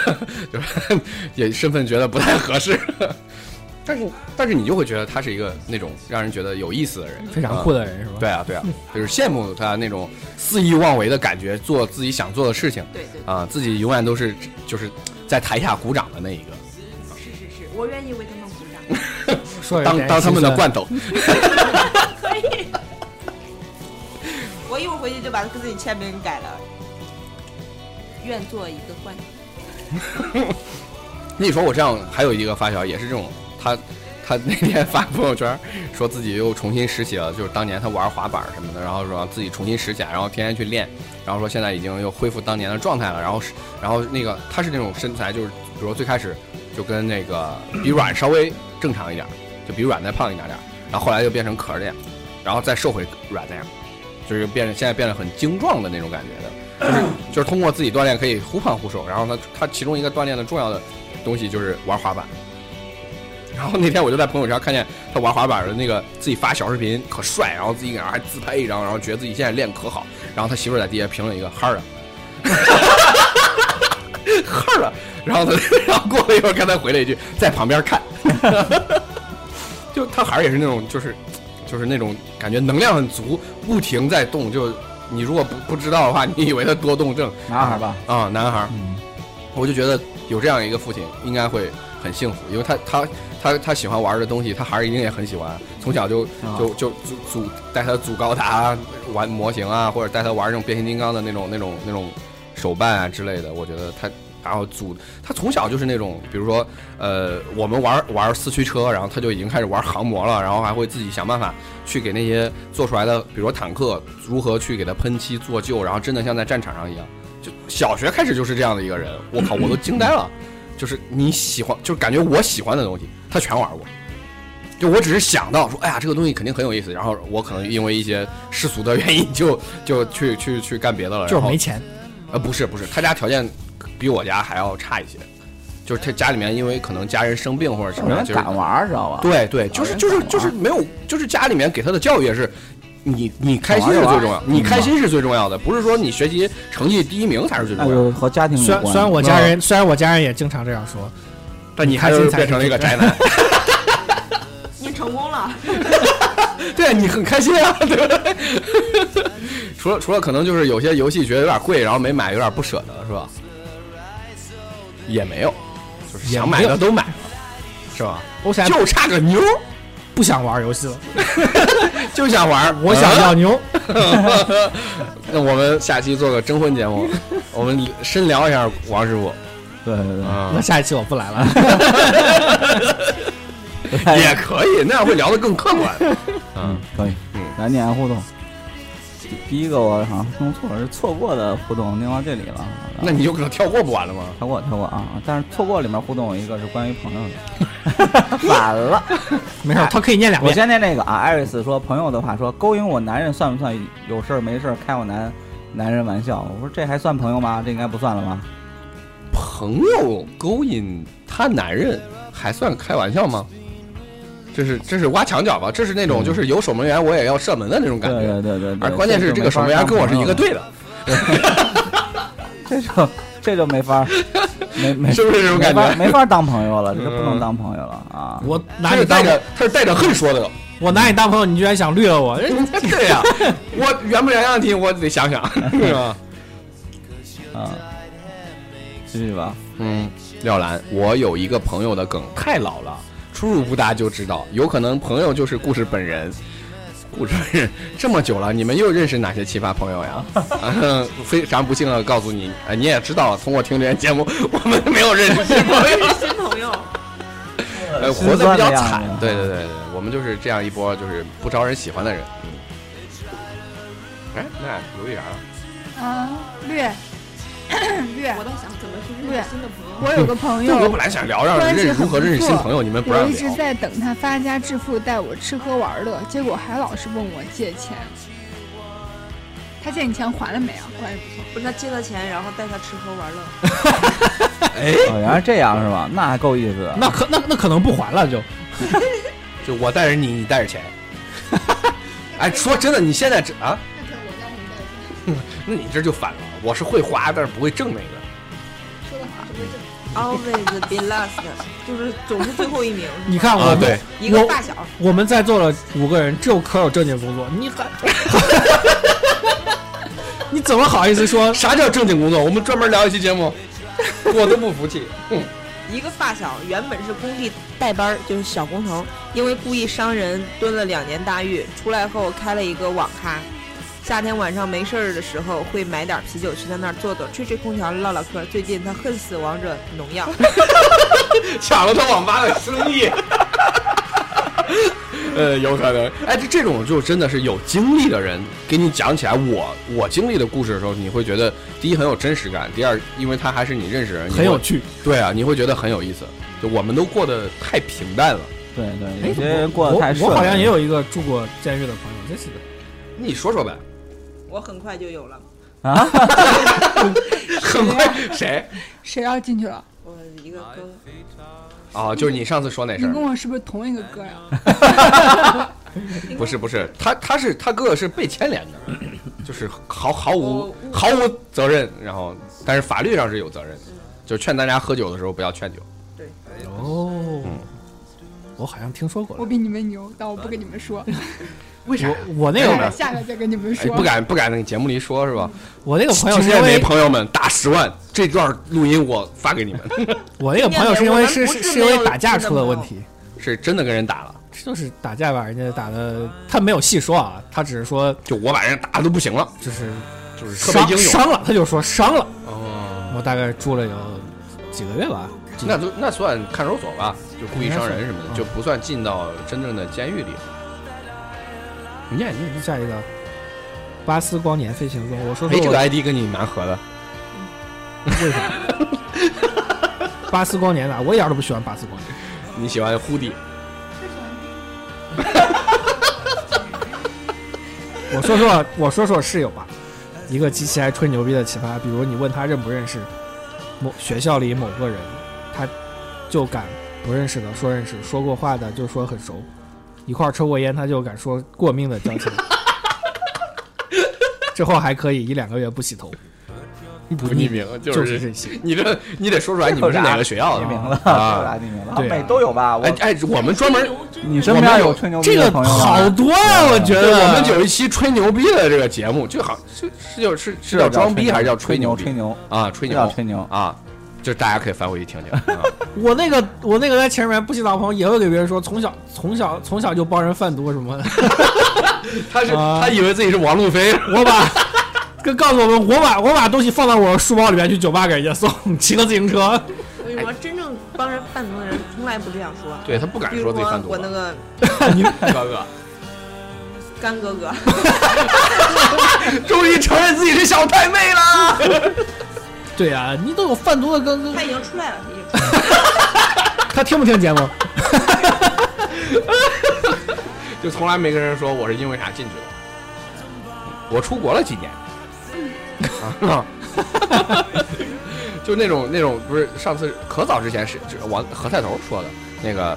[SPEAKER 1] 就是也身份觉得不太合适。 但是但是你就会觉得他是一个那种让人觉得有意思的人，
[SPEAKER 4] 非常
[SPEAKER 1] 嗯
[SPEAKER 4] 酷的人是吧？
[SPEAKER 1] 对啊，对啊，就是羡慕他那种肆意妄为的感觉，做自己想做的事情。
[SPEAKER 3] 对对
[SPEAKER 1] 啊、自己永远都是就是在台下鼓掌的那一个，
[SPEAKER 3] 是是是，我愿意为他们鼓掌。
[SPEAKER 4] 说着有
[SPEAKER 1] 当
[SPEAKER 4] 点
[SPEAKER 1] 当他们
[SPEAKER 4] 心
[SPEAKER 1] 的
[SPEAKER 4] 酸
[SPEAKER 1] 罐头。
[SPEAKER 3] 我一会儿回去就把自己签名改了，愿做一个冠军。
[SPEAKER 1] 那你说我这样还有一个发小也是这种，他他那天发朋友圈说自己又重新拾起了，就是当年他玩滑板什么的，然后说自己重新拾起来，然后天天去练，然后说现在已经又恢复当年的状态了，然后是然后那个他是那种身材就是，比如说最开始就跟那个比软稍微正常一点，就比软再胖一点点，然后后来就变成壳儿那样，然后再瘦回软那样，就是变得现在变得很精壮的那种感觉的。就是就是通过自己锻炼可以忽胖忽瘦，然后他他其中一个锻炼的重要的东西就是玩滑板。然后那天我就在朋友圈看见他玩滑板的那个自己发小视频，可帅，然后自己搁那儿还自拍一张，然后觉得自己现在练可好。然后他媳妇儿在底下评论一个哈 儿啊，哈儿啊。然后他然后过了一会儿，刚才回了一句，在旁边看。 就他孩儿也是那种，就是就是那种感觉能量很足，不停在动。就你如果不不知道的话，你以为他多动症
[SPEAKER 5] 男孩吧，
[SPEAKER 1] 啊、男孩儿。
[SPEAKER 5] 嗯，
[SPEAKER 1] 我就觉得有这样一个父亲应该会很幸福，因为他他他他喜欢玩的东西，他孩儿一定也很喜欢，从小就
[SPEAKER 5] 啊
[SPEAKER 1] 就就组组带他组高达啊玩模型啊，或者带他玩那种变形金刚的那种那种那种手办啊之类的，我觉得他。然后组他从小就是那种，比如说，呃，我们玩玩四驱车，然后他就已经开始玩航模了，然后还会自己想办法去给那些做出来的，比如说坦克如何去给它喷漆做旧，然后真的像在战场上一样。就小学开始就是这样的一个人，我靠，我都惊呆 了。就是你喜欢，就是感觉我喜欢的东西，他全玩过。就我只是想到说，哎呀，这个东西肯定很有意思，然后我可能因为一些世俗的原因就， 就去去去干别的了。
[SPEAKER 4] 就是
[SPEAKER 1] 然后
[SPEAKER 4] 没钱，
[SPEAKER 1] 呃，不是不是，他家条件比我家还要差一些，就是他家里面因为可能家人生病或者什
[SPEAKER 5] 有
[SPEAKER 1] 么
[SPEAKER 4] 嗯
[SPEAKER 1] 样，
[SPEAKER 5] 人
[SPEAKER 1] 就是
[SPEAKER 5] 敢玩儿知道吧？
[SPEAKER 1] 对对，就是
[SPEAKER 5] 啊人
[SPEAKER 1] 就是
[SPEAKER 5] 敢玩
[SPEAKER 1] 就是没有，就是家里面给他的教育也是，你你开心是
[SPEAKER 5] 玩
[SPEAKER 1] 最
[SPEAKER 5] 儿
[SPEAKER 1] 重要，你开心是最重要的，不是说你学习成绩第一名才是最重
[SPEAKER 5] 那
[SPEAKER 1] 要的。
[SPEAKER 5] 就和家庭有
[SPEAKER 4] 虽
[SPEAKER 5] 关
[SPEAKER 4] 然。虽然我
[SPEAKER 1] 嗯
[SPEAKER 4] 家人虽然我家人也经常这样说，
[SPEAKER 1] 但你
[SPEAKER 4] 开
[SPEAKER 1] 还
[SPEAKER 4] 心
[SPEAKER 1] 是
[SPEAKER 4] 才
[SPEAKER 1] 变成了一个宅男，
[SPEAKER 3] 你成功了。
[SPEAKER 1] 对你很开心啊，对不对？ 除了除了可能就是有些游戏觉得有点贵，然后没买，有点不舍得，是吧？也没有，就是
[SPEAKER 4] 也
[SPEAKER 1] 想
[SPEAKER 4] 没
[SPEAKER 1] 买
[SPEAKER 4] 有
[SPEAKER 1] 的都买了，是吧？
[SPEAKER 4] 我现在
[SPEAKER 1] 就差个妞儿，
[SPEAKER 4] 不想玩游戏了，
[SPEAKER 1] 就想玩儿，
[SPEAKER 4] 我想
[SPEAKER 1] 嗯
[SPEAKER 4] 要牛。
[SPEAKER 1] 那我们下期做个征婚节目，我们深聊一下王师傅
[SPEAKER 5] 对对
[SPEAKER 1] 啊
[SPEAKER 4] 那，下一期我不来了。
[SPEAKER 5] 对，
[SPEAKER 1] 也可以，那样会聊得更客观。 嗯，
[SPEAKER 5] 可以
[SPEAKER 1] 嗯，
[SPEAKER 5] 来念互动。第第一个我好像弄错了，是错过的互动念到这里了。
[SPEAKER 1] 那你就可能跳过不完了吗？
[SPEAKER 5] 跳过跳过啊，但是错过里面互动有一个是关于朋友的，反了。
[SPEAKER 4] 没事儿，他可以念两
[SPEAKER 5] 我
[SPEAKER 4] 遍。
[SPEAKER 5] 先念那个啊，艾瑞斯说朋友的话说，勾引我男人算不算有事儿没事儿开我男男人玩笑？我说这还算朋友吗？这应该不算了吧？
[SPEAKER 1] 朋友勾引他男人，还算开玩笑吗？嗯这是这是挖墙脚吧？这是那种就是有守门员我也要射门的那种
[SPEAKER 5] 对
[SPEAKER 1] 感觉。
[SPEAKER 5] 对对对对。
[SPEAKER 1] 而关键是这个守门员跟我是一个队的，
[SPEAKER 5] 这就这就没 法儿，没没
[SPEAKER 1] 是不是这种感觉
[SPEAKER 5] 没法没法儿当朋友了，这就不能
[SPEAKER 1] 嗯
[SPEAKER 5] 当朋友了啊！
[SPEAKER 4] 我拿
[SPEAKER 1] 他
[SPEAKER 4] 你
[SPEAKER 1] 是带
[SPEAKER 4] 当
[SPEAKER 1] 着他是带着恨 说的。
[SPEAKER 4] 我拿你当朋友，你居然想绿了我，哎
[SPEAKER 1] 对呀，我原不原谅你，我得想 想，是吧？
[SPEAKER 5] 啊，继续吧。
[SPEAKER 1] 嗯，廖兰，我有一个朋友的梗太老了，出入不搭就知道，有可能朋友就是故事本人。故事本人这么久了，你们又认识哪些奇葩朋友呀？ 啊、非常不幸的告诉你，呃，你也知道，通过听这些节目，我们没有认识新 朋友，
[SPEAKER 7] 新朋友，
[SPEAKER 1] 呃，活得比较惨
[SPEAKER 5] 心酸的样。子
[SPEAKER 1] 对对对对，我们就是这样一波就是不招人喜欢的人。嗯哎，那刘玉然，
[SPEAKER 2] 啊，略 略
[SPEAKER 7] 我，倒想怎么去
[SPEAKER 2] 对
[SPEAKER 7] 新的朋友。
[SPEAKER 2] 我有个 朋
[SPEAKER 1] 就我
[SPEAKER 2] 友
[SPEAKER 1] 啊本，来想聊让
[SPEAKER 2] 关系
[SPEAKER 1] 认
[SPEAKER 2] 很
[SPEAKER 1] 如何认识
[SPEAKER 2] 不
[SPEAKER 1] 新
[SPEAKER 2] 错
[SPEAKER 1] 朋友，你们不让
[SPEAKER 2] 我一
[SPEAKER 1] 聊
[SPEAKER 2] 直。在等他发家致富，带我吃喝玩乐，结果还老是问我借钱。他借你钱还了没啊？关系不错。
[SPEAKER 7] 不是他借了钱，然后带他吃喝玩乐，
[SPEAKER 5] 哦，原来这样是吧？那还够意思的。啊
[SPEAKER 4] 那可那那可能不还了就。
[SPEAKER 1] 就我带着你，你带着钱。哎，说真的，你现在这啊， 那你这就反了。我是会花，但是不会挣那个。
[SPEAKER 7] always be last，就是总是最后一 名，
[SPEAKER 4] 你看我
[SPEAKER 1] 啊
[SPEAKER 4] 们、
[SPEAKER 1] 对
[SPEAKER 7] 一个
[SPEAKER 4] 我
[SPEAKER 7] 发小，
[SPEAKER 4] 我们在座的五个人，只有可有正经工作，你还 你怎么好意思说？
[SPEAKER 1] 啥叫正经工作？我们专门聊一期节 目，我都不服气。嗯，
[SPEAKER 7] 一个发小原本是工地带班儿，就是小工头，因为故意伤人蹲了两年大狱，出来后开了一个网咖。夏天晚上没事儿的时候，会买点啤酒去他那儿坐坐，吹吹空调，唠唠嗑。最近他恨死王者农 药，
[SPEAKER 1] 抢了他网吧的生意。 呃，有可能。哎，这这种就真的是有经历的人给你讲起来我我经历的故事的时候，你会觉得第一很有真实感，第二因为他还是你认识的人，你
[SPEAKER 4] 很有
[SPEAKER 1] 会
[SPEAKER 4] 趣，
[SPEAKER 1] 对啊，你会觉得很有意思。就我们都过得太平淡了。
[SPEAKER 5] 对对，有
[SPEAKER 4] 哎
[SPEAKER 5] 些人过得
[SPEAKER 4] 我
[SPEAKER 5] 太顺
[SPEAKER 4] 我
[SPEAKER 5] 了
[SPEAKER 4] 好像也有一个住过监狱的朋友，真是的。
[SPEAKER 1] 你说说呗，
[SPEAKER 7] 我很快就有了。
[SPEAKER 5] 啊，
[SPEAKER 1] 很快谁
[SPEAKER 2] 谁要进去了？
[SPEAKER 7] 我一个哥，
[SPEAKER 1] 啊？就是你上次说那
[SPEAKER 2] 你
[SPEAKER 1] 事
[SPEAKER 2] 跟
[SPEAKER 1] 儿，
[SPEAKER 2] 我是不是同一个哥呀？
[SPEAKER 1] 哎不是不是，他他是他哥哥是被牵连的，就是毫毫无
[SPEAKER 7] 我误
[SPEAKER 1] 毫无责任，然后但是法律上是有责任的，就劝大家喝酒的时候不要劝酒。
[SPEAKER 4] 哦，
[SPEAKER 1] 嗯
[SPEAKER 4] 我好像听说过
[SPEAKER 2] 我
[SPEAKER 4] 了。
[SPEAKER 2] 比你们牛，但我不跟你 们说，
[SPEAKER 4] 为啥？我那
[SPEAKER 2] 下个
[SPEAKER 4] 个
[SPEAKER 2] 下个再跟你们
[SPEAKER 1] 哎，
[SPEAKER 2] 说。
[SPEAKER 1] 不敢不敢在节目里说，是吧？
[SPEAKER 4] 我那个朋友
[SPEAKER 1] 今
[SPEAKER 4] 是因
[SPEAKER 1] 天没
[SPEAKER 4] 为
[SPEAKER 1] 朋友们打十万，这段录音我发给你们，
[SPEAKER 4] 我那个朋友是因为是
[SPEAKER 7] 今
[SPEAKER 4] 是
[SPEAKER 7] 天没有
[SPEAKER 4] 是因为打架出了问题，
[SPEAKER 1] 是真的跟人打了，
[SPEAKER 4] 就是打架把人家打的，他没有细说啊，他只是说
[SPEAKER 1] 就我把人打的都不行了，
[SPEAKER 4] 就是
[SPEAKER 1] 就是特
[SPEAKER 4] 伤
[SPEAKER 1] 别英勇。
[SPEAKER 4] 伤了，他就说伤了。
[SPEAKER 1] 哦，
[SPEAKER 4] 我大概住了有几个月吧，几
[SPEAKER 1] 那就那算看守所吧，就故意伤人什么的，就不算进到真正的监狱里。
[SPEAKER 4] 念念念下一个，巴斯光年飞行中，我说
[SPEAKER 1] 哎，
[SPEAKER 4] 说
[SPEAKER 1] 这
[SPEAKER 4] 我
[SPEAKER 1] 个 ID 跟你蛮合的，
[SPEAKER 4] 为啥？巴斯光年哪？我一点都不喜欢巴斯光年。
[SPEAKER 1] 你喜欢忽地，
[SPEAKER 4] 我说说，我说说室友吧，一个极其爱吹牛逼的奇葩，比如你问他认不认识某学校里某个人，他就敢不认识的说认识，说过话的就说很熟，一块儿抽过烟他就敢说过命的 交情。之后还可以一两个月不洗头，
[SPEAKER 1] 不匿名，就
[SPEAKER 4] 就是是这些。
[SPEAKER 1] 你这你得说出来你们是哪个学校
[SPEAKER 5] 匿名
[SPEAKER 1] 的
[SPEAKER 5] 了，
[SPEAKER 1] 啊？
[SPEAKER 5] 匿名了，
[SPEAKER 4] 对啊
[SPEAKER 5] 每都有吧？我
[SPEAKER 1] 哎哎，我们专门
[SPEAKER 5] 你身边有吹牛逼
[SPEAKER 4] 这
[SPEAKER 5] 的
[SPEAKER 4] 个
[SPEAKER 5] 朋友
[SPEAKER 4] 好
[SPEAKER 5] 吗？
[SPEAKER 4] 多呀、我觉
[SPEAKER 1] 嗯对
[SPEAKER 4] 得
[SPEAKER 1] 我们有一期吹牛逼的这个节目，就好是是就是是
[SPEAKER 5] 啊叫
[SPEAKER 1] 叫装逼还是叫
[SPEAKER 5] 吹
[SPEAKER 1] 牛
[SPEAKER 5] 吹
[SPEAKER 1] 逼
[SPEAKER 5] 牛？
[SPEAKER 1] 啊？吹
[SPEAKER 5] 这叫
[SPEAKER 1] 牛
[SPEAKER 5] 吹牛。
[SPEAKER 1] 啊！就是大家可以翻回去听听。 啊
[SPEAKER 4] 我那个我那个在前面不洗澡的朋友也会给别人说，从小从小从小就帮人贩毒什么的。
[SPEAKER 1] 他是
[SPEAKER 4] 啊
[SPEAKER 1] 他以为自己是王路飞，
[SPEAKER 4] 我把，跟告诉我们，我把我把东西放到我书包里面去酒吧给人家送，骑个自行车。
[SPEAKER 7] 我跟你说，真正帮人贩毒的人从来不这样说。
[SPEAKER 1] 对他不敢
[SPEAKER 7] 比
[SPEAKER 1] 说
[SPEAKER 7] 如
[SPEAKER 1] 自己贩毒
[SPEAKER 7] 我那
[SPEAKER 1] 了。
[SPEAKER 7] 个
[SPEAKER 1] 哥哥
[SPEAKER 7] 干哥哥，
[SPEAKER 1] 终于承认自己是小太妹了。
[SPEAKER 4] 对啊，你都有贩毒的跟跟
[SPEAKER 7] 他已经出来了，他已经出来了。
[SPEAKER 4] 他听不听节目？
[SPEAKER 1] 就从来没跟人说我是因为啥进去的。我出国了几年， 啊，就那种那种不是上次可早之前是是王何菜头说的那个，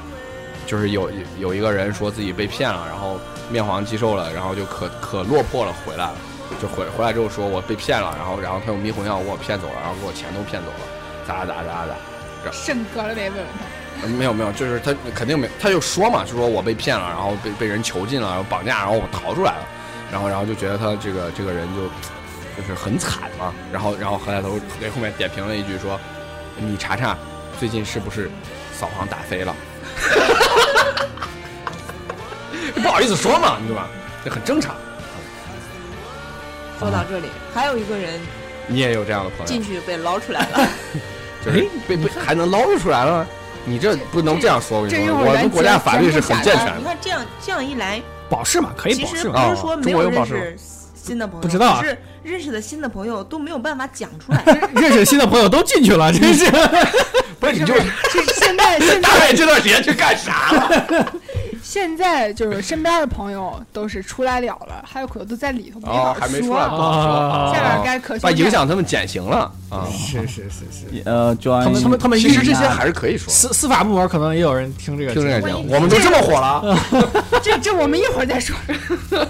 [SPEAKER 1] 就是有有一个人说自己被骗了，然后面黄肌瘦了，然后就可可落魄了，回来了，就回回来之后说我被骗了，然后然后他用迷魂药给我骗走了，然后给我钱都骗走了，咋咋咋咋咋。
[SPEAKER 2] 肾割了呗？问问他，
[SPEAKER 1] 呃没有没有，就是他肯定没，他就说嘛，就说我被骗了，然后被被人囚禁了，然后绑架，然后我逃出来了，然后然后就觉得他这个这个人就就是很惨嘛，然后然后何大头给后面点评了一句说，你查查最近是不是扫黄打非了， 不好意思说嘛，对吧？这很正常，
[SPEAKER 7] 说到这里，还有一个人
[SPEAKER 1] 你也有这样的朋友
[SPEAKER 7] 进，去被捞出来了，
[SPEAKER 1] 就是被被还能捞着出来了吗，你这不能这样说，我跟
[SPEAKER 2] 这
[SPEAKER 1] 你
[SPEAKER 2] 一
[SPEAKER 1] 说，
[SPEAKER 2] 会儿
[SPEAKER 1] 我
[SPEAKER 2] 咱
[SPEAKER 1] 们国家
[SPEAKER 2] 节
[SPEAKER 1] 法律
[SPEAKER 2] 节
[SPEAKER 1] 是
[SPEAKER 2] 目
[SPEAKER 1] 很
[SPEAKER 2] 下
[SPEAKER 1] 健
[SPEAKER 2] 来
[SPEAKER 1] 全
[SPEAKER 7] 你
[SPEAKER 1] 的，
[SPEAKER 7] 看这样这样一来，
[SPEAKER 4] 保释嘛，可以
[SPEAKER 7] 其
[SPEAKER 4] 保
[SPEAKER 7] 实
[SPEAKER 4] 释
[SPEAKER 7] 不
[SPEAKER 4] 嘛。
[SPEAKER 1] 啊
[SPEAKER 7] 是说没
[SPEAKER 1] 中国
[SPEAKER 7] 有
[SPEAKER 1] 有保
[SPEAKER 7] 认
[SPEAKER 1] 释吗
[SPEAKER 7] 识新的朋友，
[SPEAKER 4] 不知道啊
[SPEAKER 7] 只是认识的新的朋友都没有办法讲出 来。
[SPEAKER 4] 认识新的朋友都进去了，真是。
[SPEAKER 1] 不是 你就
[SPEAKER 2] 这现在现在
[SPEAKER 1] 大概这段时间去干啥了？
[SPEAKER 2] 现在就是身边的朋友都是出来了了，还有可能都在里头没
[SPEAKER 1] 哦，
[SPEAKER 2] 法
[SPEAKER 1] 还没出
[SPEAKER 2] 说
[SPEAKER 1] 来，不
[SPEAKER 2] 啊。
[SPEAKER 1] 好说。
[SPEAKER 4] 啊
[SPEAKER 2] 下边该可
[SPEAKER 1] 把影
[SPEAKER 2] 修剪
[SPEAKER 1] 响他们减刑了啊。
[SPEAKER 4] 是是是是，
[SPEAKER 5] 呃，专
[SPEAKER 4] 他们他们他们
[SPEAKER 1] 其实这
[SPEAKER 4] 运
[SPEAKER 1] 些
[SPEAKER 4] 营啊
[SPEAKER 1] 还是可以说。
[SPEAKER 4] 司司法部门可能也有人听这个
[SPEAKER 1] 听这
[SPEAKER 4] 节
[SPEAKER 1] 个
[SPEAKER 4] 目。
[SPEAKER 1] 节目，我们都这么火了
[SPEAKER 2] 这这我们一会儿再说。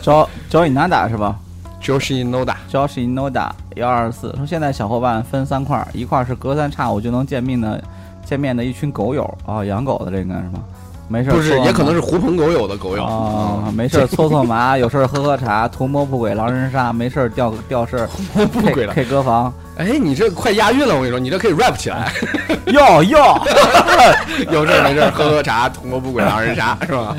[SPEAKER 5] 教教 i n a d a 是吧
[SPEAKER 1] ，Josh Noda，
[SPEAKER 5] ？Josh Inoda 幺二四说，现在小伙伴分三块儿，一块儿是隔三差五就能见面的见面的一群狗友啊、养狗的这应该是吧？没事儿
[SPEAKER 1] 不是，
[SPEAKER 5] 搓
[SPEAKER 1] 也可能
[SPEAKER 5] 麻
[SPEAKER 1] 是狐朋狗友的狗友嗯
[SPEAKER 5] 啊，没事儿搓搓麻， 有事儿喝喝茶，图谋不轨狼人杀，没事儿钓钓事儿，
[SPEAKER 1] 啊不轨了
[SPEAKER 5] K 歌房，
[SPEAKER 1] 哎，你这快押韵了，我跟你说，你这可以 rap 起来。
[SPEAKER 5] 哟哟，
[SPEAKER 1] 有事儿没事儿喝喝茶，同谋不轨狼人杀是吧？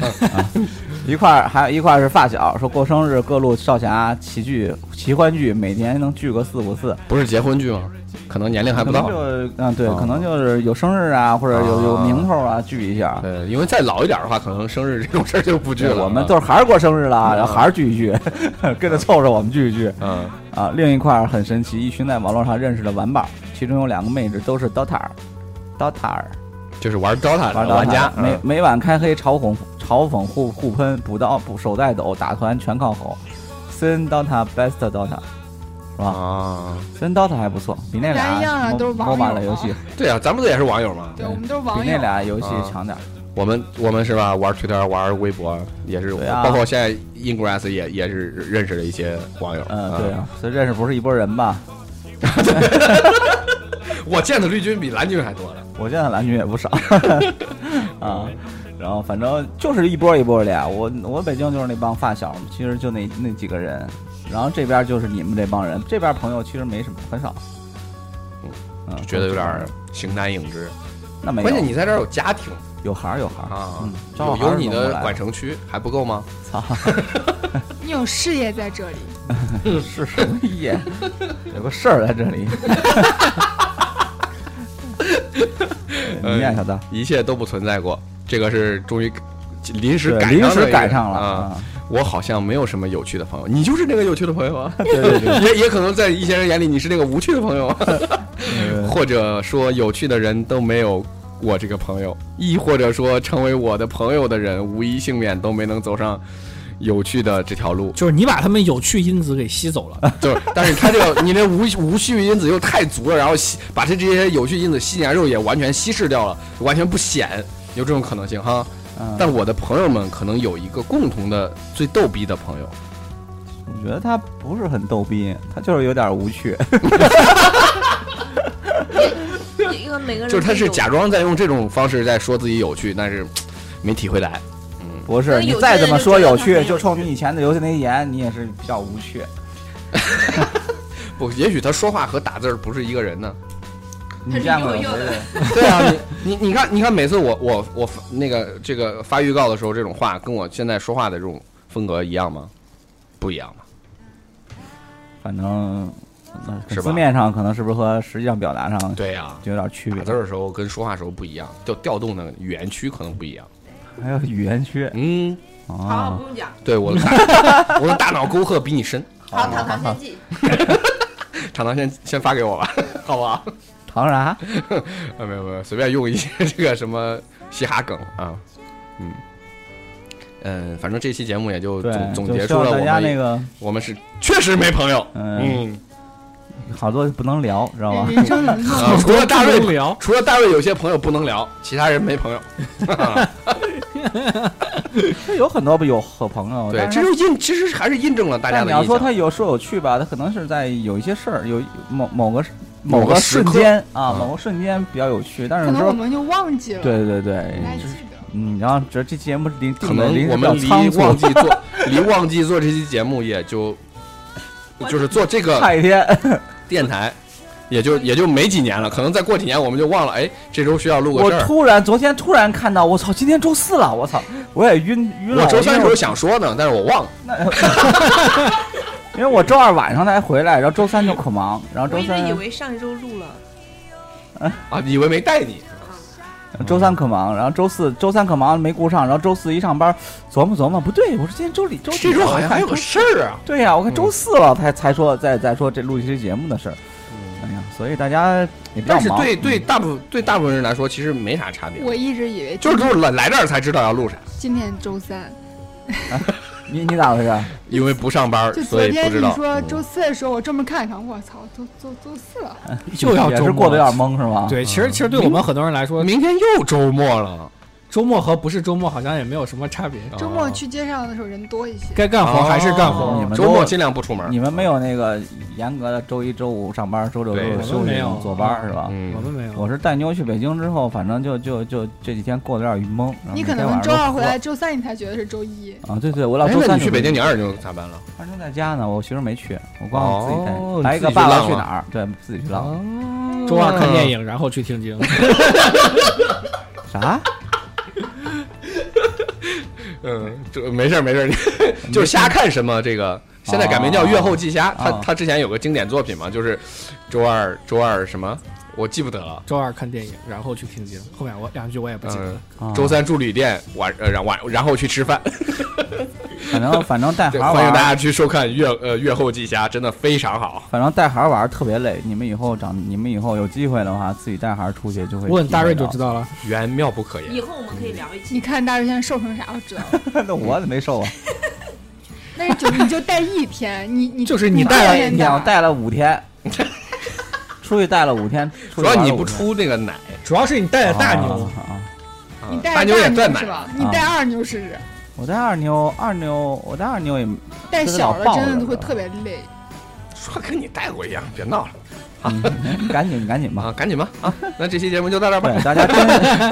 [SPEAKER 5] 一块儿还有一块儿是发小，说过生日各路少侠齐聚齐欢聚，每年能聚个四五次，
[SPEAKER 1] 不是结婚剧吗？可能年龄还不到
[SPEAKER 5] 可。能就嗯对，
[SPEAKER 1] 啊
[SPEAKER 5] 可能就是有生日啊，或者有有名头啊，聚一下。
[SPEAKER 1] 对，呃因为再老一点的话，可能生日这种事儿就不聚
[SPEAKER 5] 对，
[SPEAKER 1] 了。啊
[SPEAKER 5] 我们都是还是过生日了，然后还是聚一聚， 跟着凑着我们聚一聚
[SPEAKER 1] 嗯，
[SPEAKER 5] 啊。另一块儿很神奇，一群在网络上认识的玩伴儿，其中有两个妹子都是 DOTA，DOTA
[SPEAKER 1] 就是玩 DOTA
[SPEAKER 5] 玩
[SPEAKER 1] 的
[SPEAKER 5] DOTA
[SPEAKER 1] 玩家，嗯
[SPEAKER 5] 每每晚开黑嘲讽嘲讽互互喷，补刀补手带抖，打团全靠吼。CN DOTA best DOTA 是吧？
[SPEAKER 1] 啊，
[SPEAKER 5] 真 DOTA 还不错，比那
[SPEAKER 2] 咱
[SPEAKER 5] 俩
[SPEAKER 2] 一样啊都是网友
[SPEAKER 5] MOBA 的游戏，
[SPEAKER 1] 对啊，咱们不也是网友吗？
[SPEAKER 2] 对，我们都是网
[SPEAKER 5] 比那
[SPEAKER 2] 友，
[SPEAKER 5] 俩游戏强点儿。
[SPEAKER 1] 我们我们是吧，玩 Twitter、玩微博也是，
[SPEAKER 5] 对啊
[SPEAKER 1] 包括现在 Ingress 也也是认识了一些网友。
[SPEAKER 5] 嗯，对啊，所以认识不是一拨人吧？
[SPEAKER 1] 我见的绿军比蓝军还多呢。
[SPEAKER 5] 我见的蓝军也不少啊。然后反正就是一波一波的呀。我我北京就是那帮发小，其实就那那几个人。然后这边就是你们这帮人，这边朋友其实没什么，很少。嗯，
[SPEAKER 1] 觉得有点形单影只。
[SPEAKER 5] 那没有，
[SPEAKER 1] 关键你在这儿有家庭
[SPEAKER 5] 有孩儿有孩儿
[SPEAKER 1] 啊
[SPEAKER 5] 嗯，，
[SPEAKER 1] 有
[SPEAKER 5] 招孩儿
[SPEAKER 1] 有你
[SPEAKER 5] 弄过
[SPEAKER 1] 的
[SPEAKER 5] 来
[SPEAKER 1] 管城区还不够吗？
[SPEAKER 5] 操，
[SPEAKER 2] 你有事业在这里，
[SPEAKER 5] 是什么意思？有个事儿在这里。你念小大，
[SPEAKER 1] 一切都不存在过，这个是终于临时
[SPEAKER 5] 对
[SPEAKER 1] 赶上
[SPEAKER 5] 临
[SPEAKER 1] 的一
[SPEAKER 5] 时
[SPEAKER 1] 个
[SPEAKER 5] 赶上 了
[SPEAKER 1] 啊！
[SPEAKER 5] 啊！
[SPEAKER 1] 我好像没有什么有趣的朋友，你就是那个有趣的朋友啊。
[SPEAKER 5] 对对对
[SPEAKER 1] 也也可能在一些人眼里你是那个无趣的朋友，啊
[SPEAKER 5] 对，
[SPEAKER 1] 或者说有趣的人都没有我这个朋友，亦或者说成为我的朋友的人，无一幸免都没能走上有趣的这条路。
[SPEAKER 4] 就是你把他们有趣因子给吸走 了，
[SPEAKER 1] 就是，但是他这个你那无无序因子又太足了，然后吸把这这些有序因子吸进来之后也完全稀释掉了，完全不显，有这种可能性哈。
[SPEAKER 5] 嗯
[SPEAKER 1] 但我的朋友们可能有一个共同的最逗逼的朋友，
[SPEAKER 5] 嗯我觉得他不是很逗逼，他就是有点无趣。
[SPEAKER 1] 嗯
[SPEAKER 7] 一个每个人
[SPEAKER 1] 就是他是
[SPEAKER 7] 有
[SPEAKER 1] 假装在用这种方式在说自己有趣，但是没体会来。
[SPEAKER 5] 不
[SPEAKER 7] 那
[SPEAKER 5] 是，你
[SPEAKER 7] 有
[SPEAKER 5] 再
[SPEAKER 7] 些
[SPEAKER 5] 怎么
[SPEAKER 7] 人
[SPEAKER 5] 说
[SPEAKER 7] 就觉
[SPEAKER 5] 有
[SPEAKER 7] 得他很
[SPEAKER 5] 趣，
[SPEAKER 7] 有
[SPEAKER 5] 就
[SPEAKER 7] 趣
[SPEAKER 5] 冲你以前的游戏那一言，你也是比较无趣。
[SPEAKER 1] 不，也许他说话和打字儿不是一个人呢。
[SPEAKER 5] 你见过
[SPEAKER 7] 他是
[SPEAKER 5] 有
[SPEAKER 7] 右右的
[SPEAKER 5] 谁
[SPEAKER 1] 对啊，你你你看你看，每次我我我发那个这个发预告的时候，这种话跟我现在说话的这种风格一样吗？不一样吧？
[SPEAKER 5] 反正那
[SPEAKER 1] 是吧
[SPEAKER 5] 字面上可能是不是和实际上表达上就
[SPEAKER 1] 对呀、
[SPEAKER 5] 有点区
[SPEAKER 1] 打
[SPEAKER 5] 别
[SPEAKER 1] 字？儿的时候跟说话时候不一样，调调动的语言区可能不一样。
[SPEAKER 5] 还有语言区
[SPEAKER 1] 嗯，
[SPEAKER 7] 好，
[SPEAKER 5] 啊
[SPEAKER 7] 不，用讲，
[SPEAKER 1] 对我的大 我的大脑沟壑比你深。
[SPEAKER 7] 好，糖糖先记。
[SPEAKER 1] 厂长先先发给我吧，好不好？
[SPEAKER 5] 唐啥？
[SPEAKER 1] 啊，没有没有，随便用一些 这个什么嘻哈梗啊，嗯嗯，反正这期节目也就
[SPEAKER 5] 对
[SPEAKER 1] 总，总
[SPEAKER 5] 就
[SPEAKER 1] 结
[SPEAKER 5] 希
[SPEAKER 1] 出
[SPEAKER 5] 望
[SPEAKER 1] 了
[SPEAKER 5] 大
[SPEAKER 1] 我
[SPEAKER 5] 家
[SPEAKER 1] 们
[SPEAKER 5] 那个
[SPEAKER 1] 我们是确实没朋友，
[SPEAKER 5] 嗯，
[SPEAKER 1] 嗯，
[SPEAKER 5] 好多不能聊，知道吧？
[SPEAKER 2] 人生能 弄
[SPEAKER 1] 啊除了大
[SPEAKER 4] 不能
[SPEAKER 1] 瑞，
[SPEAKER 4] 聊，
[SPEAKER 1] 除了大瑞有些朋友不能聊，其他人没朋友。啊
[SPEAKER 5] 这有很多不有好朋友，
[SPEAKER 1] 对，
[SPEAKER 5] 哦但是
[SPEAKER 1] 这就印其实还是印证了大家
[SPEAKER 5] 但你
[SPEAKER 1] 的
[SPEAKER 5] 要
[SPEAKER 1] 印
[SPEAKER 5] 说
[SPEAKER 1] 象。
[SPEAKER 5] 他有说有趣吧，他可能是在有一些事儿，有某某个
[SPEAKER 1] 某个
[SPEAKER 5] 个
[SPEAKER 1] 时
[SPEAKER 5] 瞬
[SPEAKER 1] 刻
[SPEAKER 5] 间啊，
[SPEAKER 1] 嗯
[SPEAKER 5] 某个瞬间比较有趣，但是
[SPEAKER 2] 可
[SPEAKER 5] 有时
[SPEAKER 2] 能我
[SPEAKER 5] 候
[SPEAKER 2] 们就忘记了，
[SPEAKER 5] 对对对，
[SPEAKER 2] 不太
[SPEAKER 5] 就
[SPEAKER 2] 记
[SPEAKER 5] 是
[SPEAKER 2] 得。
[SPEAKER 5] 嗯，然后这这期节目临
[SPEAKER 1] 可能我们离
[SPEAKER 5] 仓促
[SPEAKER 1] 忘记做 离忘记做这期节目也就就是做这个
[SPEAKER 5] 差一天，
[SPEAKER 1] 电台，也就也就没几年了。可能再过几年我们就忘了，哎，这周需要录个
[SPEAKER 5] 我
[SPEAKER 1] 事儿。
[SPEAKER 5] 突然昨天突然看到，我操，今天周四了，我操，我也晕晕了。
[SPEAKER 1] 我周三
[SPEAKER 5] 因
[SPEAKER 1] 时
[SPEAKER 5] 为
[SPEAKER 1] 候想说呢，但是我忘了。
[SPEAKER 5] 因为我周二晚上才回来，然后周三就可忙，然后周
[SPEAKER 7] 我一直以
[SPEAKER 5] 三
[SPEAKER 7] 为上一周录了，
[SPEAKER 1] 啊，以为没带你，嗯
[SPEAKER 5] 周三可忙，然后周四周三可忙没顾上，然后周四一上班琢磨琢磨，不对，我说今天周里周
[SPEAKER 1] 这
[SPEAKER 5] 周
[SPEAKER 1] 周好像还有个事儿啊。
[SPEAKER 5] 对呀、我看周四了才才说再再说这录这期节目的事儿，哎呀，所以大家也比较
[SPEAKER 1] 但是
[SPEAKER 5] 忙，
[SPEAKER 1] 对对大部对大部分人来说，其实没啥差别。
[SPEAKER 2] 我一直以为
[SPEAKER 1] 就是都是来来这儿才知道要录啥，
[SPEAKER 2] 今天周三，
[SPEAKER 5] 你你咋回事？
[SPEAKER 1] 因为不上班，
[SPEAKER 2] 就
[SPEAKER 1] 所
[SPEAKER 2] 昨
[SPEAKER 1] 以不
[SPEAKER 2] 天
[SPEAKER 1] 知
[SPEAKER 2] 你
[SPEAKER 1] 道。
[SPEAKER 2] 说周四的时候，我专门看一看，我操，都都周四了，
[SPEAKER 4] 就要嗯
[SPEAKER 5] 也
[SPEAKER 4] 周
[SPEAKER 5] 是
[SPEAKER 4] 末
[SPEAKER 5] 过得有点懵是吗？，
[SPEAKER 4] 对，其实其实对我们很多人来说，
[SPEAKER 1] 明天又周末了，
[SPEAKER 4] 周末和不是周末好像也没有什么差别，
[SPEAKER 2] 周末去街上的时候人多一些。
[SPEAKER 4] 该干活还是干
[SPEAKER 5] 哦
[SPEAKER 4] 活
[SPEAKER 5] 你。们都
[SPEAKER 1] 周末尽量不出门。
[SPEAKER 5] 你们没有那个严格的周一周五上班，周六周
[SPEAKER 1] 对
[SPEAKER 5] 日
[SPEAKER 4] 我
[SPEAKER 5] 休
[SPEAKER 4] 们
[SPEAKER 5] 息
[SPEAKER 4] 没有
[SPEAKER 5] 坐班是吧？
[SPEAKER 4] 啊我
[SPEAKER 1] 嗯，
[SPEAKER 4] 们没有，
[SPEAKER 5] 我是带妞去北京之后，反正就就就这几天过得有点晕懵。然后
[SPEAKER 2] 你可
[SPEAKER 5] 每天
[SPEAKER 2] 能
[SPEAKER 5] 嗯晚上
[SPEAKER 2] 周
[SPEAKER 5] 都
[SPEAKER 2] 二回
[SPEAKER 5] 喝
[SPEAKER 2] 来，周三你才觉得是周一。
[SPEAKER 5] 啊？对对，我老
[SPEAKER 1] 哎，
[SPEAKER 5] 周
[SPEAKER 1] 那
[SPEAKER 5] 三
[SPEAKER 1] 你去
[SPEAKER 5] 就
[SPEAKER 1] 北京，
[SPEAKER 5] 没
[SPEAKER 1] 你二就咋办了？
[SPEAKER 5] 二正在家呢，我媳妇儿没去，我光自己
[SPEAKER 1] 哦
[SPEAKER 5] 带。来一
[SPEAKER 1] 你
[SPEAKER 5] 个
[SPEAKER 1] 自己去
[SPEAKER 5] 爸爸
[SPEAKER 1] 浪
[SPEAKER 5] 去
[SPEAKER 1] 了
[SPEAKER 5] 哪儿？对，自己去浪
[SPEAKER 4] 周二看电影，然后去听经。
[SPEAKER 5] 啥？
[SPEAKER 1] 嗯，这没事儿没事儿，就是瞎看什么这个。现在改名叫月后记瞎，他
[SPEAKER 5] 哦
[SPEAKER 1] 他之前有个经典作品嘛，就是周二周二什么，我记不得了。
[SPEAKER 4] 周二看电影，然后去听经。后面我两句我也不记得了
[SPEAKER 1] 嗯。，周三住旅店，晚呃然晚然后去吃饭。
[SPEAKER 5] 反正反正带孩
[SPEAKER 1] 对，
[SPEAKER 5] 儿
[SPEAKER 1] 欢迎
[SPEAKER 5] 玩
[SPEAKER 1] 大家
[SPEAKER 5] 儿，
[SPEAKER 1] 去收看月呃月后记瞎，真的非常好。
[SPEAKER 5] 反正带孩儿玩儿特别累。你们以后长，你们以后有机会的话，自己带孩儿出去
[SPEAKER 1] 呃
[SPEAKER 5] 就会。
[SPEAKER 4] 问大瑞就知。道了。
[SPEAKER 1] 缘妙不可言
[SPEAKER 7] 以。后我们可以聊一期。
[SPEAKER 2] 你看大瑞现在瘦成啥，我知道了。
[SPEAKER 5] 那我没 瘦啊，
[SPEAKER 2] 但是就你就带一天，你你
[SPEAKER 4] 就是你
[SPEAKER 2] 你
[SPEAKER 4] 带
[SPEAKER 5] 带了
[SPEAKER 2] 天
[SPEAKER 5] 一天，我
[SPEAKER 2] 带，
[SPEAKER 5] 带了五 天，出去带了五天。
[SPEAKER 1] 主要你不
[SPEAKER 5] 出
[SPEAKER 1] 出那
[SPEAKER 5] 去玩了五天。
[SPEAKER 1] 个奶，
[SPEAKER 4] 主要是你带了大牛，
[SPEAKER 5] 啊啊啊
[SPEAKER 1] 啊
[SPEAKER 2] 你带
[SPEAKER 1] 大牛
[SPEAKER 2] 大
[SPEAKER 1] 也在
[SPEAKER 2] 牛
[SPEAKER 1] 奶
[SPEAKER 2] 是。吧？你带二牛试试，
[SPEAKER 5] 我带二妞，二妞，我带二妞也
[SPEAKER 2] 带小了
[SPEAKER 5] 这个老
[SPEAKER 2] 真
[SPEAKER 5] 抱
[SPEAKER 2] 的
[SPEAKER 5] 着
[SPEAKER 2] 会
[SPEAKER 5] 了
[SPEAKER 2] 特别累。
[SPEAKER 1] 说跟你带过一样，别闹了
[SPEAKER 5] 嗯 赶紧赶紧吧。
[SPEAKER 1] 啊！赶紧吧啊！那这期节目就到这 儿吧，
[SPEAKER 5] 对，大家 珍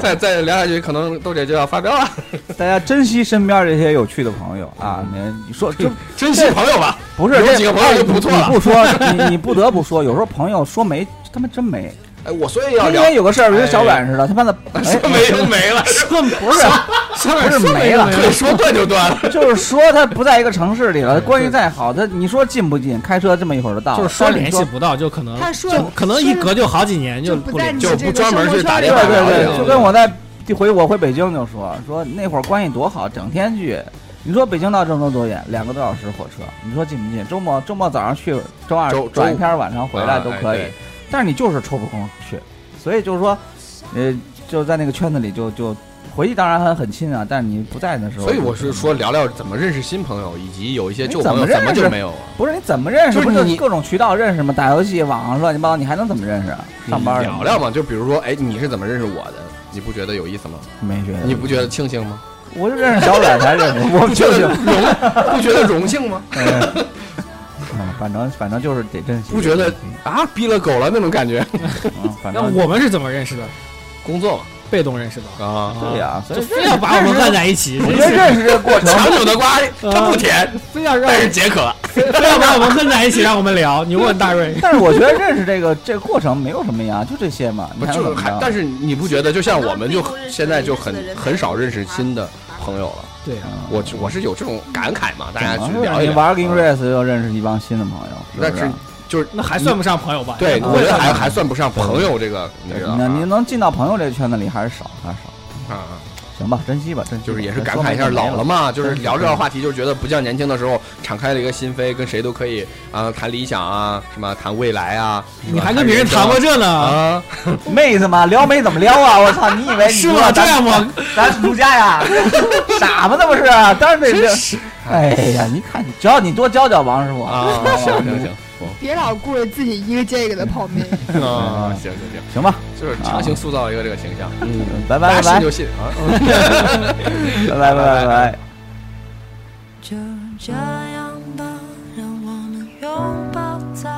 [SPEAKER 1] 再再聊下去，可能豆姐就要发飙了。
[SPEAKER 5] 大家珍惜身边这些有趣的朋友啊！你你说 这
[SPEAKER 1] 珍惜朋友吧，
[SPEAKER 5] 不是
[SPEAKER 1] 有
[SPEAKER 5] 这哎
[SPEAKER 1] 几个朋友就不错了
[SPEAKER 5] 你不说，你你不得不说，有时候朋友说没，他妈真没。
[SPEAKER 1] 哎，我所以要
[SPEAKER 5] 今
[SPEAKER 1] 聊，
[SPEAKER 5] 天有个事儿，
[SPEAKER 1] 哎
[SPEAKER 5] 跟小阮似的，他 妈的，哎，
[SPEAKER 1] 说没就没 了，
[SPEAKER 5] 说不是不是没了，
[SPEAKER 1] 可以说断就断了。
[SPEAKER 5] 就是说他不在一个城市里了，关系再好，他你说近不近？开车这么一会儿就
[SPEAKER 1] 啊
[SPEAKER 5] 到了，
[SPEAKER 4] 就是说
[SPEAKER 5] 但你
[SPEAKER 4] 联系不到，就可能
[SPEAKER 2] 他说
[SPEAKER 4] 就可能一隔就好几年
[SPEAKER 2] 就
[SPEAKER 4] 不
[SPEAKER 2] 在
[SPEAKER 4] 联
[SPEAKER 2] 你
[SPEAKER 4] 系。
[SPEAKER 1] 就不
[SPEAKER 2] 这个
[SPEAKER 1] 专
[SPEAKER 2] 生
[SPEAKER 1] 门去
[SPEAKER 2] 活
[SPEAKER 1] 打
[SPEAKER 2] 圈里
[SPEAKER 1] 电
[SPEAKER 5] 对
[SPEAKER 1] 话
[SPEAKER 5] 对
[SPEAKER 1] 聊
[SPEAKER 5] 对
[SPEAKER 1] 聊
[SPEAKER 5] 就跟我在一回我回北京就说说那会儿关系多好，整天聚。你说北京到郑州多远？两个多小时火车，你说近不近？周末周末早上去，周二
[SPEAKER 1] 周
[SPEAKER 5] 转一天，晚上回来都可以。
[SPEAKER 1] 啊哎对
[SPEAKER 5] 但是你就是抽不空去，所以就是说，呃，就在那个圈子里就就回忆，当然很很亲啊，但是你不在的时候，
[SPEAKER 1] 所以我是说，聊聊怎么认识新朋友，以及有一些旧朋友
[SPEAKER 5] 你
[SPEAKER 1] 怎
[SPEAKER 5] 怎
[SPEAKER 1] 么
[SPEAKER 5] 么
[SPEAKER 1] 就没有啊？
[SPEAKER 5] 不是你怎么认识？
[SPEAKER 1] 就是
[SPEAKER 5] 不
[SPEAKER 1] 你
[SPEAKER 5] 各种渠道认识吗？打游戏、网上乱七八糟，你还能怎么认识啊？上班
[SPEAKER 1] 你
[SPEAKER 5] 儿
[SPEAKER 1] 嗯聊聊嘛，就比如说，哎，你是怎么认识我的？你不觉得有意思吗？
[SPEAKER 5] 没觉得？
[SPEAKER 1] 你不觉得庆幸吗？
[SPEAKER 5] 我就认识小阮才认识， 我
[SPEAKER 1] 不觉
[SPEAKER 5] 就
[SPEAKER 1] 得
[SPEAKER 5] 是
[SPEAKER 1] 荣，不觉得荣幸吗？
[SPEAKER 5] 嗯，反正反正就是得珍惜。
[SPEAKER 1] 不觉得啊，逼了狗了那种感觉。
[SPEAKER 5] 嗯，反
[SPEAKER 4] 那
[SPEAKER 5] 正
[SPEAKER 4] 我们是怎么认识的？
[SPEAKER 1] 工作嘛，
[SPEAKER 4] 被动认识到，
[SPEAKER 1] 啊，
[SPEAKER 5] 对呀，所
[SPEAKER 4] 就
[SPEAKER 5] 以
[SPEAKER 4] 非要把我们摁在一起，
[SPEAKER 5] 我
[SPEAKER 4] 真
[SPEAKER 5] 觉得
[SPEAKER 4] 是
[SPEAKER 5] 认识这个过程，
[SPEAKER 1] 强扭的瓜它不甜，
[SPEAKER 4] 非要让
[SPEAKER 1] 但是解渴。
[SPEAKER 4] 非要把我们摁在一起，让我们聊。你问大瑞，
[SPEAKER 5] 但是我觉得认识这个这个过程没有什么呀，就这些嘛，你
[SPEAKER 1] 不
[SPEAKER 5] 还
[SPEAKER 1] 就
[SPEAKER 5] 能
[SPEAKER 1] 是
[SPEAKER 5] 怎
[SPEAKER 1] 还
[SPEAKER 5] 么着？，
[SPEAKER 1] 但是你不觉得，就像我们就
[SPEAKER 7] 很多人都认识
[SPEAKER 1] 现在就很
[SPEAKER 7] 认识的人
[SPEAKER 1] 很少认识新的朋友了。
[SPEAKER 4] 对啊，
[SPEAKER 1] 我我是有这种感慨嘛，大家
[SPEAKER 5] 可
[SPEAKER 1] 去
[SPEAKER 5] 能是
[SPEAKER 1] 聊一
[SPEAKER 5] 嗯你
[SPEAKER 1] 聊。
[SPEAKER 5] 玩 Game Race 又认识一帮新的朋友，
[SPEAKER 1] 但
[SPEAKER 5] 是
[SPEAKER 1] 是
[SPEAKER 5] 不
[SPEAKER 1] 就是
[SPEAKER 4] 那还算不上朋友吧？
[SPEAKER 1] 对，
[SPEAKER 5] 嗯
[SPEAKER 1] 我觉得还
[SPEAKER 5] 嗯
[SPEAKER 1] 还算不上朋友这个，你
[SPEAKER 5] 是
[SPEAKER 1] 知道
[SPEAKER 5] 那你
[SPEAKER 1] 吗？
[SPEAKER 5] 能进到朋友这圈子里还是少，还是
[SPEAKER 1] 啊
[SPEAKER 5] 少。
[SPEAKER 1] 啊，
[SPEAKER 5] 行吧，珍惜吧，珍惜吧。
[SPEAKER 1] 就是也是感慨一下老了
[SPEAKER 5] 嘛。
[SPEAKER 1] 嘛，就是聊这个话题，就是觉得不像年轻的时候敞开了一个心扉，跟谁都可以啊谈理想啊，什么谈未来啊，
[SPEAKER 4] 你还跟别人谈过这呢？
[SPEAKER 1] 啊？
[SPEAKER 5] 妹子嘛，撩妹怎么撩啊？我操，你以为你
[SPEAKER 4] 是吗？这样吗？
[SPEAKER 5] 咱是独家呀？傻吗？那不是，当然得撩。哎呀，你看，只要你多教教王师傅
[SPEAKER 1] 啊，行行行，
[SPEAKER 2] 别老顾着自己一个接一个的泡妹。
[SPEAKER 1] 啊，行行行，
[SPEAKER 5] 行吧，
[SPEAKER 1] 就是强行塑造一个这个形象，嗯，
[SPEAKER 5] 拜
[SPEAKER 1] 大
[SPEAKER 5] 拜
[SPEAKER 1] 家
[SPEAKER 5] 拜
[SPEAKER 1] 信
[SPEAKER 5] 拜
[SPEAKER 1] 就信啊。
[SPEAKER 5] 拜拜拜拜拜。
[SPEAKER 9] 就这样吧，让我们拥抱在